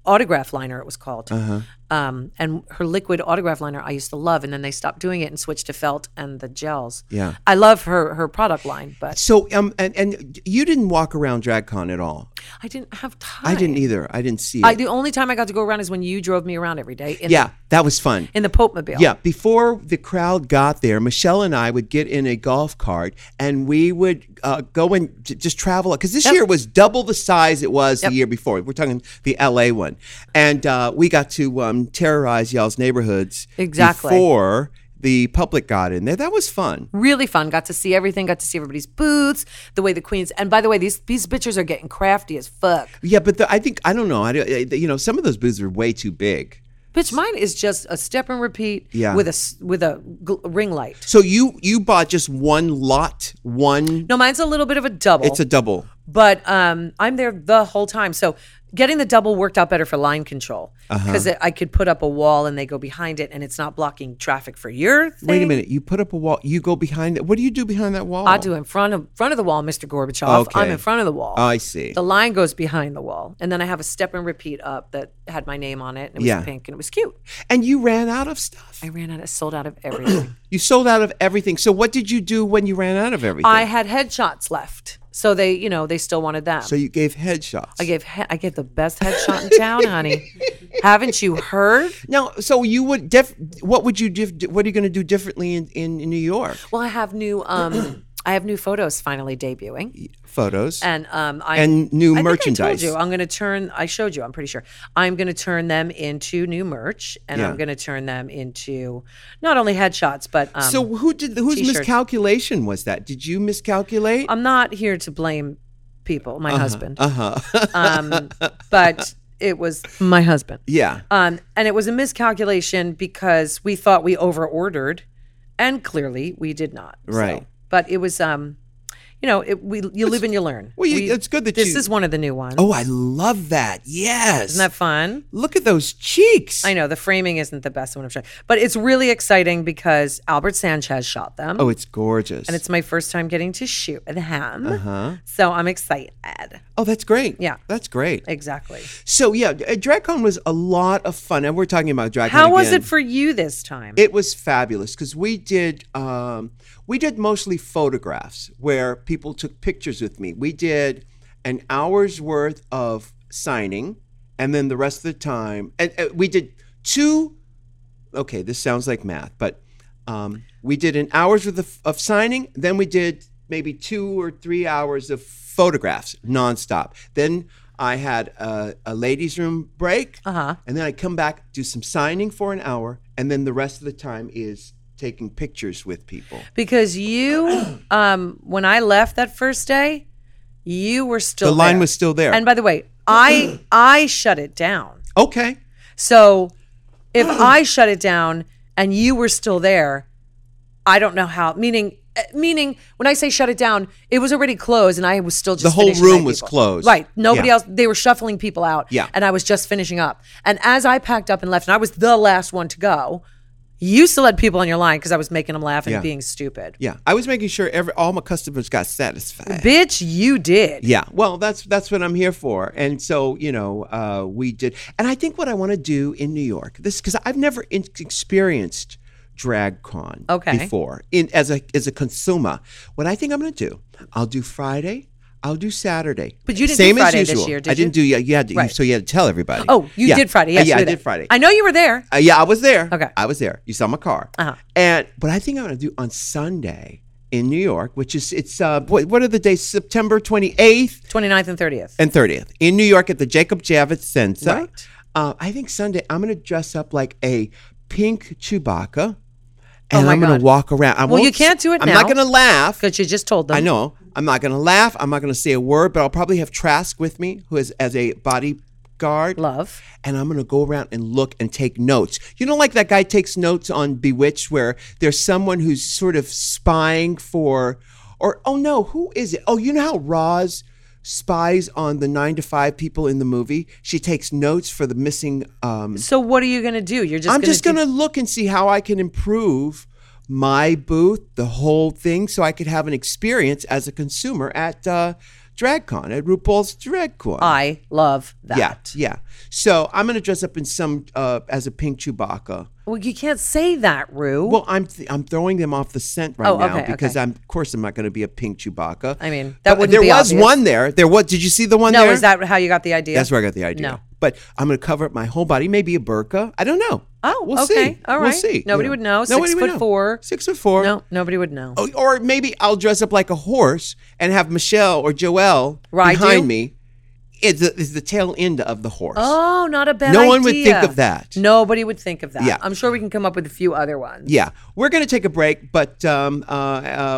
[SPEAKER 2] autograph liner, it was called.
[SPEAKER 1] Uh-huh.
[SPEAKER 2] Um, and her liquid autograph liner I used to love, and then they stopped doing it and switched to felt and the gels.
[SPEAKER 1] Yeah.
[SPEAKER 2] I love her her product line, but
[SPEAKER 1] so um and and you didn't walk around DragCon at all.
[SPEAKER 2] I didn't have time.
[SPEAKER 1] I didn't either. I didn't see it.
[SPEAKER 2] I, the only time I got to go around is when you drove me around every day. In
[SPEAKER 1] yeah, that was fun.
[SPEAKER 2] in the Pope Mobile.
[SPEAKER 1] Yeah, before the crowd got there, Michelle and I would get in a golf cart and we would uh, go and j- just travel. Because this year was double the size it was the year before. We're talking the LA one. And uh, we got to um, terrorize y'all's neighborhoods
[SPEAKER 2] Exactly.
[SPEAKER 1] before the public got in there. That was fun.
[SPEAKER 2] Really fun. Got to see everything. Got to see everybody's boots, the way the queens. And by the way, these these bitches are getting crafty as fuck.
[SPEAKER 1] Yeah, but the, I think, I don't know. I, don't- I- you know, some of those booths were way too big.
[SPEAKER 2] Bitch, mine is just a step and repeat
[SPEAKER 1] Yeah.
[SPEAKER 2] with a s- with a gl- ring light.
[SPEAKER 1] So you you bought just one lot, one.
[SPEAKER 2] No, mine's a little bit of a double.
[SPEAKER 1] It's a double.
[SPEAKER 2] but um, I'm there the whole time. So Getting the double worked out better for line control
[SPEAKER 1] Uh-huh.
[SPEAKER 2] because I could put up a wall and they go behind it and it's not blocking traffic for your thing.
[SPEAKER 1] Wait a minute. You put up a wall. You go behind that. What do you do behind that wall?
[SPEAKER 2] Eh. I do in front of front of the wall, Mr. Gorbachev. I'm
[SPEAKER 1] Okay.
[SPEAKER 2] in front of the wall.
[SPEAKER 1] I see.
[SPEAKER 2] The line goes behind the wall, and then I have a step and repeat up that had my name on it, and it was
[SPEAKER 1] Yeah.
[SPEAKER 2] pink, and it was cute.
[SPEAKER 1] and you ran out of stuff.
[SPEAKER 2] I ran out, I sold out of
[SPEAKER 1] *clears throat*
[SPEAKER 2] everything.
[SPEAKER 1] You sold out of everything. So what did you do when you ran out of everything?
[SPEAKER 2] I had headshots left, so they, you know, they still wanted that.
[SPEAKER 1] so you gave headshots.
[SPEAKER 2] I gave he- I gave the best headshot in town,
[SPEAKER 1] *laughs*
[SPEAKER 2] honey. Haven't you heard?
[SPEAKER 1] Now, so you would def- what would you dif- what are you going to do differently in, in New York?
[SPEAKER 2] Well, I have new um, *clears throat* I have new photos finally debuting,
[SPEAKER 1] Photos
[SPEAKER 2] and um, I
[SPEAKER 1] and new
[SPEAKER 2] I
[SPEAKER 1] merchandise.
[SPEAKER 2] Think I told you um, I'm going to turn. I showed you. I'm pretty sure I'm going to turn them into new merch, and
[SPEAKER 1] Yeah.
[SPEAKER 2] I'm going to turn them into not only headshots, but um,
[SPEAKER 1] So who did the, whose
[SPEAKER 2] T-shirts. Um,
[SPEAKER 1] miscalculation was that? Did you miscalculate?
[SPEAKER 2] I'm not here to blame people. My husband,
[SPEAKER 1] uh-huh. *laughs*
[SPEAKER 2] um, but it was my husband.
[SPEAKER 1] yeah.
[SPEAKER 2] Um, and it was a miscalculation because we thought we overordered, and clearly we did not. So-
[SPEAKER 1] Right.
[SPEAKER 2] but it was, um, you know, it, we you live and you learn.
[SPEAKER 1] Well, you,
[SPEAKER 2] We-
[SPEAKER 1] it's good that
[SPEAKER 2] this
[SPEAKER 1] you
[SPEAKER 2] is one of the new ones.
[SPEAKER 1] Oh, I love that. Yes.
[SPEAKER 2] Isn't that fun?
[SPEAKER 1] Look at those cheeks.
[SPEAKER 2] I know the framing isn't the best one I'm showing, but it's really exciting because Albert Sanchez shot them.
[SPEAKER 1] Oh, it's gorgeous.
[SPEAKER 2] And it's my first time getting to shoot them.
[SPEAKER 1] huh?
[SPEAKER 2] So I'm excited.
[SPEAKER 1] Oh, that's great.
[SPEAKER 2] Yeah.
[SPEAKER 1] That's great.
[SPEAKER 2] Exactly.
[SPEAKER 1] So, yeah, uh, DragCon was a lot of fun. And we're talking about DragCon
[SPEAKER 2] How was
[SPEAKER 1] again.
[SPEAKER 2] it for you this time?
[SPEAKER 1] It was fabulous because we did um, we did mostly photographs where people took pictures with me. We did an hour's worth of signing, and then the rest of the time, and, and we did two. Okay, this sounds like math, but um, we did an hour's worth of, of signing. Then we did maybe two or three hours of photographs nonstop. Then I had a, a ladies' room break.
[SPEAKER 2] uh huh.
[SPEAKER 1] And then I come back, do some signing for an hour, and then the rest of the time is taking pictures with people. *clears throat*
[SPEAKER 2] Because you, um, when I left that first day, you were still
[SPEAKER 1] the line
[SPEAKER 2] there.
[SPEAKER 1] was still there.
[SPEAKER 2] And by
[SPEAKER 1] *clears throat*
[SPEAKER 2] the way, I I shut it down.
[SPEAKER 1] okay.
[SPEAKER 2] So
[SPEAKER 1] *clears throat*
[SPEAKER 2] if I shut it down and you were still there, I don't know how. Meaning, eh, meaning when I say shut it down, it was already closed, and I was still just
[SPEAKER 1] The whole
[SPEAKER 2] finishing
[SPEAKER 1] room
[SPEAKER 2] my
[SPEAKER 1] was
[SPEAKER 2] people.
[SPEAKER 1] closed.
[SPEAKER 2] Right. Nobody
[SPEAKER 1] Yeah.
[SPEAKER 2] else. They were shuffling people out.
[SPEAKER 1] Yeah.
[SPEAKER 2] And I was just finishing up. And as I packed up and left, and I was the last one to go. You still had people on your line because I was making them laugh and
[SPEAKER 1] Yeah.
[SPEAKER 2] being stupid.
[SPEAKER 1] Yeah. I was making sure every all my customers got satisfied.
[SPEAKER 2] Bitch, you did.
[SPEAKER 1] Yeah. Well, that's that's what I'm here for. And so, you know, uh, we did. And I think what I want to do in New York, this because I've never in- experienced DragCon
[SPEAKER 2] Okay.
[SPEAKER 1] before in as a as a consumer. What I think I'm going to do, I'll do Friday. I'll do Saturday.
[SPEAKER 2] But you didn't do
[SPEAKER 1] Same as
[SPEAKER 2] Friday this
[SPEAKER 1] usual.
[SPEAKER 2] year, did
[SPEAKER 1] I didn't do. Yeah, you had to,
[SPEAKER 2] Right.
[SPEAKER 1] so you had to tell everybody.
[SPEAKER 2] Oh, you
[SPEAKER 1] Yeah. Uh,
[SPEAKER 2] did Friday. Yes,
[SPEAKER 1] yeah,
[SPEAKER 2] you
[SPEAKER 1] I
[SPEAKER 2] were
[SPEAKER 1] did
[SPEAKER 2] there.
[SPEAKER 1] Friday.
[SPEAKER 2] I know you were there.
[SPEAKER 1] Uh, yeah, I was there.
[SPEAKER 2] Okay.
[SPEAKER 1] I was there. You saw my car.
[SPEAKER 2] Uh-huh.
[SPEAKER 1] And what I think I'm going to do on Sunday in New York, which is it's uh what, what are the days? September 28th
[SPEAKER 2] 29th and 30th.
[SPEAKER 1] and 30th in New York at the Jacob Javits Center.
[SPEAKER 2] Right.
[SPEAKER 1] Uh, I think Sunday I'm going to dress up like a pink Chewbacca,
[SPEAKER 2] Oh
[SPEAKER 1] and
[SPEAKER 2] my
[SPEAKER 1] I'm going
[SPEAKER 2] God.
[SPEAKER 1] to walk around. I
[SPEAKER 2] Well, you
[SPEAKER 1] won't s-
[SPEAKER 2] can't do it
[SPEAKER 1] I'm
[SPEAKER 2] now.
[SPEAKER 1] not going to laugh.
[SPEAKER 2] Because you just told them.
[SPEAKER 1] I know. I'm not going to laugh. I'm not going to say a word. But I'll probably have Trask with me, who is as a bodyguard
[SPEAKER 2] Love.
[SPEAKER 1] and I'm going to go around and look and take notes. You know, like that guy takes notes on Bewitched, where there's someone who's sort of spying for, or oh no, who is it? Oh, you know how Roz spies on the nine to five people in the movie. She takes notes for the missing. Um,
[SPEAKER 2] So what are you going to do? You're just
[SPEAKER 1] I'm
[SPEAKER 2] gonna
[SPEAKER 1] just going to look and see how I can improve my booth, the whole thing, so I could have an experience as a consumer at uh, DragCon, at RuPaul's DragCon.
[SPEAKER 2] I love that.
[SPEAKER 1] Yeah, yeah. So I'm gonna dress up in some uh, as a pink Chewbacca.
[SPEAKER 2] Well, you can't say that, Rue.
[SPEAKER 1] Well, I'm th- I'm throwing them off the scent right
[SPEAKER 2] Oh,
[SPEAKER 1] now
[SPEAKER 2] okay,
[SPEAKER 1] because
[SPEAKER 2] okay.
[SPEAKER 1] I'm of course I'm not gonna be a pink Chewbacca.
[SPEAKER 2] I mean, that wouldn't
[SPEAKER 1] there
[SPEAKER 2] be
[SPEAKER 1] was
[SPEAKER 2] obvious.
[SPEAKER 1] one there. There was. Did you see the one
[SPEAKER 2] no,
[SPEAKER 1] there?
[SPEAKER 2] is that how you got the idea?
[SPEAKER 1] That's where I got the idea.
[SPEAKER 2] No.
[SPEAKER 1] But I'm gonna cover up my whole body. Maybe a burqa. I don't know.
[SPEAKER 2] Oh,
[SPEAKER 1] we'll
[SPEAKER 2] okay.
[SPEAKER 1] See.
[SPEAKER 2] All
[SPEAKER 1] We'll
[SPEAKER 2] right.
[SPEAKER 1] see.
[SPEAKER 2] Nobody would know. Six
[SPEAKER 1] Nobody would
[SPEAKER 2] foot four.
[SPEAKER 1] Six foot four.
[SPEAKER 2] No, nobody would know.
[SPEAKER 1] Oh, Or maybe I'll dress up like a horse and have Michelle or Joelle
[SPEAKER 2] Ride
[SPEAKER 1] behind
[SPEAKER 2] you?
[SPEAKER 1] me. It's the, it's the tail end of the horse.
[SPEAKER 2] Oh, not a bad
[SPEAKER 1] No
[SPEAKER 2] idea.
[SPEAKER 1] one would think of that.
[SPEAKER 2] Nobody would think of that.
[SPEAKER 1] Yeah.
[SPEAKER 2] I'm sure we can come up with a few other ones.
[SPEAKER 1] Yeah, we're going to take a break, but um, uh,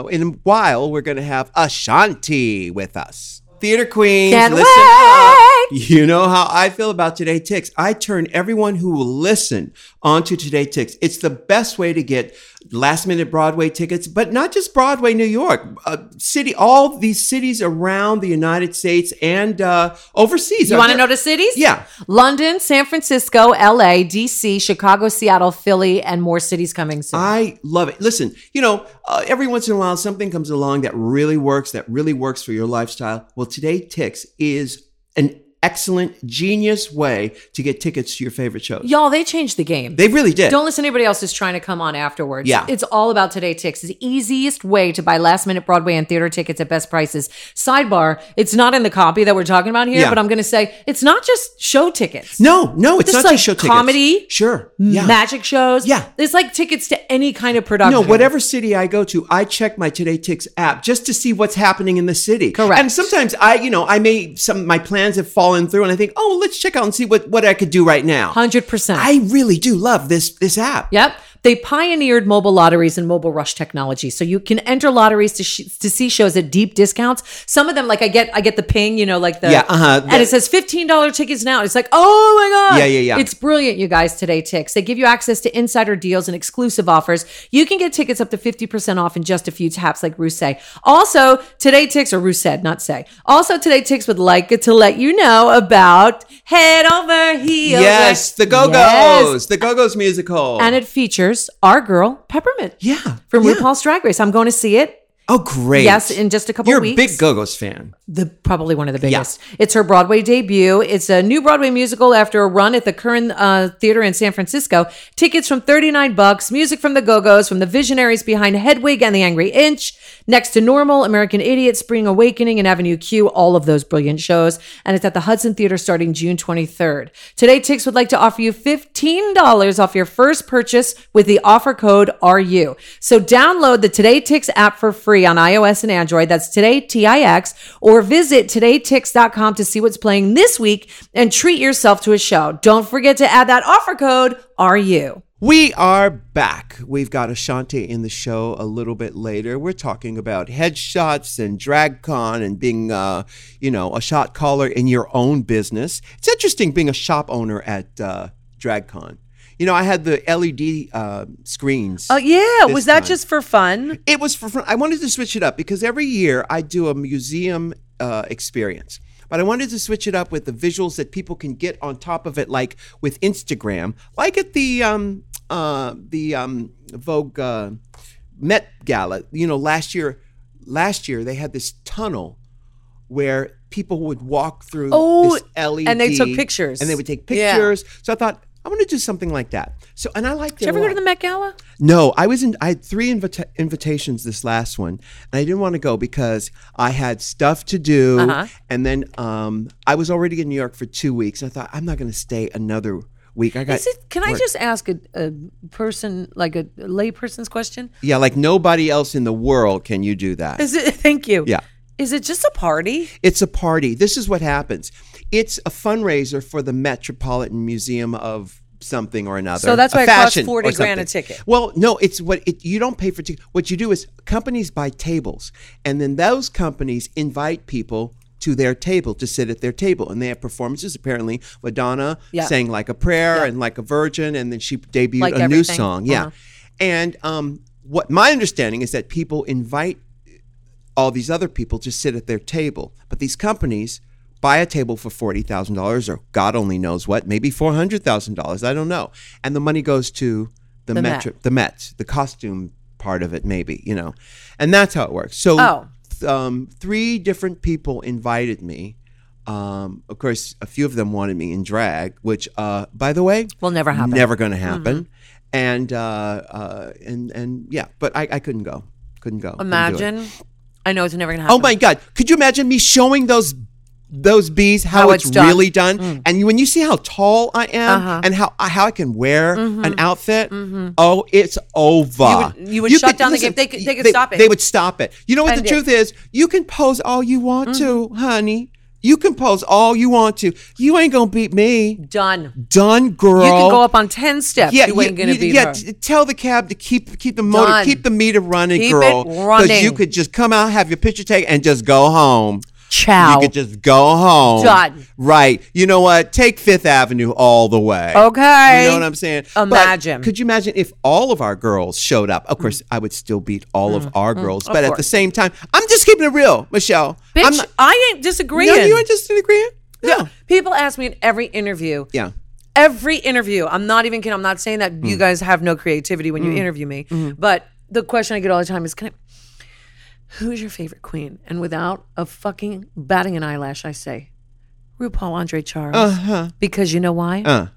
[SPEAKER 1] uh, in a while, we're going to have Ashanti with us. Theater Queens,
[SPEAKER 2] Can't
[SPEAKER 1] listen up.
[SPEAKER 2] wait.
[SPEAKER 1] You know how I feel about Today Ticks. I turn everyone who will listen onto Today Ticks. It's the best way to get last minute Broadway tickets, but not just Broadway, New York, uh, city, all these cities around the United States and uh, overseas.
[SPEAKER 2] You
[SPEAKER 1] Are
[SPEAKER 2] want to
[SPEAKER 1] there-
[SPEAKER 2] know the cities?
[SPEAKER 1] Yeah.
[SPEAKER 2] London, San Francisco, LA, DC, Chicago, Seattle, Philly, and more cities coming soon.
[SPEAKER 1] I love it. Listen, you know, uh, every once in a while something comes along that really works, that really works for your lifestyle. Well, today Tix is an excellent, genius way to get tickets to your favorite shows.
[SPEAKER 2] Y'all, they changed the game.
[SPEAKER 1] They really did.
[SPEAKER 2] Don't listen to anybody else who's trying to come on afterwards.
[SPEAKER 1] Yeah.
[SPEAKER 2] It's all about Today Ticks. It's the easiest way to buy last minute Broadway and theater tickets at best prices. Sidebar, it's not in the copy that we're talking about here,
[SPEAKER 1] Yeah.
[SPEAKER 2] but I'm going to say it's not just show tickets.
[SPEAKER 1] no, no, it's
[SPEAKER 2] This
[SPEAKER 1] not
[SPEAKER 2] is like
[SPEAKER 1] just show tickets.
[SPEAKER 2] comedy,
[SPEAKER 1] Sure. Yeah.
[SPEAKER 2] Magic shows.
[SPEAKER 1] Yeah.
[SPEAKER 2] It's like tickets to any kind of production.
[SPEAKER 1] No, whatever city I go to, I check my Today Ticks app just to see what's happening in the city.
[SPEAKER 2] Correct.
[SPEAKER 1] And sometimes I, you know, I may some my plans have fallen through, and I think, oh, let's check out and see what what I could do right now.
[SPEAKER 2] 100%.
[SPEAKER 1] I really do love this this app.
[SPEAKER 2] Yep. They pioneered mobile lotteries and mobile rush technology. So you can enter lotteries to, sh- to see shows at deep discounts. Some of them, like I get, I get the ping, you know, like the,
[SPEAKER 1] Yeah, uh-huh.
[SPEAKER 2] and it says $15 tickets now. It's like, oh my God.
[SPEAKER 1] Yeah, yeah, yeah.
[SPEAKER 2] It's brilliant. You guys today ticks. They give you access to insider deals and exclusive offers. You can get tickets up to 50% off in just a few taps, like Ruse. Also today ticks or Ruse, not say also today ticks would like to let you know about head over heels.
[SPEAKER 1] Yes, the Go Go's,
[SPEAKER 2] Yes.
[SPEAKER 1] the Go Go's musical,
[SPEAKER 2] And it features our girl, Peppermint.
[SPEAKER 1] yeah,
[SPEAKER 2] From
[SPEAKER 1] yeah.
[SPEAKER 2] RuPaul's Drag Race. I'm going to see it.
[SPEAKER 1] Oh, great!
[SPEAKER 2] Yes, in just a couple
[SPEAKER 1] You're
[SPEAKER 2] weeks.
[SPEAKER 1] a big Go Go's fan.
[SPEAKER 2] The probably one of the biggest. It's her Broadway debut. It's a new Broadway musical after a run at the Curran uh, Theater in San Francisco. Tickets from 39 bucks. Music from the Go-Go's, from the visionaries behind Hedwig and the Angry Inch. Next to Normal, American Idiot, Spring Awakening, and Avenue Q. All of those brilliant shows. And it's at the Hudson Theater starting June 23rd. Today, Tix would like to offer you $15 off your first purchase with the offer code RU. So download the Today Tix app for free on iOS and Android. That's Today TIX or visit todaytix.com to see what's playing this week and treat yourself to a show. Don't forget to add that offer code RU.
[SPEAKER 1] We are back. We've got Ashanti in the show a little bit later. We're talking about headshots and drag con and being, uh, you know, a shot caller in your own business. It's interesting being a shop owner at uh, drag con. You know, I had the LED uh, screens.
[SPEAKER 2] Oh yeah,
[SPEAKER 1] This
[SPEAKER 2] was that
[SPEAKER 1] time.
[SPEAKER 2] just for fun?
[SPEAKER 1] It was for fun. I wanted to switch it up because every year I do a museum uh, experience. But I wanted to switch it up with the visuals that people can get on top of it, like with Instagram, like at the um, uh, the um, Vogue uh, Met Gala. You know, last year, last year they had this tunnel where people would walk through
[SPEAKER 2] Oh,
[SPEAKER 1] this LED,
[SPEAKER 2] and they took pictures.
[SPEAKER 1] and they would take
[SPEAKER 2] Yeah.
[SPEAKER 1] pictures. So I thought I want to do something like that. So and I liked it.
[SPEAKER 2] Did you ever
[SPEAKER 1] a
[SPEAKER 2] go
[SPEAKER 1] lot.
[SPEAKER 2] to the Met Gala?
[SPEAKER 1] No, I was in. I had three invita- invitations this last one, and I didn't want to go because I had stuff to do,
[SPEAKER 2] Uh-huh.
[SPEAKER 1] and then um, I was already in New York for two weeks. And I thought I'm not going to stay another week. I got
[SPEAKER 2] Is it- can I just ask a, a person, like a layperson's question?
[SPEAKER 1] yeah, like nobody else in the world can you do that.
[SPEAKER 2] Is it? *laughs* Thank you.
[SPEAKER 1] Yeah.
[SPEAKER 2] Is it just a party?
[SPEAKER 1] It's a party. This is what happens. It's a fundraiser for the Metropolitan Museum of something or another.
[SPEAKER 2] So that's
[SPEAKER 1] a
[SPEAKER 2] why it costs
[SPEAKER 1] fashion
[SPEAKER 2] 40
[SPEAKER 1] or
[SPEAKER 2] grand a
[SPEAKER 1] something.
[SPEAKER 2] ticket.
[SPEAKER 1] Well, no, it's what it, you don't pay for tickets. What you do is companies buy tables, and then those companies invite people to their table to sit at their table, and they have performances. Apparently, Madonna
[SPEAKER 2] Yeah.
[SPEAKER 1] sang like a prayer and like a virgin, and then she debuted
[SPEAKER 2] Like
[SPEAKER 1] a new
[SPEAKER 2] everything.
[SPEAKER 1] song. Yeah,
[SPEAKER 2] Uh-huh.
[SPEAKER 1] and um, what my understanding is that people invite all these other people just sit at their table. But these companies buy a table for forty thousand dollars, or God only knows what, maybe four hundred thousand dollars. I don't know. And the money goes to the,
[SPEAKER 2] The
[SPEAKER 1] metro, the Met, the costume part of it, maybe you know. And that's how it works. So,
[SPEAKER 2] Oh.
[SPEAKER 1] th- um, three different people invited me. Um, of course, a few of them wanted me in drag, which, uh, by the way,
[SPEAKER 2] Will never happen.
[SPEAKER 1] Never going to happen.
[SPEAKER 2] Mm-hmm.
[SPEAKER 1] And uh, uh, and and yeah, but I, I couldn't go. Couldn't go. Couldn't do it.
[SPEAKER 2] Imagine. I know it's never gonna happen.
[SPEAKER 1] Oh my God! Could you imagine me showing those those bees how,
[SPEAKER 2] How
[SPEAKER 1] it's,
[SPEAKER 2] it's done. Mm. Uh-huh.
[SPEAKER 1] really done? And you, when you see how tall I am and how how I can wear an outfit, oh, it's over.
[SPEAKER 2] Mm-hmm. You would- you would shut down the game. They could- they could stop it.
[SPEAKER 1] They would stop it. You know what
[SPEAKER 2] End
[SPEAKER 1] the
[SPEAKER 2] it.
[SPEAKER 1] truth is? You can pose all you want
[SPEAKER 2] Mm-hmm.
[SPEAKER 1] to, honey. You can pose all you want to. You ain't gonna beat me.
[SPEAKER 2] Done.
[SPEAKER 1] Done, girl.
[SPEAKER 2] You can go up on ten steps.
[SPEAKER 1] Yeah,
[SPEAKER 2] you ain't gonna beat
[SPEAKER 1] yeah.
[SPEAKER 2] her.
[SPEAKER 1] t- Tell the cab to keep keep the motor,
[SPEAKER 2] Done.
[SPEAKER 1] keep the meter running,
[SPEAKER 2] Keep it
[SPEAKER 1] girl. you
[SPEAKER 2] running.
[SPEAKER 1] could just come out, have your picture taken, and just go home.
[SPEAKER 2] Chow.
[SPEAKER 1] You could just go home.
[SPEAKER 2] Done.
[SPEAKER 1] Right. You know what? Take Fifth Avenue all the way.
[SPEAKER 2] Okay.
[SPEAKER 1] You know what I'm saying? But
[SPEAKER 2] Imagine.
[SPEAKER 1] could you imagine if all of our girls showed up? Of course, I would still beat all of our girls. But at the
[SPEAKER 2] Mm, course.
[SPEAKER 1] same time, I'm just keeping it real, Michelle. I'm
[SPEAKER 2] Bitch,
[SPEAKER 1] not,
[SPEAKER 2] I ain't disagreeing.
[SPEAKER 1] no, you aren't just agreeing? No.
[SPEAKER 2] People ask me in every interview.
[SPEAKER 1] Yeah.
[SPEAKER 2] Every interview. I'm not even kidding. I'm not saying that
[SPEAKER 1] Mm.
[SPEAKER 2] you guys have no creativity when you interview me.
[SPEAKER 1] Mm-hmm.
[SPEAKER 2] But the question I get all the time is can I, who's your favorite queen? And without a fucking batting an eyelash, I say RuPaul Andre Charles. Because you know why?
[SPEAKER 1] Uh-huh. Uh.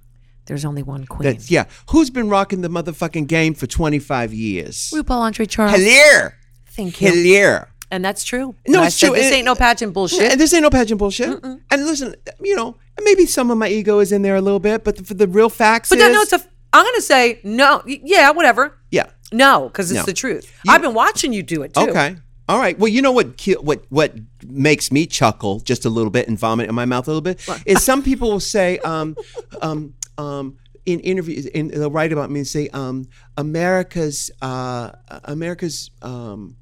[SPEAKER 2] There's only one queen.
[SPEAKER 1] That's, yeah. Who's been rocking the motherfucking game for 25 years?
[SPEAKER 2] RuPaul Andre Charles.
[SPEAKER 1] Hillier.
[SPEAKER 2] Thank you.
[SPEAKER 1] Hillier.
[SPEAKER 2] And that's true.
[SPEAKER 1] No,
[SPEAKER 2] And I
[SPEAKER 1] it's
[SPEAKER 2] said,
[SPEAKER 1] true.
[SPEAKER 2] This
[SPEAKER 1] It-
[SPEAKER 2] ain't no pageant bullshit.
[SPEAKER 1] And this ain't no pageant bullshit. And listen, you know, maybe some of my ego is in there a little bit, but the, for the real facts
[SPEAKER 2] but
[SPEAKER 1] is,
[SPEAKER 2] no, no, it's a. I'm gonna say no. y- Yeah, whatever.
[SPEAKER 1] yeah.
[SPEAKER 2] No, because it's
[SPEAKER 1] No.
[SPEAKER 2] the truth. I've been watching you do it too.
[SPEAKER 1] Okay. All right. Well, you know what ki- what what makes me chuckle just a little bit and vomit in my mouth a little bit is
[SPEAKER 2] *laughs*
[SPEAKER 1] some people will say um um um in interviews in they'll write about me and say um America's uh America's um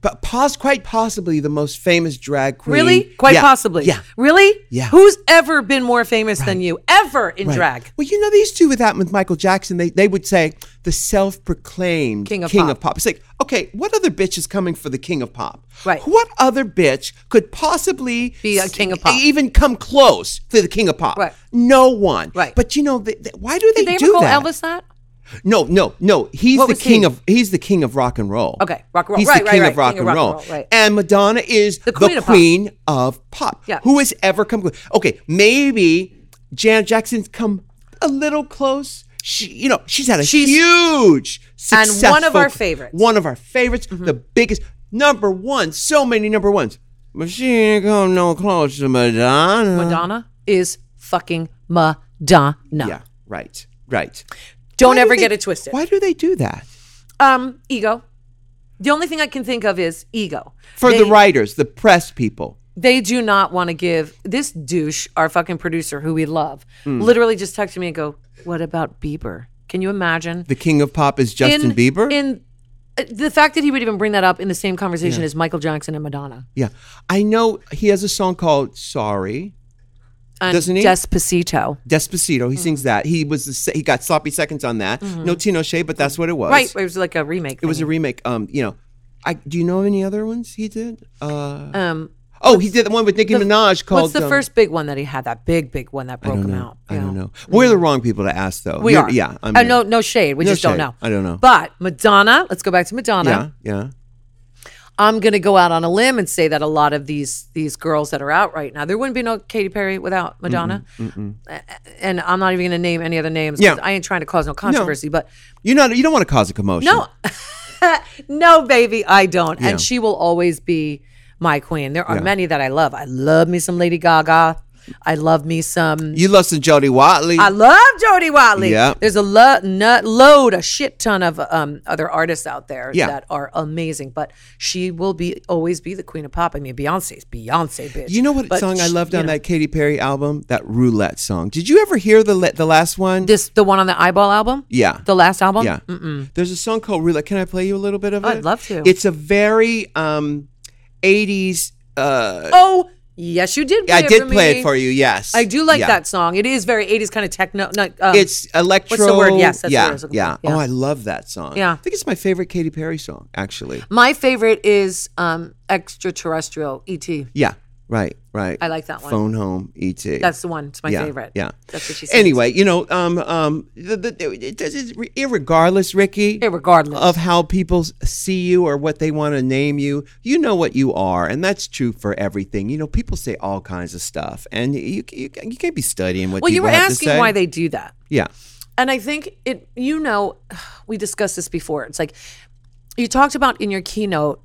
[SPEAKER 1] but pos- quite possibly the most famous drag queen.
[SPEAKER 2] Really? Quite
[SPEAKER 1] Yeah.
[SPEAKER 2] possibly.
[SPEAKER 1] Yeah.
[SPEAKER 2] Really?
[SPEAKER 1] Yeah.
[SPEAKER 2] Who's ever been more famous than you ever in drag?
[SPEAKER 1] Well, you know, these two with that with Michael Jackson, they, they would say the self proclaimed
[SPEAKER 2] King of pop.
[SPEAKER 1] It's like, okay, what other bitch is coming for the king of pop?
[SPEAKER 2] Right.
[SPEAKER 1] What other bitch could possibly
[SPEAKER 2] Be a
[SPEAKER 1] s-
[SPEAKER 2] king of pop.
[SPEAKER 1] Even come close to the king of pop?
[SPEAKER 2] Right.
[SPEAKER 1] No one.
[SPEAKER 2] Right.
[SPEAKER 1] But you know, they, they- why do they,
[SPEAKER 2] Did they ever
[SPEAKER 1] do
[SPEAKER 2] call
[SPEAKER 1] that? Uh-huh.
[SPEAKER 2] Elvis that?
[SPEAKER 1] No, no, no. He's
[SPEAKER 2] What
[SPEAKER 1] the
[SPEAKER 2] was
[SPEAKER 1] king
[SPEAKER 2] he?
[SPEAKER 1] of he's the king of rock and roll.
[SPEAKER 2] Okay, rock and roll.
[SPEAKER 1] He's
[SPEAKER 2] Right,
[SPEAKER 1] the
[SPEAKER 2] right,
[SPEAKER 1] king
[SPEAKER 2] right.
[SPEAKER 1] of rock,
[SPEAKER 2] King
[SPEAKER 1] and,
[SPEAKER 2] of rock
[SPEAKER 1] roll.
[SPEAKER 2] and roll, right.
[SPEAKER 1] And Madonna is the
[SPEAKER 2] queen
[SPEAKER 1] queen,
[SPEAKER 2] of pop.
[SPEAKER 1] of pop.
[SPEAKER 2] Yeah.
[SPEAKER 1] Who has ever come? Okay, maybe Janet Jackson's come a little close. She, you know, she's had a
[SPEAKER 2] She's-
[SPEAKER 1] huge
[SPEAKER 2] And
[SPEAKER 1] successful,
[SPEAKER 2] one of our favorites. Mm-hmm.
[SPEAKER 1] One of our favorites, the biggest number one. So many number ones. But she ain't come no close to Madonna.
[SPEAKER 2] Madonna is fucking Madonna.
[SPEAKER 1] Yeah, right, right.
[SPEAKER 2] Don't
[SPEAKER 1] Why do
[SPEAKER 2] ever
[SPEAKER 1] they-
[SPEAKER 2] get it twisted.
[SPEAKER 1] Why do they do that?
[SPEAKER 2] Um, ego. The only thing I can think of is ego.
[SPEAKER 1] For
[SPEAKER 2] They-
[SPEAKER 1] the writers, the press people.
[SPEAKER 2] they do not want to give this douche, our fucking producer, who we love,
[SPEAKER 1] Hmm.
[SPEAKER 2] literally just texted me and go, "What about Bieber? Can you imagine?"
[SPEAKER 1] The king of pop is Justin
[SPEAKER 2] in,
[SPEAKER 1] Bieber.
[SPEAKER 2] In uh, the fact that he would even bring that up in the same conversation as Michael Jackson and Madonna.
[SPEAKER 1] yeah, I know he has a song called "Sorry."
[SPEAKER 2] And
[SPEAKER 1] Doesn't he?
[SPEAKER 2] Despacito.
[SPEAKER 1] Despacito, he sings that. He was the, se- he got sloppy seconds on that. No Tino Shea, but that's what it was.
[SPEAKER 2] Mm-hmm. Right. It was like a remake.
[SPEAKER 1] It was a remake. Um, you know, I do you know any other ones he did? Uh,
[SPEAKER 2] um,
[SPEAKER 1] oh, he did the one with Nicki Minaj called.
[SPEAKER 2] what's the
[SPEAKER 1] um,
[SPEAKER 2] first big one that he had? That big, big one that broke him out.
[SPEAKER 1] I
[SPEAKER 2] Yeah.
[SPEAKER 1] don't know. We're the wrong people to ask though.
[SPEAKER 2] We
[SPEAKER 1] You're-
[SPEAKER 2] are.
[SPEAKER 1] Yeah,
[SPEAKER 2] I no, no shade. We
[SPEAKER 1] No
[SPEAKER 2] just don't
[SPEAKER 1] shade.
[SPEAKER 2] know.
[SPEAKER 1] I don't know.
[SPEAKER 2] But Madonna, let's go back to Madonna.
[SPEAKER 1] Yeah, yeah.
[SPEAKER 2] I'm going to go out on a limb and say that a lot of these these girls that are out right now, there wouldn't be no Katy Perry without Madonna. A- a- And I'm not even going to name any other names. 'cause
[SPEAKER 1] Yeah.
[SPEAKER 2] I ain't trying to cause no controversy, but
[SPEAKER 1] You know, you don't want to cause a commotion.
[SPEAKER 2] no, *laughs* no, baby, I don't.
[SPEAKER 1] Yeah.
[SPEAKER 2] And she will always be my queen. There are many that I love. I love me some Lady Gaga. I love me some.
[SPEAKER 1] you love some Jody Watley.
[SPEAKER 2] I love Jody Watley.
[SPEAKER 1] Yeah.
[SPEAKER 2] There's a lo- nut load, a shit ton of um, other artists out there
[SPEAKER 1] Yeah.
[SPEAKER 2] that are amazing, but she will be always be the queen of pop. I mean, Beyonce's Beyonce, bitch.
[SPEAKER 1] You know what
[SPEAKER 2] But
[SPEAKER 1] song I
[SPEAKER 2] sh-
[SPEAKER 1] loved
[SPEAKER 2] you
[SPEAKER 1] on
[SPEAKER 2] know,
[SPEAKER 1] that Katy Perry album? That Roulette song. Did you ever hear the la- the last one?
[SPEAKER 2] This the one on the Eyeball album.
[SPEAKER 1] yeah.
[SPEAKER 2] The last album.
[SPEAKER 1] yeah. There's a song called Roulette. Can I play you a little bit of it?
[SPEAKER 2] Oh, I'd love to.
[SPEAKER 1] It's a very um 80s uh
[SPEAKER 2] Oh yes, you did. Play
[SPEAKER 1] I
[SPEAKER 2] it
[SPEAKER 1] did
[SPEAKER 2] for
[SPEAKER 1] play
[SPEAKER 2] me.
[SPEAKER 1] it for you. Yes.
[SPEAKER 2] I do like
[SPEAKER 1] Yeah.
[SPEAKER 2] that song. It is very 80s kind of techno. Not, um,
[SPEAKER 1] It's electro.
[SPEAKER 2] word? Yes, that's the
[SPEAKER 1] yeah,
[SPEAKER 2] word I was looking
[SPEAKER 1] yeah.
[SPEAKER 2] for. Yeah.
[SPEAKER 1] Oh, I love that song.
[SPEAKER 2] Yeah.
[SPEAKER 1] I think it's my favorite Katy Perry song, actually.
[SPEAKER 2] my favorite is um, extraterrestrial ET.
[SPEAKER 1] Yeah. Right. Right.
[SPEAKER 2] I like that one.
[SPEAKER 1] Phone home, E.T.
[SPEAKER 2] That's the one. It's my
[SPEAKER 1] yeah,
[SPEAKER 2] favorite.
[SPEAKER 1] Yeah.
[SPEAKER 2] that's what she said.
[SPEAKER 1] Anyway, you know, um, um, the, the, it, does- it's re- irregardless, Ricky,
[SPEAKER 2] Irregardless.
[SPEAKER 1] of how people s- see you or what they want to name you, you know what you are, and that's true for everything. You know, people say all kinds of stuff, and you you, you can't be studying what.
[SPEAKER 2] well, you
[SPEAKER 1] people
[SPEAKER 2] were
[SPEAKER 1] have to
[SPEAKER 2] asking
[SPEAKER 1] say.
[SPEAKER 2] why they do that.
[SPEAKER 1] Yeah,
[SPEAKER 2] And I think it, you know, *sighs* we discussed this before. It's like you talked about in your keynote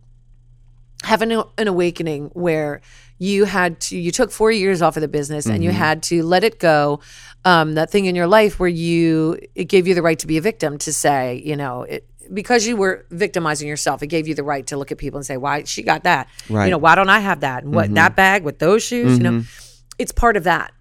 [SPEAKER 2] having a- an awakening where you had to, you took four years off of the business and you had to let it go. Um, that thing in your life where you, it gave you the right to be a victim to say, you know, it, because you were victimizing yourself, it gave you the right to look at people and say, why she got that?
[SPEAKER 1] Right.
[SPEAKER 2] You know, why don't I have that? And what, that bag with those shoes? You know, it's part of that.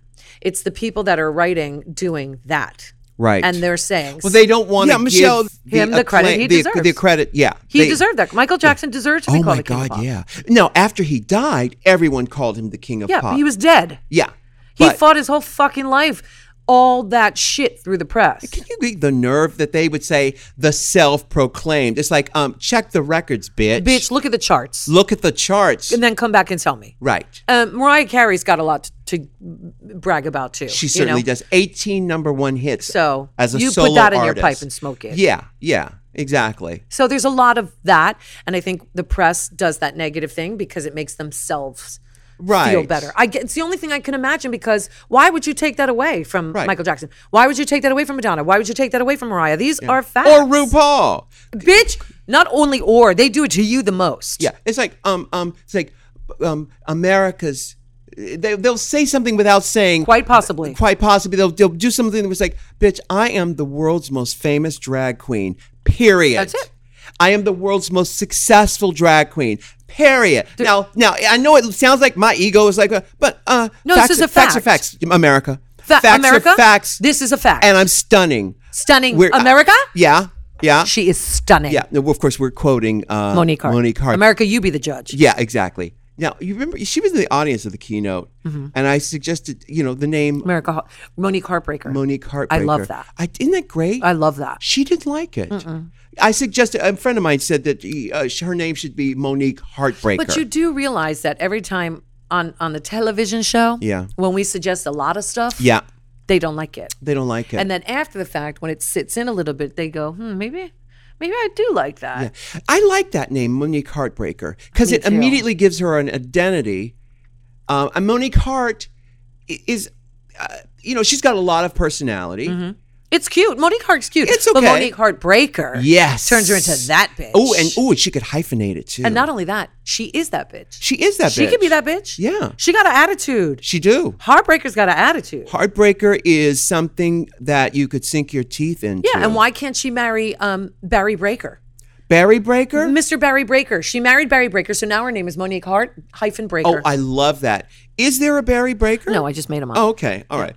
[SPEAKER 2] It's the people that are writing doing that
[SPEAKER 1] Right.
[SPEAKER 2] and they're saying
[SPEAKER 1] well, they don't want
[SPEAKER 3] Yeah,
[SPEAKER 1] to
[SPEAKER 3] Michelle-
[SPEAKER 1] give
[SPEAKER 2] Him the credit
[SPEAKER 1] acclaim-
[SPEAKER 2] he
[SPEAKER 1] the,
[SPEAKER 2] deserves.
[SPEAKER 1] The credit, yeah.
[SPEAKER 2] he
[SPEAKER 1] They-
[SPEAKER 2] deserved that. Michael Jackson deserved to be
[SPEAKER 1] Oh
[SPEAKER 2] called
[SPEAKER 1] my
[SPEAKER 2] the king
[SPEAKER 1] God,
[SPEAKER 2] of pop.
[SPEAKER 1] yeah. No, after he died, everyone called him the king of
[SPEAKER 2] yeah,
[SPEAKER 1] pop.
[SPEAKER 2] but he was dead.
[SPEAKER 1] yeah.
[SPEAKER 2] He
[SPEAKER 1] But-
[SPEAKER 2] fought his whole fucking life, all that shit through the press.
[SPEAKER 1] you think the nerve that they would say the self-proclaimed? It's like, um, check the records, bitch.
[SPEAKER 2] Bitch, look at the charts,
[SPEAKER 1] look at the charts.
[SPEAKER 2] and then come back and tell me.
[SPEAKER 1] right.
[SPEAKER 2] Um, Mariah Carey's got a lot to, to brag about too.
[SPEAKER 1] She certainly
[SPEAKER 2] you know?
[SPEAKER 1] does. 18 number one hits.
[SPEAKER 2] So
[SPEAKER 1] as a
[SPEAKER 2] you
[SPEAKER 1] solo
[SPEAKER 2] put that in
[SPEAKER 1] artist.
[SPEAKER 2] your pipe and smoke it.
[SPEAKER 1] Yeah, yeah, exactly.
[SPEAKER 2] So there's a lot of that, and I think the press does that negative thing because it makes themselves
[SPEAKER 1] Right.
[SPEAKER 2] feel better. I get, it's the only thing I can imagine because why would you take that away from
[SPEAKER 1] Right.
[SPEAKER 2] Michael Jackson? Why would you take that away from Madonna? Why would you take that away from Mariah? These are facts.
[SPEAKER 1] Or RuPaul.
[SPEAKER 2] bitch. Not only or they do it to you the most.
[SPEAKER 1] Yeah, it's like um um it's like um America's. They they'll say something without saying
[SPEAKER 2] quite possibly.
[SPEAKER 1] quite possibly they'll, they'll do something that was like, bitch, I am the world's most famous drag queen. Period.
[SPEAKER 2] That's it.
[SPEAKER 1] I am the world's most successful drag queen. Period. now, now I know it sounds like my ego is like, uh, but uh,
[SPEAKER 2] No, this
[SPEAKER 1] facts,
[SPEAKER 2] is a
[SPEAKER 1] facts are
[SPEAKER 2] fact.
[SPEAKER 1] facts. America,
[SPEAKER 2] Fa-
[SPEAKER 1] facts
[SPEAKER 2] America,
[SPEAKER 1] are facts,
[SPEAKER 2] This is a fact.
[SPEAKER 1] and I'm stunning.
[SPEAKER 2] stunning
[SPEAKER 1] We're- uh,
[SPEAKER 2] America.
[SPEAKER 1] Yeah, yeah,
[SPEAKER 2] she is stunning.
[SPEAKER 1] yeah. No, of course, we're quoting uh,
[SPEAKER 2] Monique Hart.
[SPEAKER 1] Monique Hart.
[SPEAKER 2] America, you be the judge.
[SPEAKER 1] Yeah, exactly. Now you remember she was in the audience of the keynote,
[SPEAKER 2] Mm-hmm.
[SPEAKER 1] and I suggested you know the name
[SPEAKER 2] America, Har- Monique Heartbreaker.
[SPEAKER 1] Monique Hartbreaker.
[SPEAKER 2] I love that.
[SPEAKER 1] I, isn't that great?
[SPEAKER 2] I love that.
[SPEAKER 1] she didn't like it. I suggested a friend of mine said that uh, sh- her name should be Monique Heartbreaker.
[SPEAKER 2] But you do realize that every time on on the television show,
[SPEAKER 1] Yeah.
[SPEAKER 2] when we suggest a lot of stuff,
[SPEAKER 1] yeah,
[SPEAKER 2] they don't like it.
[SPEAKER 1] they don't like it.
[SPEAKER 2] And then after the fact, when it sits in a little bit, they go, hmm, maybe, maybe I do like that.
[SPEAKER 1] I like that name, Monique Heartbreaker, because it immediately gives her an identity. Um, and Monique Hart i- is, uh, you know, she's got a lot of personality.
[SPEAKER 2] Mm-hmm. It's cute. Monique Hart's cute.
[SPEAKER 1] It's
[SPEAKER 2] But
[SPEAKER 1] okay.
[SPEAKER 2] Monique Heartbreaker,
[SPEAKER 1] Yes,
[SPEAKER 2] turns her into that bitch.
[SPEAKER 1] Oh, and oh, and she could hyphenate it too.
[SPEAKER 2] and not only that, she is that bitch.
[SPEAKER 1] she is that.
[SPEAKER 2] She
[SPEAKER 1] bitch.
[SPEAKER 2] could be that bitch.
[SPEAKER 1] Yeah.
[SPEAKER 2] she got an attitude.
[SPEAKER 1] She do.
[SPEAKER 2] Heartbreaker's got an attitude.
[SPEAKER 1] Heartbreaker is something that you could sink your teeth into.
[SPEAKER 2] yeah, and why can't she marry um, Barry Breaker?
[SPEAKER 1] Barry Breaker?
[SPEAKER 2] Mr. Barry Breaker. She married Barry Breaker, so now her name is Monique Hart hyphen
[SPEAKER 1] Oh,
[SPEAKER 2] Breaker.
[SPEAKER 1] I love that. Is there a Barry Breaker?
[SPEAKER 2] no, I just made him up.
[SPEAKER 1] Oh, okay. All right.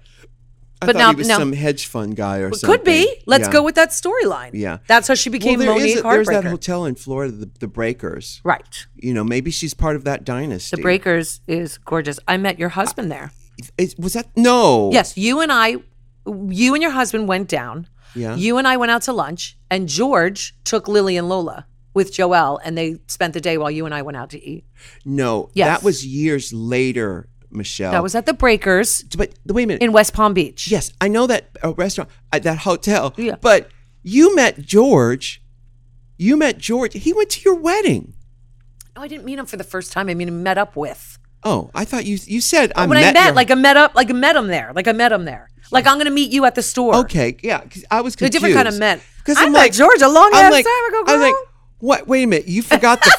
[SPEAKER 1] I
[SPEAKER 2] But
[SPEAKER 1] thought
[SPEAKER 2] now-
[SPEAKER 1] he was
[SPEAKER 2] now-
[SPEAKER 1] some hedge fund guy or something.
[SPEAKER 2] Could be. Let's
[SPEAKER 1] Yeah.
[SPEAKER 2] go with that storyline.
[SPEAKER 1] Yeah.
[SPEAKER 2] that's how she
[SPEAKER 1] Well,
[SPEAKER 2] became
[SPEAKER 1] there
[SPEAKER 2] Monique
[SPEAKER 1] is a,
[SPEAKER 2] Hart
[SPEAKER 1] there's
[SPEAKER 2] Breaker.
[SPEAKER 1] that hotel in Florida, the, the Breakers.
[SPEAKER 2] right.
[SPEAKER 1] You know, maybe she's part of that dynasty.
[SPEAKER 2] The Breakers is gorgeous. I met your husband there.
[SPEAKER 1] Is- was that no?
[SPEAKER 2] Yes, you and I, you and your husband went down.
[SPEAKER 1] Yeah.
[SPEAKER 2] You and I went out to lunch, and George took Lily and Lola with Joelle, and they spent the day while you and I went out to eat.
[SPEAKER 1] No.
[SPEAKER 2] Yes.
[SPEAKER 1] That was years later, Michelle.
[SPEAKER 2] That was at the Breakers
[SPEAKER 1] But wait a minute.
[SPEAKER 2] in West Palm Beach.
[SPEAKER 1] Yes, I know that uh, restaurant, uh, that hotel.
[SPEAKER 2] Yeah.
[SPEAKER 1] But you met George. You met George. He went to your wedding.
[SPEAKER 2] No, I didn't meet him for the first time. I mean, I met up with.
[SPEAKER 1] Oh, I thought you you said I
[SPEAKER 2] when
[SPEAKER 1] met
[SPEAKER 2] I met,
[SPEAKER 1] your-
[SPEAKER 2] like I met up, like I met him there, like I met him there, like I'm gonna meet you at the store.
[SPEAKER 1] okay, yeah, 'cause I was
[SPEAKER 2] They're
[SPEAKER 1] confused.
[SPEAKER 2] different kind of men.
[SPEAKER 1] Because
[SPEAKER 2] I
[SPEAKER 1] I'm
[SPEAKER 2] met
[SPEAKER 1] like
[SPEAKER 2] George a long
[SPEAKER 1] I'm
[SPEAKER 2] ass
[SPEAKER 1] like,
[SPEAKER 2] time ago,
[SPEAKER 1] I was like,
[SPEAKER 2] girl.
[SPEAKER 1] what? Wait a minute, you forgot the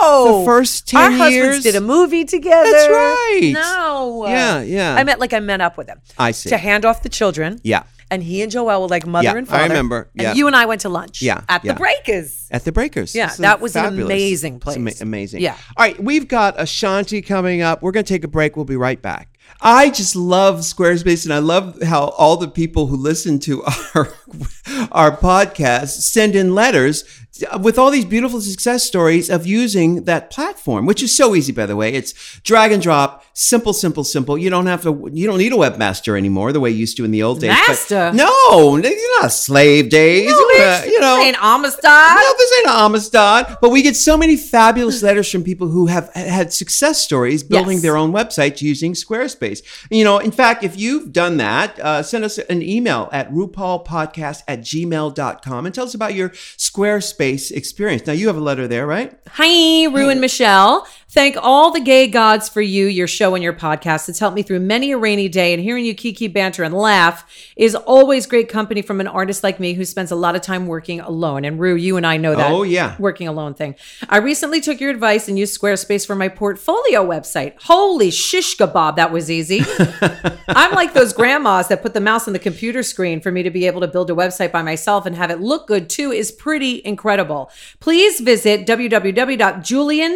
[SPEAKER 2] No,
[SPEAKER 1] The first
[SPEAKER 2] our
[SPEAKER 1] 10 years?
[SPEAKER 2] husbands did a movie together.
[SPEAKER 1] That's right.
[SPEAKER 2] No,
[SPEAKER 1] Yeah, yeah.
[SPEAKER 2] I meant like I met up with him.
[SPEAKER 1] I see.
[SPEAKER 2] to hand off the children.
[SPEAKER 1] *laughs* Yeah.
[SPEAKER 2] and he and Joelle were like mother
[SPEAKER 1] Yeah,
[SPEAKER 2] and
[SPEAKER 1] I
[SPEAKER 2] father.
[SPEAKER 1] remember. Yeah.
[SPEAKER 2] and you and I went to lunch.
[SPEAKER 1] Yeah,
[SPEAKER 2] at
[SPEAKER 1] yeah.
[SPEAKER 2] the Breakers.
[SPEAKER 1] at the Breakers.
[SPEAKER 2] Yeah,
[SPEAKER 1] This is
[SPEAKER 2] that was an
[SPEAKER 1] fabulous.
[SPEAKER 2] amazing
[SPEAKER 1] It's ama-
[SPEAKER 2] place.
[SPEAKER 1] amazing.
[SPEAKER 2] Yeah.
[SPEAKER 1] All right, we've got Ashanti coming up. We're going to take a break. We'll be right back. I just love Squarespace, and I love how all the people who listen to *laughs* our our podcast send in letters with all these beautiful success stories of using that platform, which is so easy, by the way. It's drag and drop, simple, simple, simple. You don't have to. You don't need a webmaster anymore the way you used to in the old days. But-
[SPEAKER 2] Master?
[SPEAKER 1] no, you're not slave days. You're not- you know,
[SPEAKER 2] in Amistad.
[SPEAKER 1] well, this ain't Amistad, but we get so many fabulous letters from people who have had success stories building
[SPEAKER 2] Yes.
[SPEAKER 1] their own websites using Squarespace. You know, in fact, if you've done that, uh, send us an email at rupaulpodcast at gmail.com and tell us about your Squarespace experience. Now, you have a letter there, right?
[SPEAKER 2] Hi, Rue and Michelle. Thank all the gay gods for you, your show, and your podcast. It's helped me through many a rainy day, and hearing you kiki banter and laugh is always great company from an artist like me who spends a lot of time working alone. And Rue, you and I know that.
[SPEAKER 1] Oh, yeah.
[SPEAKER 2] Working alone thing. I recently took your advice and used Squarespace for my portfolio website. Holy shish kebab, that was easy.
[SPEAKER 1] *laughs*
[SPEAKER 2] crazy. I'm like those grandmas that put the mouse on the computer screen for me to be able to build a website by myself and have it look good too is pretty incredible. Please visit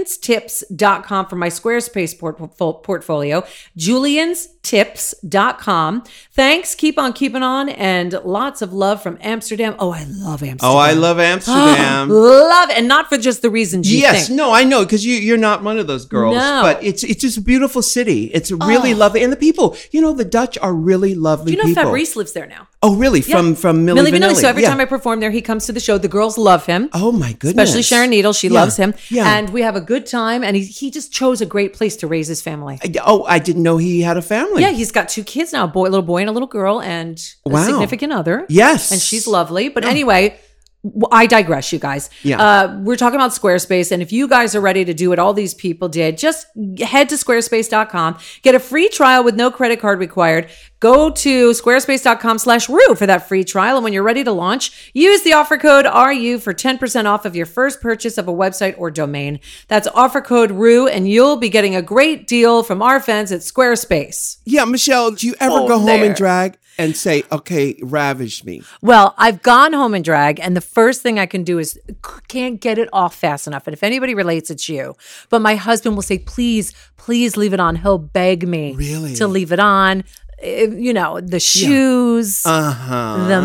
[SPEAKER 2] www.julianstips.com for my Squarespace port- portfolio. Julianstips.com. Thanks. Keep on keeping on and lots of love from Amsterdam. Oh, I love Amsterdam.
[SPEAKER 1] Oh, I love
[SPEAKER 2] *gasps*
[SPEAKER 1] Amsterdam.
[SPEAKER 2] Love and not for just the reasons you
[SPEAKER 1] yes,
[SPEAKER 2] think.
[SPEAKER 1] no, I know because you you're not one of those girls,
[SPEAKER 2] No. Oh.
[SPEAKER 1] but it's it's just a beautiful city. It's really lovely, and the people. You know, the Dutch are really lovely
[SPEAKER 2] You know,
[SPEAKER 1] people.
[SPEAKER 2] Fabrice lives there now.
[SPEAKER 1] oh, really? From from Milli
[SPEAKER 2] Milli Vanilli. So every
[SPEAKER 1] Yeah.
[SPEAKER 2] time I perform there, he comes to the show. The girls love him.
[SPEAKER 1] oh my goodness,
[SPEAKER 2] Especially Sharon Needle, she
[SPEAKER 1] Yeah,
[SPEAKER 2] loves him,
[SPEAKER 1] Yeah,
[SPEAKER 2] and we have a good time. And he, he just chose a great place to raise his family.
[SPEAKER 1] I- oh, I didn't know he had a family.
[SPEAKER 2] yeah, he's got two kids now, a boy, little boy, and a little girl, and
[SPEAKER 1] Wow.
[SPEAKER 2] a significant other.
[SPEAKER 1] yes,
[SPEAKER 2] and she's lovely. But anyway, w- I digress, you guys.
[SPEAKER 1] Yeah.
[SPEAKER 2] Uh, we're talking about Squarespace. And if you guys are ready to do what all these people did, just head to squarespace.com, get a free trial with no credit card required. Go to squarespace.com slash RU for that free trial. And when you're ready to launch, use the offer code RU for 10% off of your first purchase of a website or domain. That's offer code RU, and you'll be getting a great deal from our fans at Squarespace.
[SPEAKER 1] Yeah, Michelle, do you ever
[SPEAKER 2] Oh,
[SPEAKER 1] go home
[SPEAKER 2] there.
[SPEAKER 1] and drag and say, "Okay, ravage me"?
[SPEAKER 2] Well, I've gone home and drag, and the first thing I can do is c- can't get it off fast enough. And if anybody relates, it's you. But my husband will say, "Please, please leave it on." He'll beg me
[SPEAKER 1] Really?
[SPEAKER 2] to leave it on. Eh, You know, the shoes,
[SPEAKER 1] Uh huh.
[SPEAKER 2] the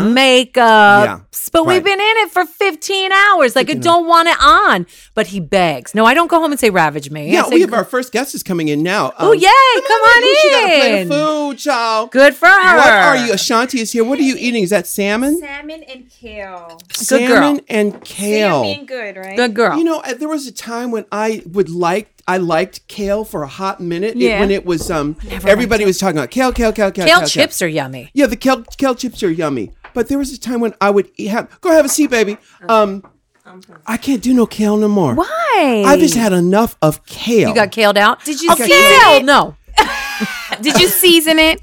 [SPEAKER 2] makeup.
[SPEAKER 1] Yeah,
[SPEAKER 2] But
[SPEAKER 1] right.
[SPEAKER 2] we've been in it for 15 hours. Like, I don't want it on. But he begs. No, I don't go home and say, "Ravage me." I
[SPEAKER 1] Yeah,
[SPEAKER 2] say,
[SPEAKER 1] we have our first guest is coming in now. Um,
[SPEAKER 2] Oh, yay, come on
[SPEAKER 1] She got a plate of
[SPEAKER 2] in.
[SPEAKER 1] food, child.
[SPEAKER 2] "Good for her."
[SPEAKER 1] What are you? Ashanti is here. What are you eating? Is that salmon?
[SPEAKER 4] *laughs* Salmon and kale.
[SPEAKER 2] Good girl.
[SPEAKER 1] salmon and
[SPEAKER 4] So you're
[SPEAKER 1] kale.
[SPEAKER 4] being good, right?
[SPEAKER 2] Good girl.
[SPEAKER 1] You know, uh, there was a time when I would like I liked kale for a hot minute. It-
[SPEAKER 2] Yeah.
[SPEAKER 1] when it was um everybody was talking about kale, kale, kale, kale,
[SPEAKER 2] kale chips are yummy.
[SPEAKER 1] Yeah, the kale kale chips are yummy. But there was a time when I would eat, have go have a seat, baby. Um, I can't do no kale no more.
[SPEAKER 2] Why?
[SPEAKER 1] I've just had enough of kale.
[SPEAKER 2] You got kaled out? Did you
[SPEAKER 1] see
[SPEAKER 2] kale? *laughs* No.
[SPEAKER 4] Did you season it?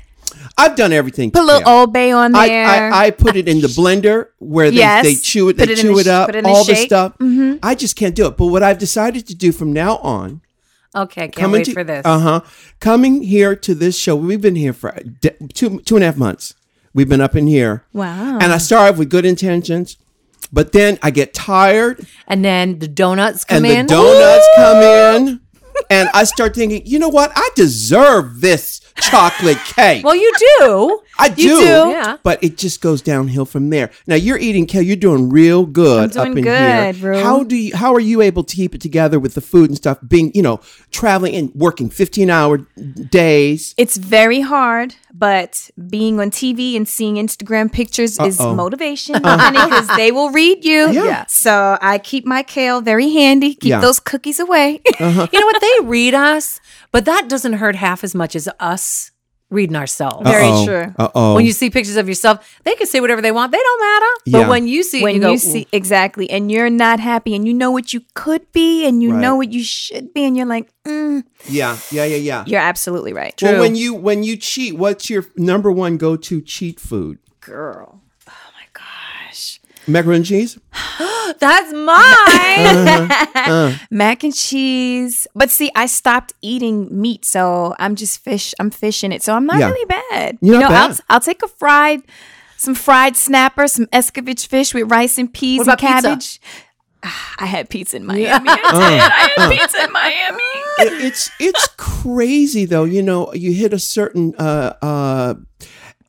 [SPEAKER 1] I've done everything.
[SPEAKER 4] Put a
[SPEAKER 1] to
[SPEAKER 4] little
[SPEAKER 1] kale.
[SPEAKER 4] Old Bay on
[SPEAKER 1] I,
[SPEAKER 4] there.
[SPEAKER 1] I, I put it in the blender where they,
[SPEAKER 4] Yes.
[SPEAKER 1] they chew it,
[SPEAKER 4] Put
[SPEAKER 1] they
[SPEAKER 4] it in
[SPEAKER 1] chew
[SPEAKER 4] the
[SPEAKER 1] it
[SPEAKER 4] sh-
[SPEAKER 1] up,
[SPEAKER 4] put it in the
[SPEAKER 1] all this
[SPEAKER 4] shake. Mm-hmm.
[SPEAKER 1] stuff. I just can't do it. But what I've decided to do from now on
[SPEAKER 2] Okay, can't wait for this.
[SPEAKER 1] Uh huh. Coming here to this show, we've been here for a de- two two and a half months. We've been up in here.
[SPEAKER 2] Wow.
[SPEAKER 1] And I started with good intentions, but then I get tired,
[SPEAKER 2] and then the donuts come
[SPEAKER 1] and
[SPEAKER 2] in.
[SPEAKER 1] the donuts come in, and I start thinking, you know what? I deserve this
[SPEAKER 2] *laughs*
[SPEAKER 1] chocolate cake.
[SPEAKER 2] well, you do.
[SPEAKER 1] I do,
[SPEAKER 2] You do. Yeah.
[SPEAKER 1] but it just goes downhill from there. Now you're eating kale; you're doing real good
[SPEAKER 4] I'm doing
[SPEAKER 1] up in
[SPEAKER 4] good,
[SPEAKER 1] here.
[SPEAKER 4] bro.
[SPEAKER 1] How do you? How are you able to keep it together with the food and stuff? Being, you know, traveling and working 15 hour days.
[SPEAKER 4] it's very hard, but being on TV and seeing Instagram pictures is
[SPEAKER 1] Uh-oh. *laughs*
[SPEAKER 4] motivation, honey, because they will read you.
[SPEAKER 1] Yeah. Yeah.
[SPEAKER 4] So I keep my kale very handy. Keep
[SPEAKER 1] Yeah. Uh-huh.
[SPEAKER 4] those cookies away.
[SPEAKER 2] *laughs* you know what? They read us, but that doesn't hurt half as much as us reading ourselves.
[SPEAKER 4] Very true.
[SPEAKER 1] Uh oh.
[SPEAKER 2] When you see pictures of yourself, they can say whatever they want. They don't matter.
[SPEAKER 1] Yeah.
[SPEAKER 2] But when you see, it,
[SPEAKER 4] *laughs* when
[SPEAKER 2] you,
[SPEAKER 4] you,
[SPEAKER 2] go,
[SPEAKER 4] see exactly, and you're not happy, and you know what you could be, and you
[SPEAKER 1] Right.
[SPEAKER 4] know what you should be, and you're like, mm,
[SPEAKER 1] yeah, yeah, yeah, yeah.
[SPEAKER 4] you're absolutely right,
[SPEAKER 1] Well, when you when you cheat, what's your number one go to cheat food?
[SPEAKER 4] girl. Oh my gosh.
[SPEAKER 1] Macaroni and cheese.
[SPEAKER 2] "Ooh, that's mine.
[SPEAKER 4] mac and cheese. But see, I stopped eating meat, so I'm just fish. I'm fishing it, so I'm not
[SPEAKER 1] Yeah.
[SPEAKER 4] really bad.
[SPEAKER 1] You're
[SPEAKER 4] you know,
[SPEAKER 1] not
[SPEAKER 4] I'll,
[SPEAKER 1] bad.
[SPEAKER 4] I'll take a fried, some fried snapper, some escovitch fish with rice and peas
[SPEAKER 2] What about
[SPEAKER 4] and
[SPEAKER 2] pizza?
[SPEAKER 4] cabbage. *sighs* I had pizza in Miami. *laughs* I did.
[SPEAKER 1] *laughs*
[SPEAKER 4] I
[SPEAKER 1] Uh,
[SPEAKER 4] had pizza in Miami.
[SPEAKER 1] It- it's it's crazy though. You know, you hit a certain uh uh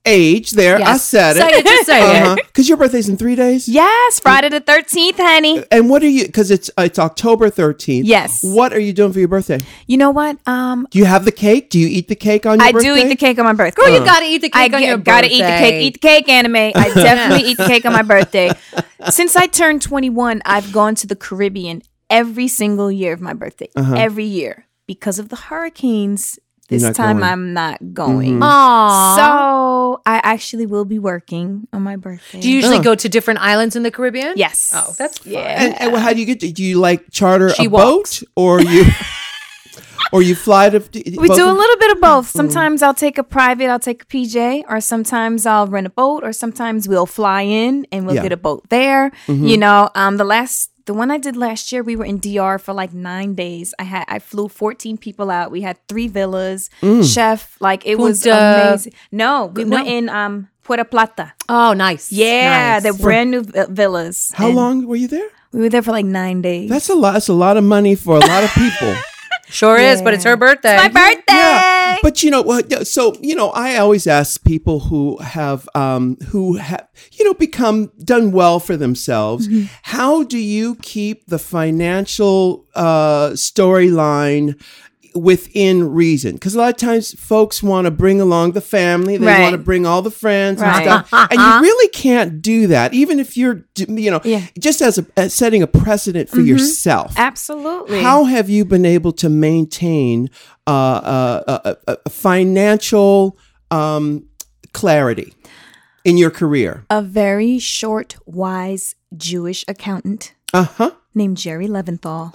[SPEAKER 1] age. There, I
[SPEAKER 2] Yes.
[SPEAKER 1] said
[SPEAKER 2] Say it, just say it.
[SPEAKER 1] uh-huh. Because your birthday's in three days.
[SPEAKER 4] Yes, Friday the thirteenth, honey.
[SPEAKER 1] And what are you? Because it's uh, it's October thirteenth.
[SPEAKER 4] Yes.
[SPEAKER 1] What are you doing for your birthday?
[SPEAKER 4] You know what? Um,
[SPEAKER 1] Do you have the cake? Do you eat the cake on your
[SPEAKER 4] I
[SPEAKER 1] birthday? Uh.
[SPEAKER 4] do eat the cake on my birthday.
[SPEAKER 2] Girl, you gotta eat the cake
[SPEAKER 4] I
[SPEAKER 2] on
[SPEAKER 4] g-
[SPEAKER 2] your
[SPEAKER 4] gotta
[SPEAKER 2] birthday.
[SPEAKER 4] eat the cake. Eat the cake, anime.
[SPEAKER 2] *laughs*
[SPEAKER 4] I definitely eat the cake on my birthday. Since I turned 21, I've gone to the Caribbean every single year of my birthday,
[SPEAKER 2] Uh-huh.
[SPEAKER 4] every year because of the hurricanes.
[SPEAKER 1] You're
[SPEAKER 4] This
[SPEAKER 1] not
[SPEAKER 4] time,
[SPEAKER 1] going.
[SPEAKER 4] I'm not going.
[SPEAKER 2] Mm-hmm. Aw.
[SPEAKER 4] So I actually will be working on my birthday.
[SPEAKER 2] do you usually go to different islands in the Caribbean?
[SPEAKER 4] yes.
[SPEAKER 2] Oh, that's fun.
[SPEAKER 4] yeah.
[SPEAKER 1] And, and how do you get? To, do you like charter
[SPEAKER 2] She
[SPEAKER 1] a
[SPEAKER 2] walks.
[SPEAKER 1] boat or
[SPEAKER 4] *laughs*
[SPEAKER 1] you or you fly to?
[SPEAKER 4] We do a little bit of both. Sometimes I'll take a private, I'll take a PJ, or sometimes I'll rent a boat, or sometimes we'll fly in and we'll
[SPEAKER 1] Yeah. Mm-hmm.
[SPEAKER 4] get a boat there. You know, um, the last The one I did last year, we were in DR for like nine days. I had I flew 14 people out. We had three villas,
[SPEAKER 1] Mm.
[SPEAKER 4] chef, like it was
[SPEAKER 2] Punta.
[SPEAKER 4] amazing. No, we went in um Puerto Plata.
[SPEAKER 2] Oh, nice.
[SPEAKER 4] Yeah,
[SPEAKER 2] Nice.
[SPEAKER 4] they're brand new vi- villas.
[SPEAKER 1] How
[SPEAKER 4] And
[SPEAKER 1] long were you there?
[SPEAKER 4] We were there for like nine days.
[SPEAKER 1] That's a lot. That's a lot of money for a lot of people.
[SPEAKER 2] sure is, but it's her birthday.
[SPEAKER 4] my birthday.
[SPEAKER 1] Yeah, but you know what? yeah, So you know, I always ask people who have, um, who have, you know, become done well for themselves.
[SPEAKER 4] Mm-hmm.
[SPEAKER 1] How do you keep the financial uh, storyline? Within reason, because a lot of times folks want to bring along the family, they
[SPEAKER 4] Right.
[SPEAKER 1] want to bring all the friends
[SPEAKER 4] Right. Uh-huh.
[SPEAKER 1] and stuff, and you really can't do that. Even if you're, d- you know,
[SPEAKER 4] Yeah. Mm-hmm.
[SPEAKER 1] just as, a, as setting a precedent for yourself,
[SPEAKER 4] Absolutely.
[SPEAKER 1] how have you been able to maintain uh, uh, uh, uh, uh, financial um, clarity in your career?
[SPEAKER 4] A very short, wise Jewish accountant
[SPEAKER 1] Uh huh.
[SPEAKER 4] named Jerry Leventhal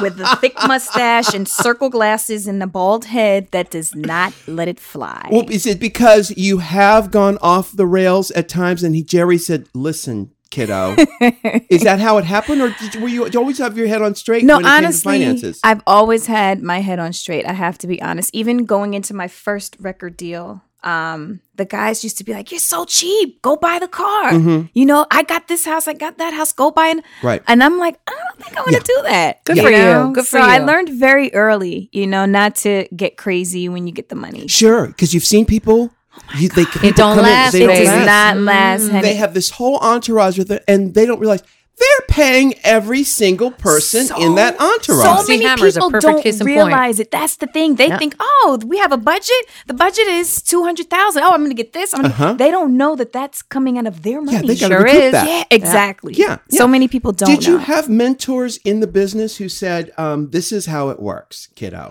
[SPEAKER 4] with a thick mustache and circle glasses and a bald head that does not let it fly.
[SPEAKER 1] Well, is it because you have gone off the rails at times? And he, Jerry said, "Listen, kiddo, is that how it happened, or did, you- were you did you always have your head on straight
[SPEAKER 4] no,
[SPEAKER 1] when it
[SPEAKER 4] honestly,
[SPEAKER 1] came to finances?"
[SPEAKER 4] I've always had my head on straight. I have to be honest. Even going into my first record deal, um, the guys used to be like, "You're so cheap. Go buy the car. You know, I got this house. I got that house. Go buy an."
[SPEAKER 1] Right.
[SPEAKER 4] And I'm like, I don't think I want to do that.
[SPEAKER 2] Good for
[SPEAKER 4] know?
[SPEAKER 2] you. Good for
[SPEAKER 4] so I
[SPEAKER 2] you.
[SPEAKER 4] learned very early, you know, not to get crazy when you get the money.
[SPEAKER 1] sure, because you've seen people.
[SPEAKER 4] Oh
[SPEAKER 1] you, they, people
[SPEAKER 2] don't
[SPEAKER 1] come in,
[SPEAKER 2] last,
[SPEAKER 1] they
[SPEAKER 4] It
[SPEAKER 1] don't
[SPEAKER 2] baby.
[SPEAKER 4] does
[SPEAKER 1] last.
[SPEAKER 4] not last, honey.
[SPEAKER 1] they have this whole entourage with it, and they don't realize they're paying every single person in that entourage.
[SPEAKER 4] So many
[SPEAKER 2] Hammer's a
[SPEAKER 4] people
[SPEAKER 2] perfect
[SPEAKER 4] don't
[SPEAKER 2] case in point.
[SPEAKER 4] realize it. That's the thing. They think, oh, we have a budget. The budget is two hundred thousand. Oh, I'm going to get this. I'm gonna
[SPEAKER 1] Uh-huh.
[SPEAKER 4] They don't know that that's coming out of their money.
[SPEAKER 1] yeah, they got to
[SPEAKER 2] sure
[SPEAKER 1] recoup
[SPEAKER 2] is.
[SPEAKER 1] that.
[SPEAKER 4] yeah, exactly.
[SPEAKER 1] Yeah, yeah.
[SPEAKER 4] So many people don't.
[SPEAKER 1] Did you
[SPEAKER 4] know.
[SPEAKER 1] have mentors in the business who said, um, "This is how it works, kiddo"?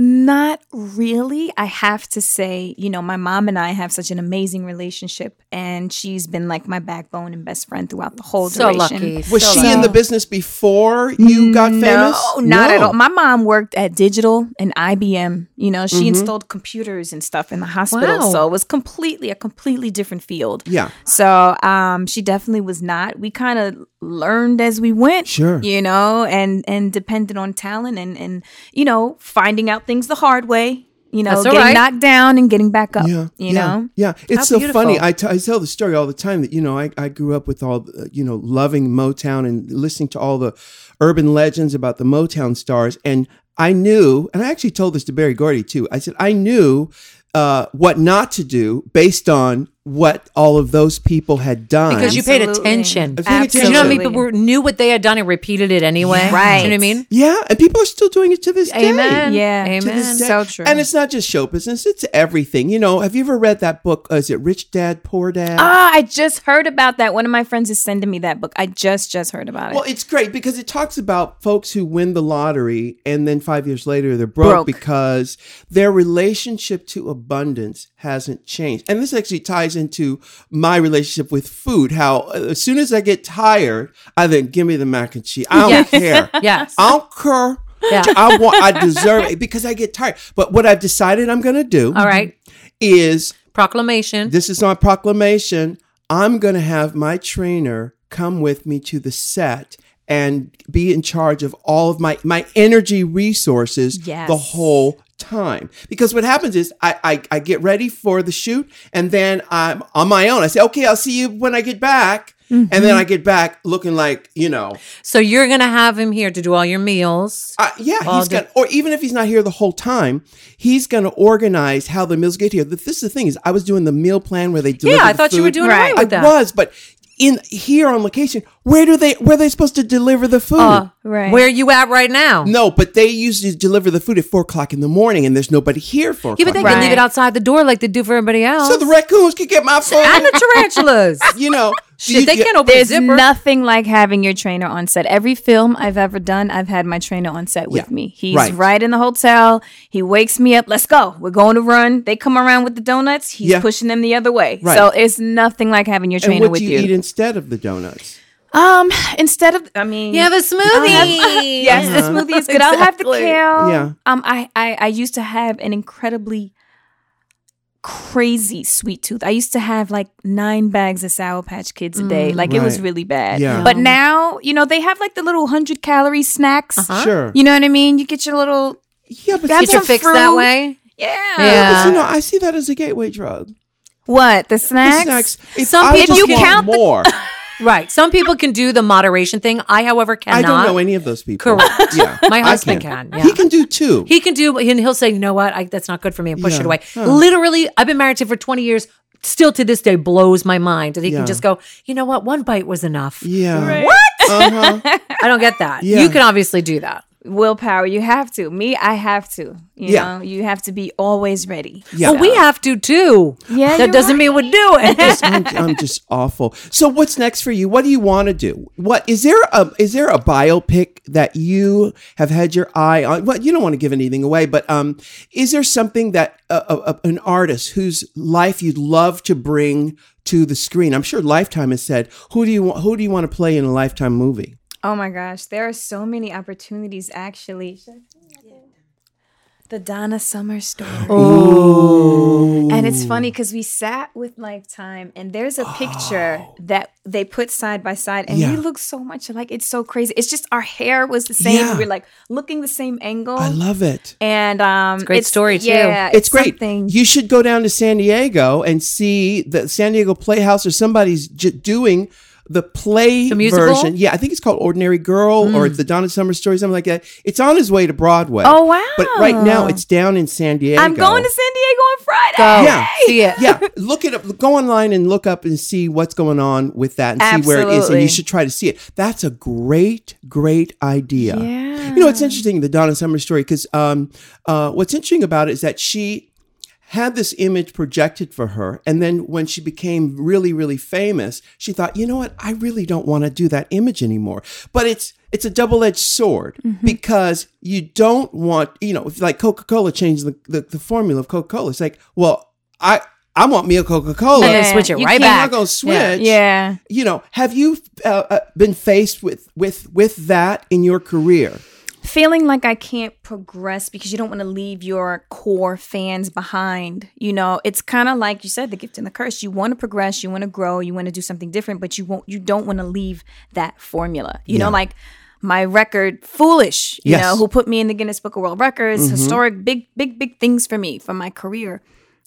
[SPEAKER 4] Not really. I have to say, you know, my mom and I have such an amazing relationship, and she's been like my backbone and best friend throughout the whole
[SPEAKER 2] So
[SPEAKER 4] duration.
[SPEAKER 2] lucky.
[SPEAKER 1] Was
[SPEAKER 2] so
[SPEAKER 1] she
[SPEAKER 2] lucky.
[SPEAKER 1] in the business before you got famous?
[SPEAKER 4] No, not at all. My mom worked at Digital and IBM. You know, she
[SPEAKER 1] Mm-hmm.
[SPEAKER 4] installed computers and stuff in the hospital,
[SPEAKER 2] Wow.
[SPEAKER 4] so it was completely a completely different field.
[SPEAKER 1] Yeah.
[SPEAKER 4] So, um, she definitely was not. We kind of learned as we went.
[SPEAKER 1] Sure.
[SPEAKER 4] You know, and and depended on talent and and you know finding out things the hard way. You know,
[SPEAKER 2] That's all
[SPEAKER 4] getting
[SPEAKER 2] right.
[SPEAKER 4] knocked down and getting back up.
[SPEAKER 1] Yeah,
[SPEAKER 4] You
[SPEAKER 1] yeah,
[SPEAKER 4] know.
[SPEAKER 1] yeah. It's
[SPEAKER 2] How
[SPEAKER 1] so funny.
[SPEAKER 2] beautiful.
[SPEAKER 1] I, t- I tell the story all the time that you know I, I grew up with all the, you know loving Motown and listening to all the urban legends about the Motown stars, and I knew, and I actually told this to Barry Gordy too. I said I knew uh, what not to do based on what all of those people had done
[SPEAKER 2] Because you paid
[SPEAKER 4] Absolutely.
[SPEAKER 2] attention.
[SPEAKER 1] I paid
[SPEAKER 2] Because you know how many
[SPEAKER 1] attention.
[SPEAKER 2] people were- knew what they had done and repeated it anyway?
[SPEAKER 4] Right.
[SPEAKER 2] You know what I mean?
[SPEAKER 1] Yeah, and people are still doing it to this day.
[SPEAKER 2] Amen.
[SPEAKER 4] Yeah.
[SPEAKER 1] To
[SPEAKER 2] Amen.
[SPEAKER 1] this day.
[SPEAKER 4] So true.
[SPEAKER 1] And it's not just show business; it's everything. You know, have you ever read that book? Uh, is it Rich Dad Poor Dad?
[SPEAKER 4] Ah, I just heard about that. One of my friends is sending me that book. I just just heard about it.
[SPEAKER 1] Well, it's great because it talks about folks who win the lottery and then five years later they're broke,
[SPEAKER 4] Broke.
[SPEAKER 1] because their relationship to abundance hasn't changed. And this actually ties into my relationship with food. How uh, as soon as I get tired, I think, give me the mac and cheese. I don't
[SPEAKER 2] *laughs*
[SPEAKER 1] care.
[SPEAKER 2] Yes.
[SPEAKER 1] I don't care.
[SPEAKER 2] Yeah.
[SPEAKER 1] I want. I deserve it because I get tired. But what I've decided I'm going to do
[SPEAKER 2] All right.
[SPEAKER 1] is
[SPEAKER 2] Proclamation.
[SPEAKER 1] this is my proclamation. I'm going to have my trainer come with me to the set and be in charge of all of my my energy resources
[SPEAKER 4] Yes.
[SPEAKER 1] the whole time because what happens is I, I i get ready for the shoot and then i'm on my own i say okay i'll see you when i get back and
[SPEAKER 2] Mm-hmm.
[SPEAKER 1] then i get back looking like you know
[SPEAKER 2] So you're going to have him here to do all your meals.
[SPEAKER 1] uh, yeah,
[SPEAKER 2] All
[SPEAKER 1] he's
[SPEAKER 2] the-
[SPEAKER 1] gonna, or even if he's not here the whole time, he's gonna organize how the meals get here. Th- This is the thing is, I was doing the meal plan where they deliver.
[SPEAKER 2] I
[SPEAKER 1] the
[SPEAKER 2] thought you were
[SPEAKER 1] food.
[SPEAKER 2] doing Right. all right with
[SPEAKER 1] I
[SPEAKER 2] that.
[SPEAKER 1] was, but in here on location, where do they where are they supposed to deliver the food?
[SPEAKER 2] Uh,
[SPEAKER 4] Oh, right.
[SPEAKER 2] Where are you at right now?
[SPEAKER 1] no, but they usually deliver the food at four o'clock in the morning, and there's nobody here for.
[SPEAKER 2] Yeah, but they can leave it
[SPEAKER 4] Right.
[SPEAKER 2] outside the door like they do for everybody else.
[SPEAKER 1] so the raccoons can get my food.
[SPEAKER 2] and the tarantulas.
[SPEAKER 1] you
[SPEAKER 2] *laughs*
[SPEAKER 1] know,
[SPEAKER 2] Shit, they
[SPEAKER 1] you-
[SPEAKER 2] can't open a
[SPEAKER 4] There's
[SPEAKER 2] zipper.
[SPEAKER 4] nothing like having your trainer on set. Every film I've ever done, I've had my trainer on set with
[SPEAKER 1] Yeah.
[SPEAKER 4] me. He's
[SPEAKER 1] Right.
[SPEAKER 4] right. in the hotel. He wakes me up. Let's go. We're going to run. They come around with the donuts. He's
[SPEAKER 1] Yeah.
[SPEAKER 4] pushing them the other way.
[SPEAKER 1] Right.
[SPEAKER 4] So it's nothing like having your
[SPEAKER 1] And
[SPEAKER 4] trainer
[SPEAKER 1] what
[SPEAKER 4] with
[SPEAKER 1] do you,
[SPEAKER 4] you.
[SPEAKER 1] eat instead of the donuts?
[SPEAKER 4] um, instead of I mean,
[SPEAKER 2] You have a *laughs* smoothie. Uh-huh.
[SPEAKER 4] yes,
[SPEAKER 1] Uh-huh.
[SPEAKER 4] the
[SPEAKER 1] *laughs*
[SPEAKER 4] smoothie is good. I'll have the
[SPEAKER 2] Exactly.
[SPEAKER 4] kale.
[SPEAKER 1] Yeah.
[SPEAKER 4] Um, I, I I used to have an incredibly crazy sweet tooth. I used to have like nine bags of Sour Patch Kids a day. Like it was
[SPEAKER 1] Mm. Right.
[SPEAKER 4] really bad.
[SPEAKER 1] Yeah.
[SPEAKER 4] But now, you know, they have like the little 100 calorie snacks.
[SPEAKER 1] Sure.
[SPEAKER 4] You know what I mean? You get your little,
[SPEAKER 1] Yeah, but,
[SPEAKER 4] That's
[SPEAKER 1] that's
[SPEAKER 2] Get your
[SPEAKER 4] some
[SPEAKER 2] fix that
[SPEAKER 4] fruit.
[SPEAKER 2] way.
[SPEAKER 4] yeah.
[SPEAKER 2] Yeah.
[SPEAKER 1] you know, I see that as a gateway drug.
[SPEAKER 4] What? The snacks?
[SPEAKER 1] Snacks. If
[SPEAKER 2] Some
[SPEAKER 1] I
[SPEAKER 2] people
[SPEAKER 1] just
[SPEAKER 4] can-
[SPEAKER 1] want
[SPEAKER 4] count
[SPEAKER 2] *laughs*
[SPEAKER 4] the-
[SPEAKER 1] more.
[SPEAKER 2] Right. Some people can do the moderation thing. I, however,
[SPEAKER 1] I
[SPEAKER 2] cannot.
[SPEAKER 1] don't know any of those people.
[SPEAKER 2] Correct.
[SPEAKER 1] Yeah,
[SPEAKER 2] *laughs* My
[SPEAKER 1] I
[SPEAKER 2] husband
[SPEAKER 1] can't.
[SPEAKER 2] can,
[SPEAKER 1] He
[SPEAKER 2] yeah.
[SPEAKER 1] can do two.
[SPEAKER 2] He can do, and he'll say, "You know what? I, that's not good for me," and push
[SPEAKER 1] Yeah.
[SPEAKER 2] it away.
[SPEAKER 1] Huh.
[SPEAKER 2] Literally, I've been married to him for twenty years. Still to this day, blows my mind that he
[SPEAKER 1] Yeah.
[SPEAKER 2] can just go. You know what? One bite was enough.
[SPEAKER 1] yeah.
[SPEAKER 4] What?
[SPEAKER 1] Uh-huh.
[SPEAKER 2] I don't get that.
[SPEAKER 1] Yeah.
[SPEAKER 2] You can obviously do that.
[SPEAKER 4] Willpower. You have to. Me, I have to. You
[SPEAKER 1] Yeah.
[SPEAKER 4] know, you have to be always ready.
[SPEAKER 1] Yeah.
[SPEAKER 2] Well, we have to too.
[SPEAKER 4] Yeah,
[SPEAKER 2] that
[SPEAKER 4] you're
[SPEAKER 2] doesn't mean we do it.
[SPEAKER 1] I'm, I'm just awful. So what's next for you? What do you want to do? What is there a is there a biopic that you have had your eye on? Well, you don't want to give anything away, but um, is there something that uh, uh, an artist whose life you'd love to bring to the screen? I'm sure Lifetime has said, "Who do you want? Who do you want to play in a Lifetime movie?"
[SPEAKER 4] Oh my gosh, there are so many opportunities actually. The Donna Summer story. And it's funny because we sat with Lifetime and there's a picture that they put side by side and
[SPEAKER 1] Oh. Yeah.
[SPEAKER 4] we look so much alike. It's so crazy. It's just our hair was the same.
[SPEAKER 1] Yeah.
[SPEAKER 4] We were like looking the same angle.
[SPEAKER 1] I love it.
[SPEAKER 4] and um it's
[SPEAKER 2] great story, too.
[SPEAKER 4] Yeah,
[SPEAKER 1] It's great.
[SPEAKER 4] something-
[SPEAKER 1] You should go down to San Diego and see the San Diego Playhouse or somebody's j- doing the play
[SPEAKER 2] The musical?
[SPEAKER 1] version. Yeah, I think it's called Ordinary Girl or the Donna Summer Story, something like that. It's on its way to Broadway.
[SPEAKER 4] Hmm. Oh, wow.
[SPEAKER 1] But right now it's down in San Diego.
[SPEAKER 4] I'm going to San Diego on Friday.
[SPEAKER 1] Yeah.
[SPEAKER 2] See it.
[SPEAKER 1] yeah, look it up. Go online and look up and see what's going on with that and see where it is. And
[SPEAKER 4] Absolutely.
[SPEAKER 1] you should try to see it. That's a great, great idea.
[SPEAKER 4] Yeah.
[SPEAKER 1] You know, it's interesting, the Donna Summer story, because um, uh, what's interesting about it is that she had this image projected for her. And then when she became really, really famous, she thought, you know what? I really don't want to do that image anymore. But it's, it's a double edged sword
[SPEAKER 4] Mm-hmm.
[SPEAKER 1] because you don't want, you know, if like Coca Cola changed the, the, the formula of Coca Cola. It's like, well, I, I want me a Coca Cola.
[SPEAKER 2] And then switch it
[SPEAKER 4] You
[SPEAKER 2] right
[SPEAKER 4] can't-
[SPEAKER 1] I'm not
[SPEAKER 2] back.
[SPEAKER 1] going to switch
[SPEAKER 4] Yeah.
[SPEAKER 1] you know have you uh, uh, been faced with with with that in your career
[SPEAKER 4] feeling like I can't progress because you don't want to leave your core fans behind. You know, it's kind of like you said, the gift and the curse. You want to progress, you want to grow, you want to do something different, but you won't. You don't want to leave that formula. You know, like my record, foolish. You
[SPEAKER 1] Yes. Mm-hmm.
[SPEAKER 4] know, who put me in the Guinness Book of World Records, historic, big, big, big things for me for my career.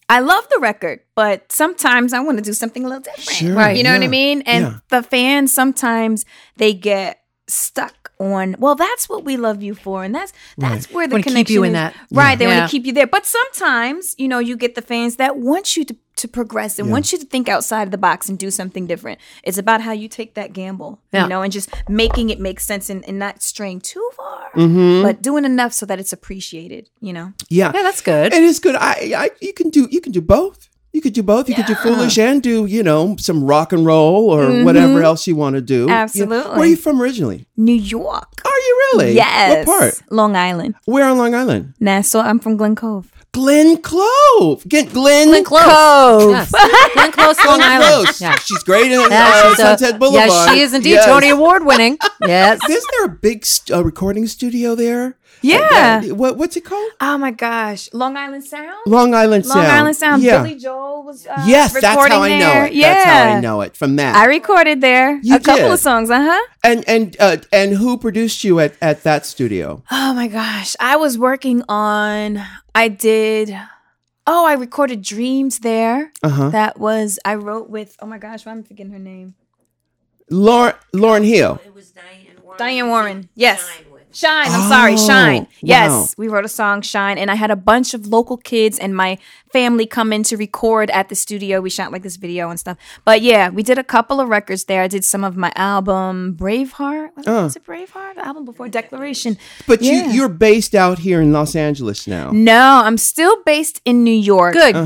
[SPEAKER 4] I love the record, but sometimes I want to do something a little different.
[SPEAKER 1] Right,
[SPEAKER 4] You know what
[SPEAKER 1] yeah,
[SPEAKER 4] I mean? And
[SPEAKER 1] yeah.
[SPEAKER 4] the fans sometimes they get stuck on, well, that's what we love you for. And that's that's where the
[SPEAKER 2] Wanna
[SPEAKER 4] connection
[SPEAKER 2] keep you in
[SPEAKER 4] is.
[SPEAKER 2] that.
[SPEAKER 4] Right. They
[SPEAKER 2] Yeah.
[SPEAKER 4] want to keep you there. But sometimes, you know, you get the fans that want you to, to progress and want you to think outside of the box and do something different. It's about how you take that gamble,
[SPEAKER 2] Yeah.
[SPEAKER 4] you know, and just making it make sense and, and not straying too far,
[SPEAKER 2] Mm-hmm.
[SPEAKER 4] but doing enough so that it's appreciated, you know?
[SPEAKER 1] yeah
[SPEAKER 2] *laughs* Yeah, that's good.
[SPEAKER 1] it is good I, I you can do you can do both you could do both you could do foolish and do you know some rock and roll or whatever else you want to do You know, where are
[SPEAKER 4] Absolutely.
[SPEAKER 1] you from originally
[SPEAKER 4] New York.
[SPEAKER 1] are you really
[SPEAKER 4] Yes.
[SPEAKER 1] what part
[SPEAKER 4] Long Island.
[SPEAKER 1] where on long island
[SPEAKER 4] Nassau. I'm from Glen Cove.
[SPEAKER 1] glen clove get glen,
[SPEAKER 2] Glenn Close.
[SPEAKER 4] Cove.
[SPEAKER 2] Yes. Glenn Close, Long
[SPEAKER 1] Glenn
[SPEAKER 2] Island.
[SPEAKER 1] Close.
[SPEAKER 2] Yeah.
[SPEAKER 1] she's great in
[SPEAKER 2] Yeah,
[SPEAKER 1] uh,
[SPEAKER 2] she's a-
[SPEAKER 1] sunset boulevard
[SPEAKER 2] Yes, she is indeed.
[SPEAKER 1] Yes.
[SPEAKER 2] Tony Award
[SPEAKER 1] *laughs*
[SPEAKER 2] winning. Yes.
[SPEAKER 1] isn't there a big st- uh, recording studio there
[SPEAKER 4] Yeah.
[SPEAKER 1] Uh, what, what's it called
[SPEAKER 4] Oh my gosh, Long Island Sound.
[SPEAKER 1] long island
[SPEAKER 4] Long
[SPEAKER 1] sound
[SPEAKER 4] Island Sound.
[SPEAKER 1] yeah.
[SPEAKER 4] Billy Joel was. Uh,
[SPEAKER 1] Yes, that's
[SPEAKER 4] recording
[SPEAKER 1] how I know
[SPEAKER 4] there.
[SPEAKER 1] it.
[SPEAKER 4] Yeah,
[SPEAKER 1] That's how I know it from that.
[SPEAKER 4] I recorded there
[SPEAKER 1] You
[SPEAKER 4] a couple
[SPEAKER 1] did.
[SPEAKER 4] of songs. Uh huh.
[SPEAKER 1] and and uh, and who produced you at at that studio?
[SPEAKER 4] Oh my gosh, I was working on. I did. Oh, I recorded Dreams there.
[SPEAKER 1] Uh huh.
[SPEAKER 4] That was I wrote with. Oh my gosh, why am I forgetting her name?
[SPEAKER 1] Lauren Lauren Hill.
[SPEAKER 4] Diane Warren. Yes. Shine, I'm sorry,
[SPEAKER 1] Oh,
[SPEAKER 4] Shine. Yes,
[SPEAKER 1] wow.
[SPEAKER 4] we wrote a song, Shine, and I had a bunch of local kids and my family come in to record at the studio. We shot like this video and stuff. But yeah, we did a couple of records there. I did some of my album, Braveheart. Was
[SPEAKER 1] Uh.
[SPEAKER 4] it Braveheart? The album before Declaration.
[SPEAKER 1] But
[SPEAKER 4] Yeah.
[SPEAKER 1] you you're based out here in Los Angeles now.
[SPEAKER 4] No, I'm still based in New York.
[SPEAKER 2] Good
[SPEAKER 4] But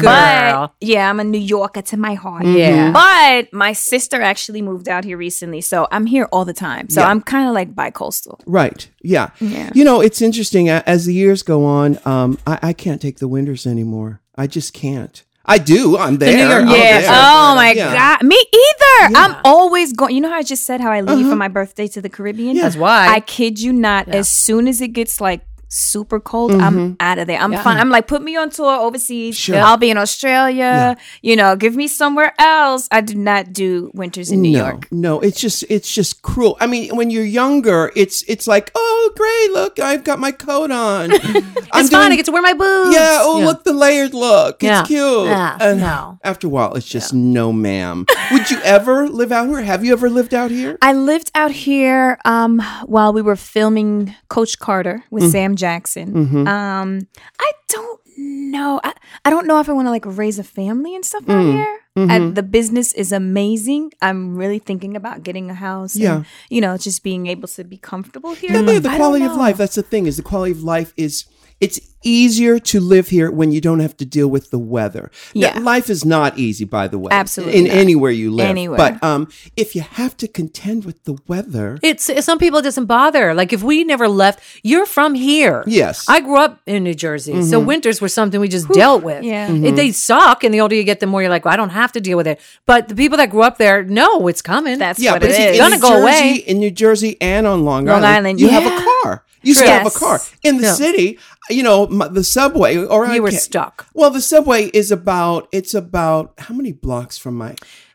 [SPEAKER 2] girl.
[SPEAKER 4] yeah, I'm a New Yorker to my heart.
[SPEAKER 1] Mm-hmm.
[SPEAKER 2] Yeah.
[SPEAKER 4] But my sister actually moved out here recently, so I'm here all the time. So I'm kind of like bi-coastal.
[SPEAKER 1] Right. Yeah. You know, it's interesting. a- As the years go on, um, I, I can't take the winters anymore. I just can't. I do. I'm there. I'm
[SPEAKER 4] Yeah.
[SPEAKER 1] there.
[SPEAKER 4] Oh my
[SPEAKER 1] Yeah.
[SPEAKER 4] god. Me either. I'm always going. You know how I
[SPEAKER 1] Mm-hmm.
[SPEAKER 4] just said how I leave for my birthday to the Caribbean?
[SPEAKER 1] That's
[SPEAKER 2] why.
[SPEAKER 4] I kid you not. As soon as it gets like super cold, I'm out of there. I'm fine. I'm like, put me on tour overseas.
[SPEAKER 1] Mm-hmm. Sure.
[SPEAKER 4] I'll be in Australia. You know, give me somewhere else. I do not do winters in New
[SPEAKER 1] no,
[SPEAKER 4] York.
[SPEAKER 1] No, it's just it's just cruel. I mean, when you're younger, it's it's like, oh great, look, I've got my coat on. I'm
[SPEAKER 2] it's fine. I get to wear my boobs.
[SPEAKER 1] yeah, oh look, the layered look.
[SPEAKER 2] Yeah.
[SPEAKER 1] It's cute.
[SPEAKER 2] Yeah,
[SPEAKER 1] And
[SPEAKER 2] no.
[SPEAKER 1] After a while, it's just no, ma'am. Would you ever live out here? Have you ever lived out here?
[SPEAKER 4] I lived out here um, while we were filming Coach Carter with
[SPEAKER 1] Mm.
[SPEAKER 4] Sam Jackson.
[SPEAKER 1] Mm-hmm.
[SPEAKER 4] Um, I don't know. I, I don't know if I want to like raise a family and stuff
[SPEAKER 1] Mm.
[SPEAKER 4] out here.
[SPEAKER 1] Mm-hmm.
[SPEAKER 4] I, the business is amazing. I'm really thinking about getting a house.
[SPEAKER 1] Yeah.
[SPEAKER 4] And, you know, just being able to be comfortable here.
[SPEAKER 1] Yeah, no, the
[SPEAKER 4] I don't
[SPEAKER 1] quality of
[SPEAKER 4] know.
[SPEAKER 1] life. That's the thing is the quality of life is it's easier to live here when you don't have to deal with the weather. Now,
[SPEAKER 4] Yeah.
[SPEAKER 1] life is not easy, by the way.
[SPEAKER 4] Absolutely
[SPEAKER 1] in
[SPEAKER 4] not.
[SPEAKER 1] anywhere you live.
[SPEAKER 4] Anywhere.
[SPEAKER 1] But um, if you have to contend with the weather,
[SPEAKER 2] It's some people it doesn't bother. Like if we never left, you're from here.
[SPEAKER 1] Yes. Mm-hmm.
[SPEAKER 2] I grew up in New Jersey, so winters were something we just dealt with.
[SPEAKER 4] Yeah.
[SPEAKER 2] It- they suck, and the older you get, the more you're like, well, I don't have to deal with it. But the people that grew up there, no, it's coming.
[SPEAKER 4] That's
[SPEAKER 1] yeah,
[SPEAKER 4] what
[SPEAKER 1] but
[SPEAKER 4] it
[SPEAKER 1] see,
[SPEAKER 4] is.
[SPEAKER 1] in
[SPEAKER 2] Gonna
[SPEAKER 1] New
[SPEAKER 2] go
[SPEAKER 1] Jersey,
[SPEAKER 2] away.
[SPEAKER 1] in New Jersey and on Long,
[SPEAKER 4] Long
[SPEAKER 1] Island,
[SPEAKER 4] Island,
[SPEAKER 1] you have
[SPEAKER 4] yeah.
[SPEAKER 1] a car. You still have a
[SPEAKER 4] Yes.
[SPEAKER 1] car in the
[SPEAKER 2] Yeah.
[SPEAKER 1] city. You know m- the subway, or I
[SPEAKER 2] You were
[SPEAKER 1] can't-
[SPEAKER 2] stuck.
[SPEAKER 1] Well, the subway is about it's about how many blocks from my.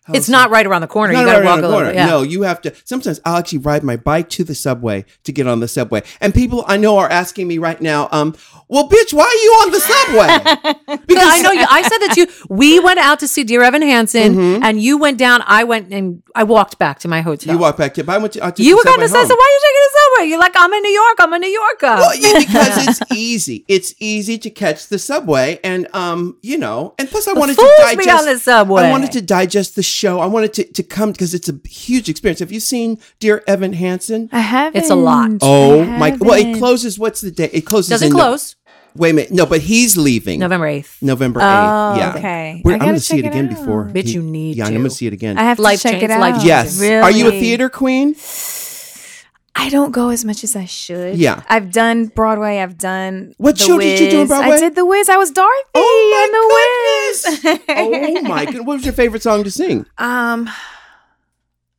[SPEAKER 1] house?
[SPEAKER 2] it's not right around the corner. you
[SPEAKER 1] Not
[SPEAKER 2] got to
[SPEAKER 1] right
[SPEAKER 2] walk
[SPEAKER 1] around
[SPEAKER 2] a
[SPEAKER 1] the
[SPEAKER 2] little.
[SPEAKER 1] corner.
[SPEAKER 2] yeah.
[SPEAKER 1] No, you have to. Sometimes I'll actually ride my bike to the subway to get on the subway, and people I know are asking me right now, um, "Well, bitch, why are you on the
[SPEAKER 2] *laughs*
[SPEAKER 1] subway?"
[SPEAKER 2] Yeah,
[SPEAKER 1] Because
[SPEAKER 2] I know. You, I said that to you. We went out to see Dear Evan Hansen,
[SPEAKER 1] Mm-hmm.
[SPEAKER 2] and you went down. I went and I walked back to my hotel.
[SPEAKER 1] you walk back to. I went to. I took
[SPEAKER 2] You were kind
[SPEAKER 1] subway
[SPEAKER 2] of said,
[SPEAKER 1] home.
[SPEAKER 2] so "Why are you taking a subway?" You're like, "I'm in New York. I'm a New Yorker."
[SPEAKER 1] Well, yeah, because it's easy. It's easy to catch the subway, and um, you know, and plus I wanted to
[SPEAKER 2] fool's
[SPEAKER 1] digest
[SPEAKER 2] been on the subway.
[SPEAKER 1] I wanted to digest the show. I wanted to to come because it's a huge experience. Have you seen Dear Evan Hansen?
[SPEAKER 4] I haven't.
[SPEAKER 2] It's a lot.
[SPEAKER 1] Oh
[SPEAKER 4] I
[SPEAKER 1] my! Well, it
[SPEAKER 4] haven't.
[SPEAKER 1] closes. What's the day? It closes.
[SPEAKER 2] Doesn't
[SPEAKER 1] in Nov-
[SPEAKER 2] close
[SPEAKER 1] Wait a minute. No, but he's leaving
[SPEAKER 2] November eighth.
[SPEAKER 1] November eighth.
[SPEAKER 4] Oh,
[SPEAKER 1] yeah.
[SPEAKER 4] okay.
[SPEAKER 1] We're,
[SPEAKER 4] I
[SPEAKER 1] I'm
[SPEAKER 4] gotta
[SPEAKER 1] gonna see it
[SPEAKER 4] check it
[SPEAKER 1] again
[SPEAKER 4] out.
[SPEAKER 1] before.
[SPEAKER 2] Bitch,
[SPEAKER 1] he-
[SPEAKER 2] you need
[SPEAKER 1] Yeah, I'm
[SPEAKER 2] to.
[SPEAKER 1] gonna see it again.
[SPEAKER 4] I have to
[SPEAKER 2] Life
[SPEAKER 4] check
[SPEAKER 2] changes,
[SPEAKER 4] it out.
[SPEAKER 2] life changes.
[SPEAKER 1] yes. Are you a
[SPEAKER 4] Really?
[SPEAKER 1] theater queen?
[SPEAKER 4] I don't go as much as I should.
[SPEAKER 1] Yeah.
[SPEAKER 4] I've done Broadway. I've done
[SPEAKER 1] What
[SPEAKER 4] The
[SPEAKER 1] show did you do in
[SPEAKER 4] Wiz.
[SPEAKER 1] Broadway?
[SPEAKER 4] I did The Wiz. I was Dorothy
[SPEAKER 1] Oh
[SPEAKER 4] on The Wiz. *laughs*
[SPEAKER 1] oh my goodness! Oh. What was your favorite song to sing?
[SPEAKER 4] Um,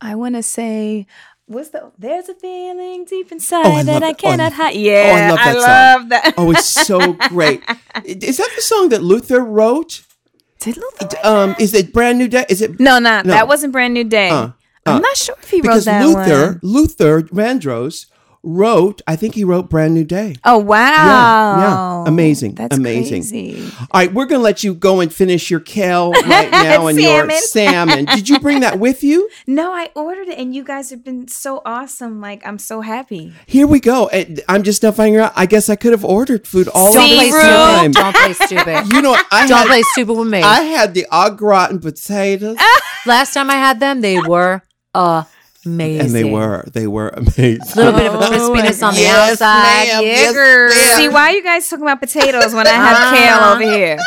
[SPEAKER 4] I want to say, what's the? There's a feeling deep inside
[SPEAKER 1] Oh, I love
[SPEAKER 4] that I
[SPEAKER 1] that. Oh, I
[SPEAKER 4] cannot
[SPEAKER 1] love-
[SPEAKER 4] hide.
[SPEAKER 1] Oh, I
[SPEAKER 4] Yeah,
[SPEAKER 1] love that
[SPEAKER 4] I
[SPEAKER 1] song.
[SPEAKER 4] love that.
[SPEAKER 1] Oh, it's so
[SPEAKER 2] *laughs*
[SPEAKER 1] great. Is that the song that Luther wrote?
[SPEAKER 4] *laughs* Did Luther? write
[SPEAKER 1] Um, is it Brand New Day? Is it
[SPEAKER 4] No, not
[SPEAKER 1] No.
[SPEAKER 4] that wasn't Brand New Day.
[SPEAKER 1] Uh, uh,
[SPEAKER 4] I'm not sure if he wrote
[SPEAKER 1] because
[SPEAKER 4] that
[SPEAKER 1] Luther
[SPEAKER 4] one.
[SPEAKER 1] Luther Vandross wrote? I think he wrote Brand New Day.
[SPEAKER 4] Oh wow!
[SPEAKER 1] yeah. Amazing,
[SPEAKER 4] That's
[SPEAKER 1] amazing.
[SPEAKER 4] crazy.
[SPEAKER 1] All right, we're gonna let you go and finish your
[SPEAKER 2] *laughs*
[SPEAKER 1] kale right now and your
[SPEAKER 4] Salmon.
[SPEAKER 1] salmon. Did you bring that with you?
[SPEAKER 4] No, I ordered it, and you guys have been so awesome. Like I'm so happy.
[SPEAKER 1] Here we go. And I'm just now finding out. I guess I could have ordered food all
[SPEAKER 2] Don't play
[SPEAKER 4] See,
[SPEAKER 1] the time. *laughs*
[SPEAKER 2] stupid. Don't play stupid.
[SPEAKER 1] You know, I
[SPEAKER 2] Don't
[SPEAKER 1] had,
[SPEAKER 2] play stupid with me.
[SPEAKER 1] I had the au gratin potatoes.
[SPEAKER 2] Last time I had them, they were amazing.
[SPEAKER 1] And they were, they were amazing.
[SPEAKER 2] A little bit of a crispiness on the
[SPEAKER 1] Yes,
[SPEAKER 2] outside.
[SPEAKER 1] ma'am.
[SPEAKER 2] Yeah,
[SPEAKER 1] Yes,
[SPEAKER 2] girl.
[SPEAKER 1] ma'am.
[SPEAKER 4] See why you guys talking about potatoes when I have kale over here?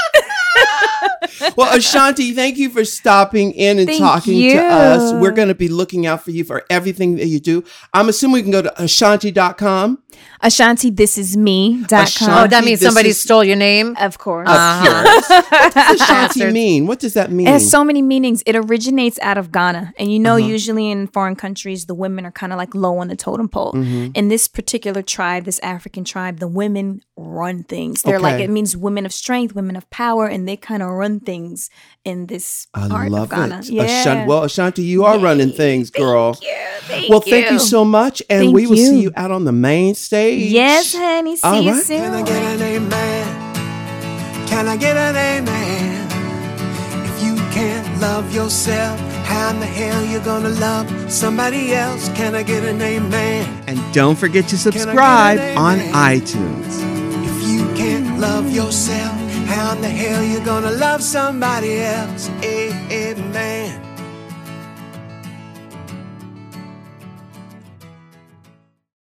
[SPEAKER 1] Well, Ashanti, thank you for stopping in and
[SPEAKER 4] Thank
[SPEAKER 1] talking
[SPEAKER 4] you.
[SPEAKER 1] to us. We're going to be looking out for you for everything that you do. I'm assuming we can go to ashanti.com.
[SPEAKER 4] Ashanti, this is me. Dot
[SPEAKER 2] Oh,
[SPEAKER 1] Ashanti.
[SPEAKER 4] com. Oh,
[SPEAKER 2] that means
[SPEAKER 1] This
[SPEAKER 2] somebody
[SPEAKER 1] is-
[SPEAKER 2] stole your name.
[SPEAKER 4] Of course.
[SPEAKER 1] what
[SPEAKER 2] *laughs*
[SPEAKER 1] does Ashanti mean? What does that mean?
[SPEAKER 4] It has so many meanings. It originates out of Ghana. And you
[SPEAKER 1] Mm-hmm.
[SPEAKER 4] know, usually in foreign countries, the women are kind of like low on the totem pole.
[SPEAKER 1] Mm-hmm.
[SPEAKER 4] In this particular tribe, this African tribe, the women run things. They're like,
[SPEAKER 1] Okay.
[SPEAKER 4] it means women of strength, women of power, and they kind of run things in this
[SPEAKER 1] I
[SPEAKER 4] part
[SPEAKER 1] love
[SPEAKER 4] of Ghana.
[SPEAKER 1] it.
[SPEAKER 4] Yeah.
[SPEAKER 1] Ashanti, well, Ashanti, you are running things, girl.
[SPEAKER 4] Yeah, thank
[SPEAKER 1] well, thank you. so much. And
[SPEAKER 4] Thank
[SPEAKER 1] we will see
[SPEAKER 4] you.
[SPEAKER 1] you out on the main stage.
[SPEAKER 4] Yes, honey. See
[SPEAKER 1] All
[SPEAKER 4] you
[SPEAKER 1] right.
[SPEAKER 4] soon.
[SPEAKER 5] Can I get an amen? Can I get an amen? If you can't love yourself, how in the hell you gonna love somebody else? Can I get an amen?
[SPEAKER 1] And don't forget to
[SPEAKER 5] get an
[SPEAKER 1] subscribe on
[SPEAKER 5] amen?
[SPEAKER 1] iTunes.
[SPEAKER 5] If you can't love yourself, how in the hell you gonna love somebody else? Amen.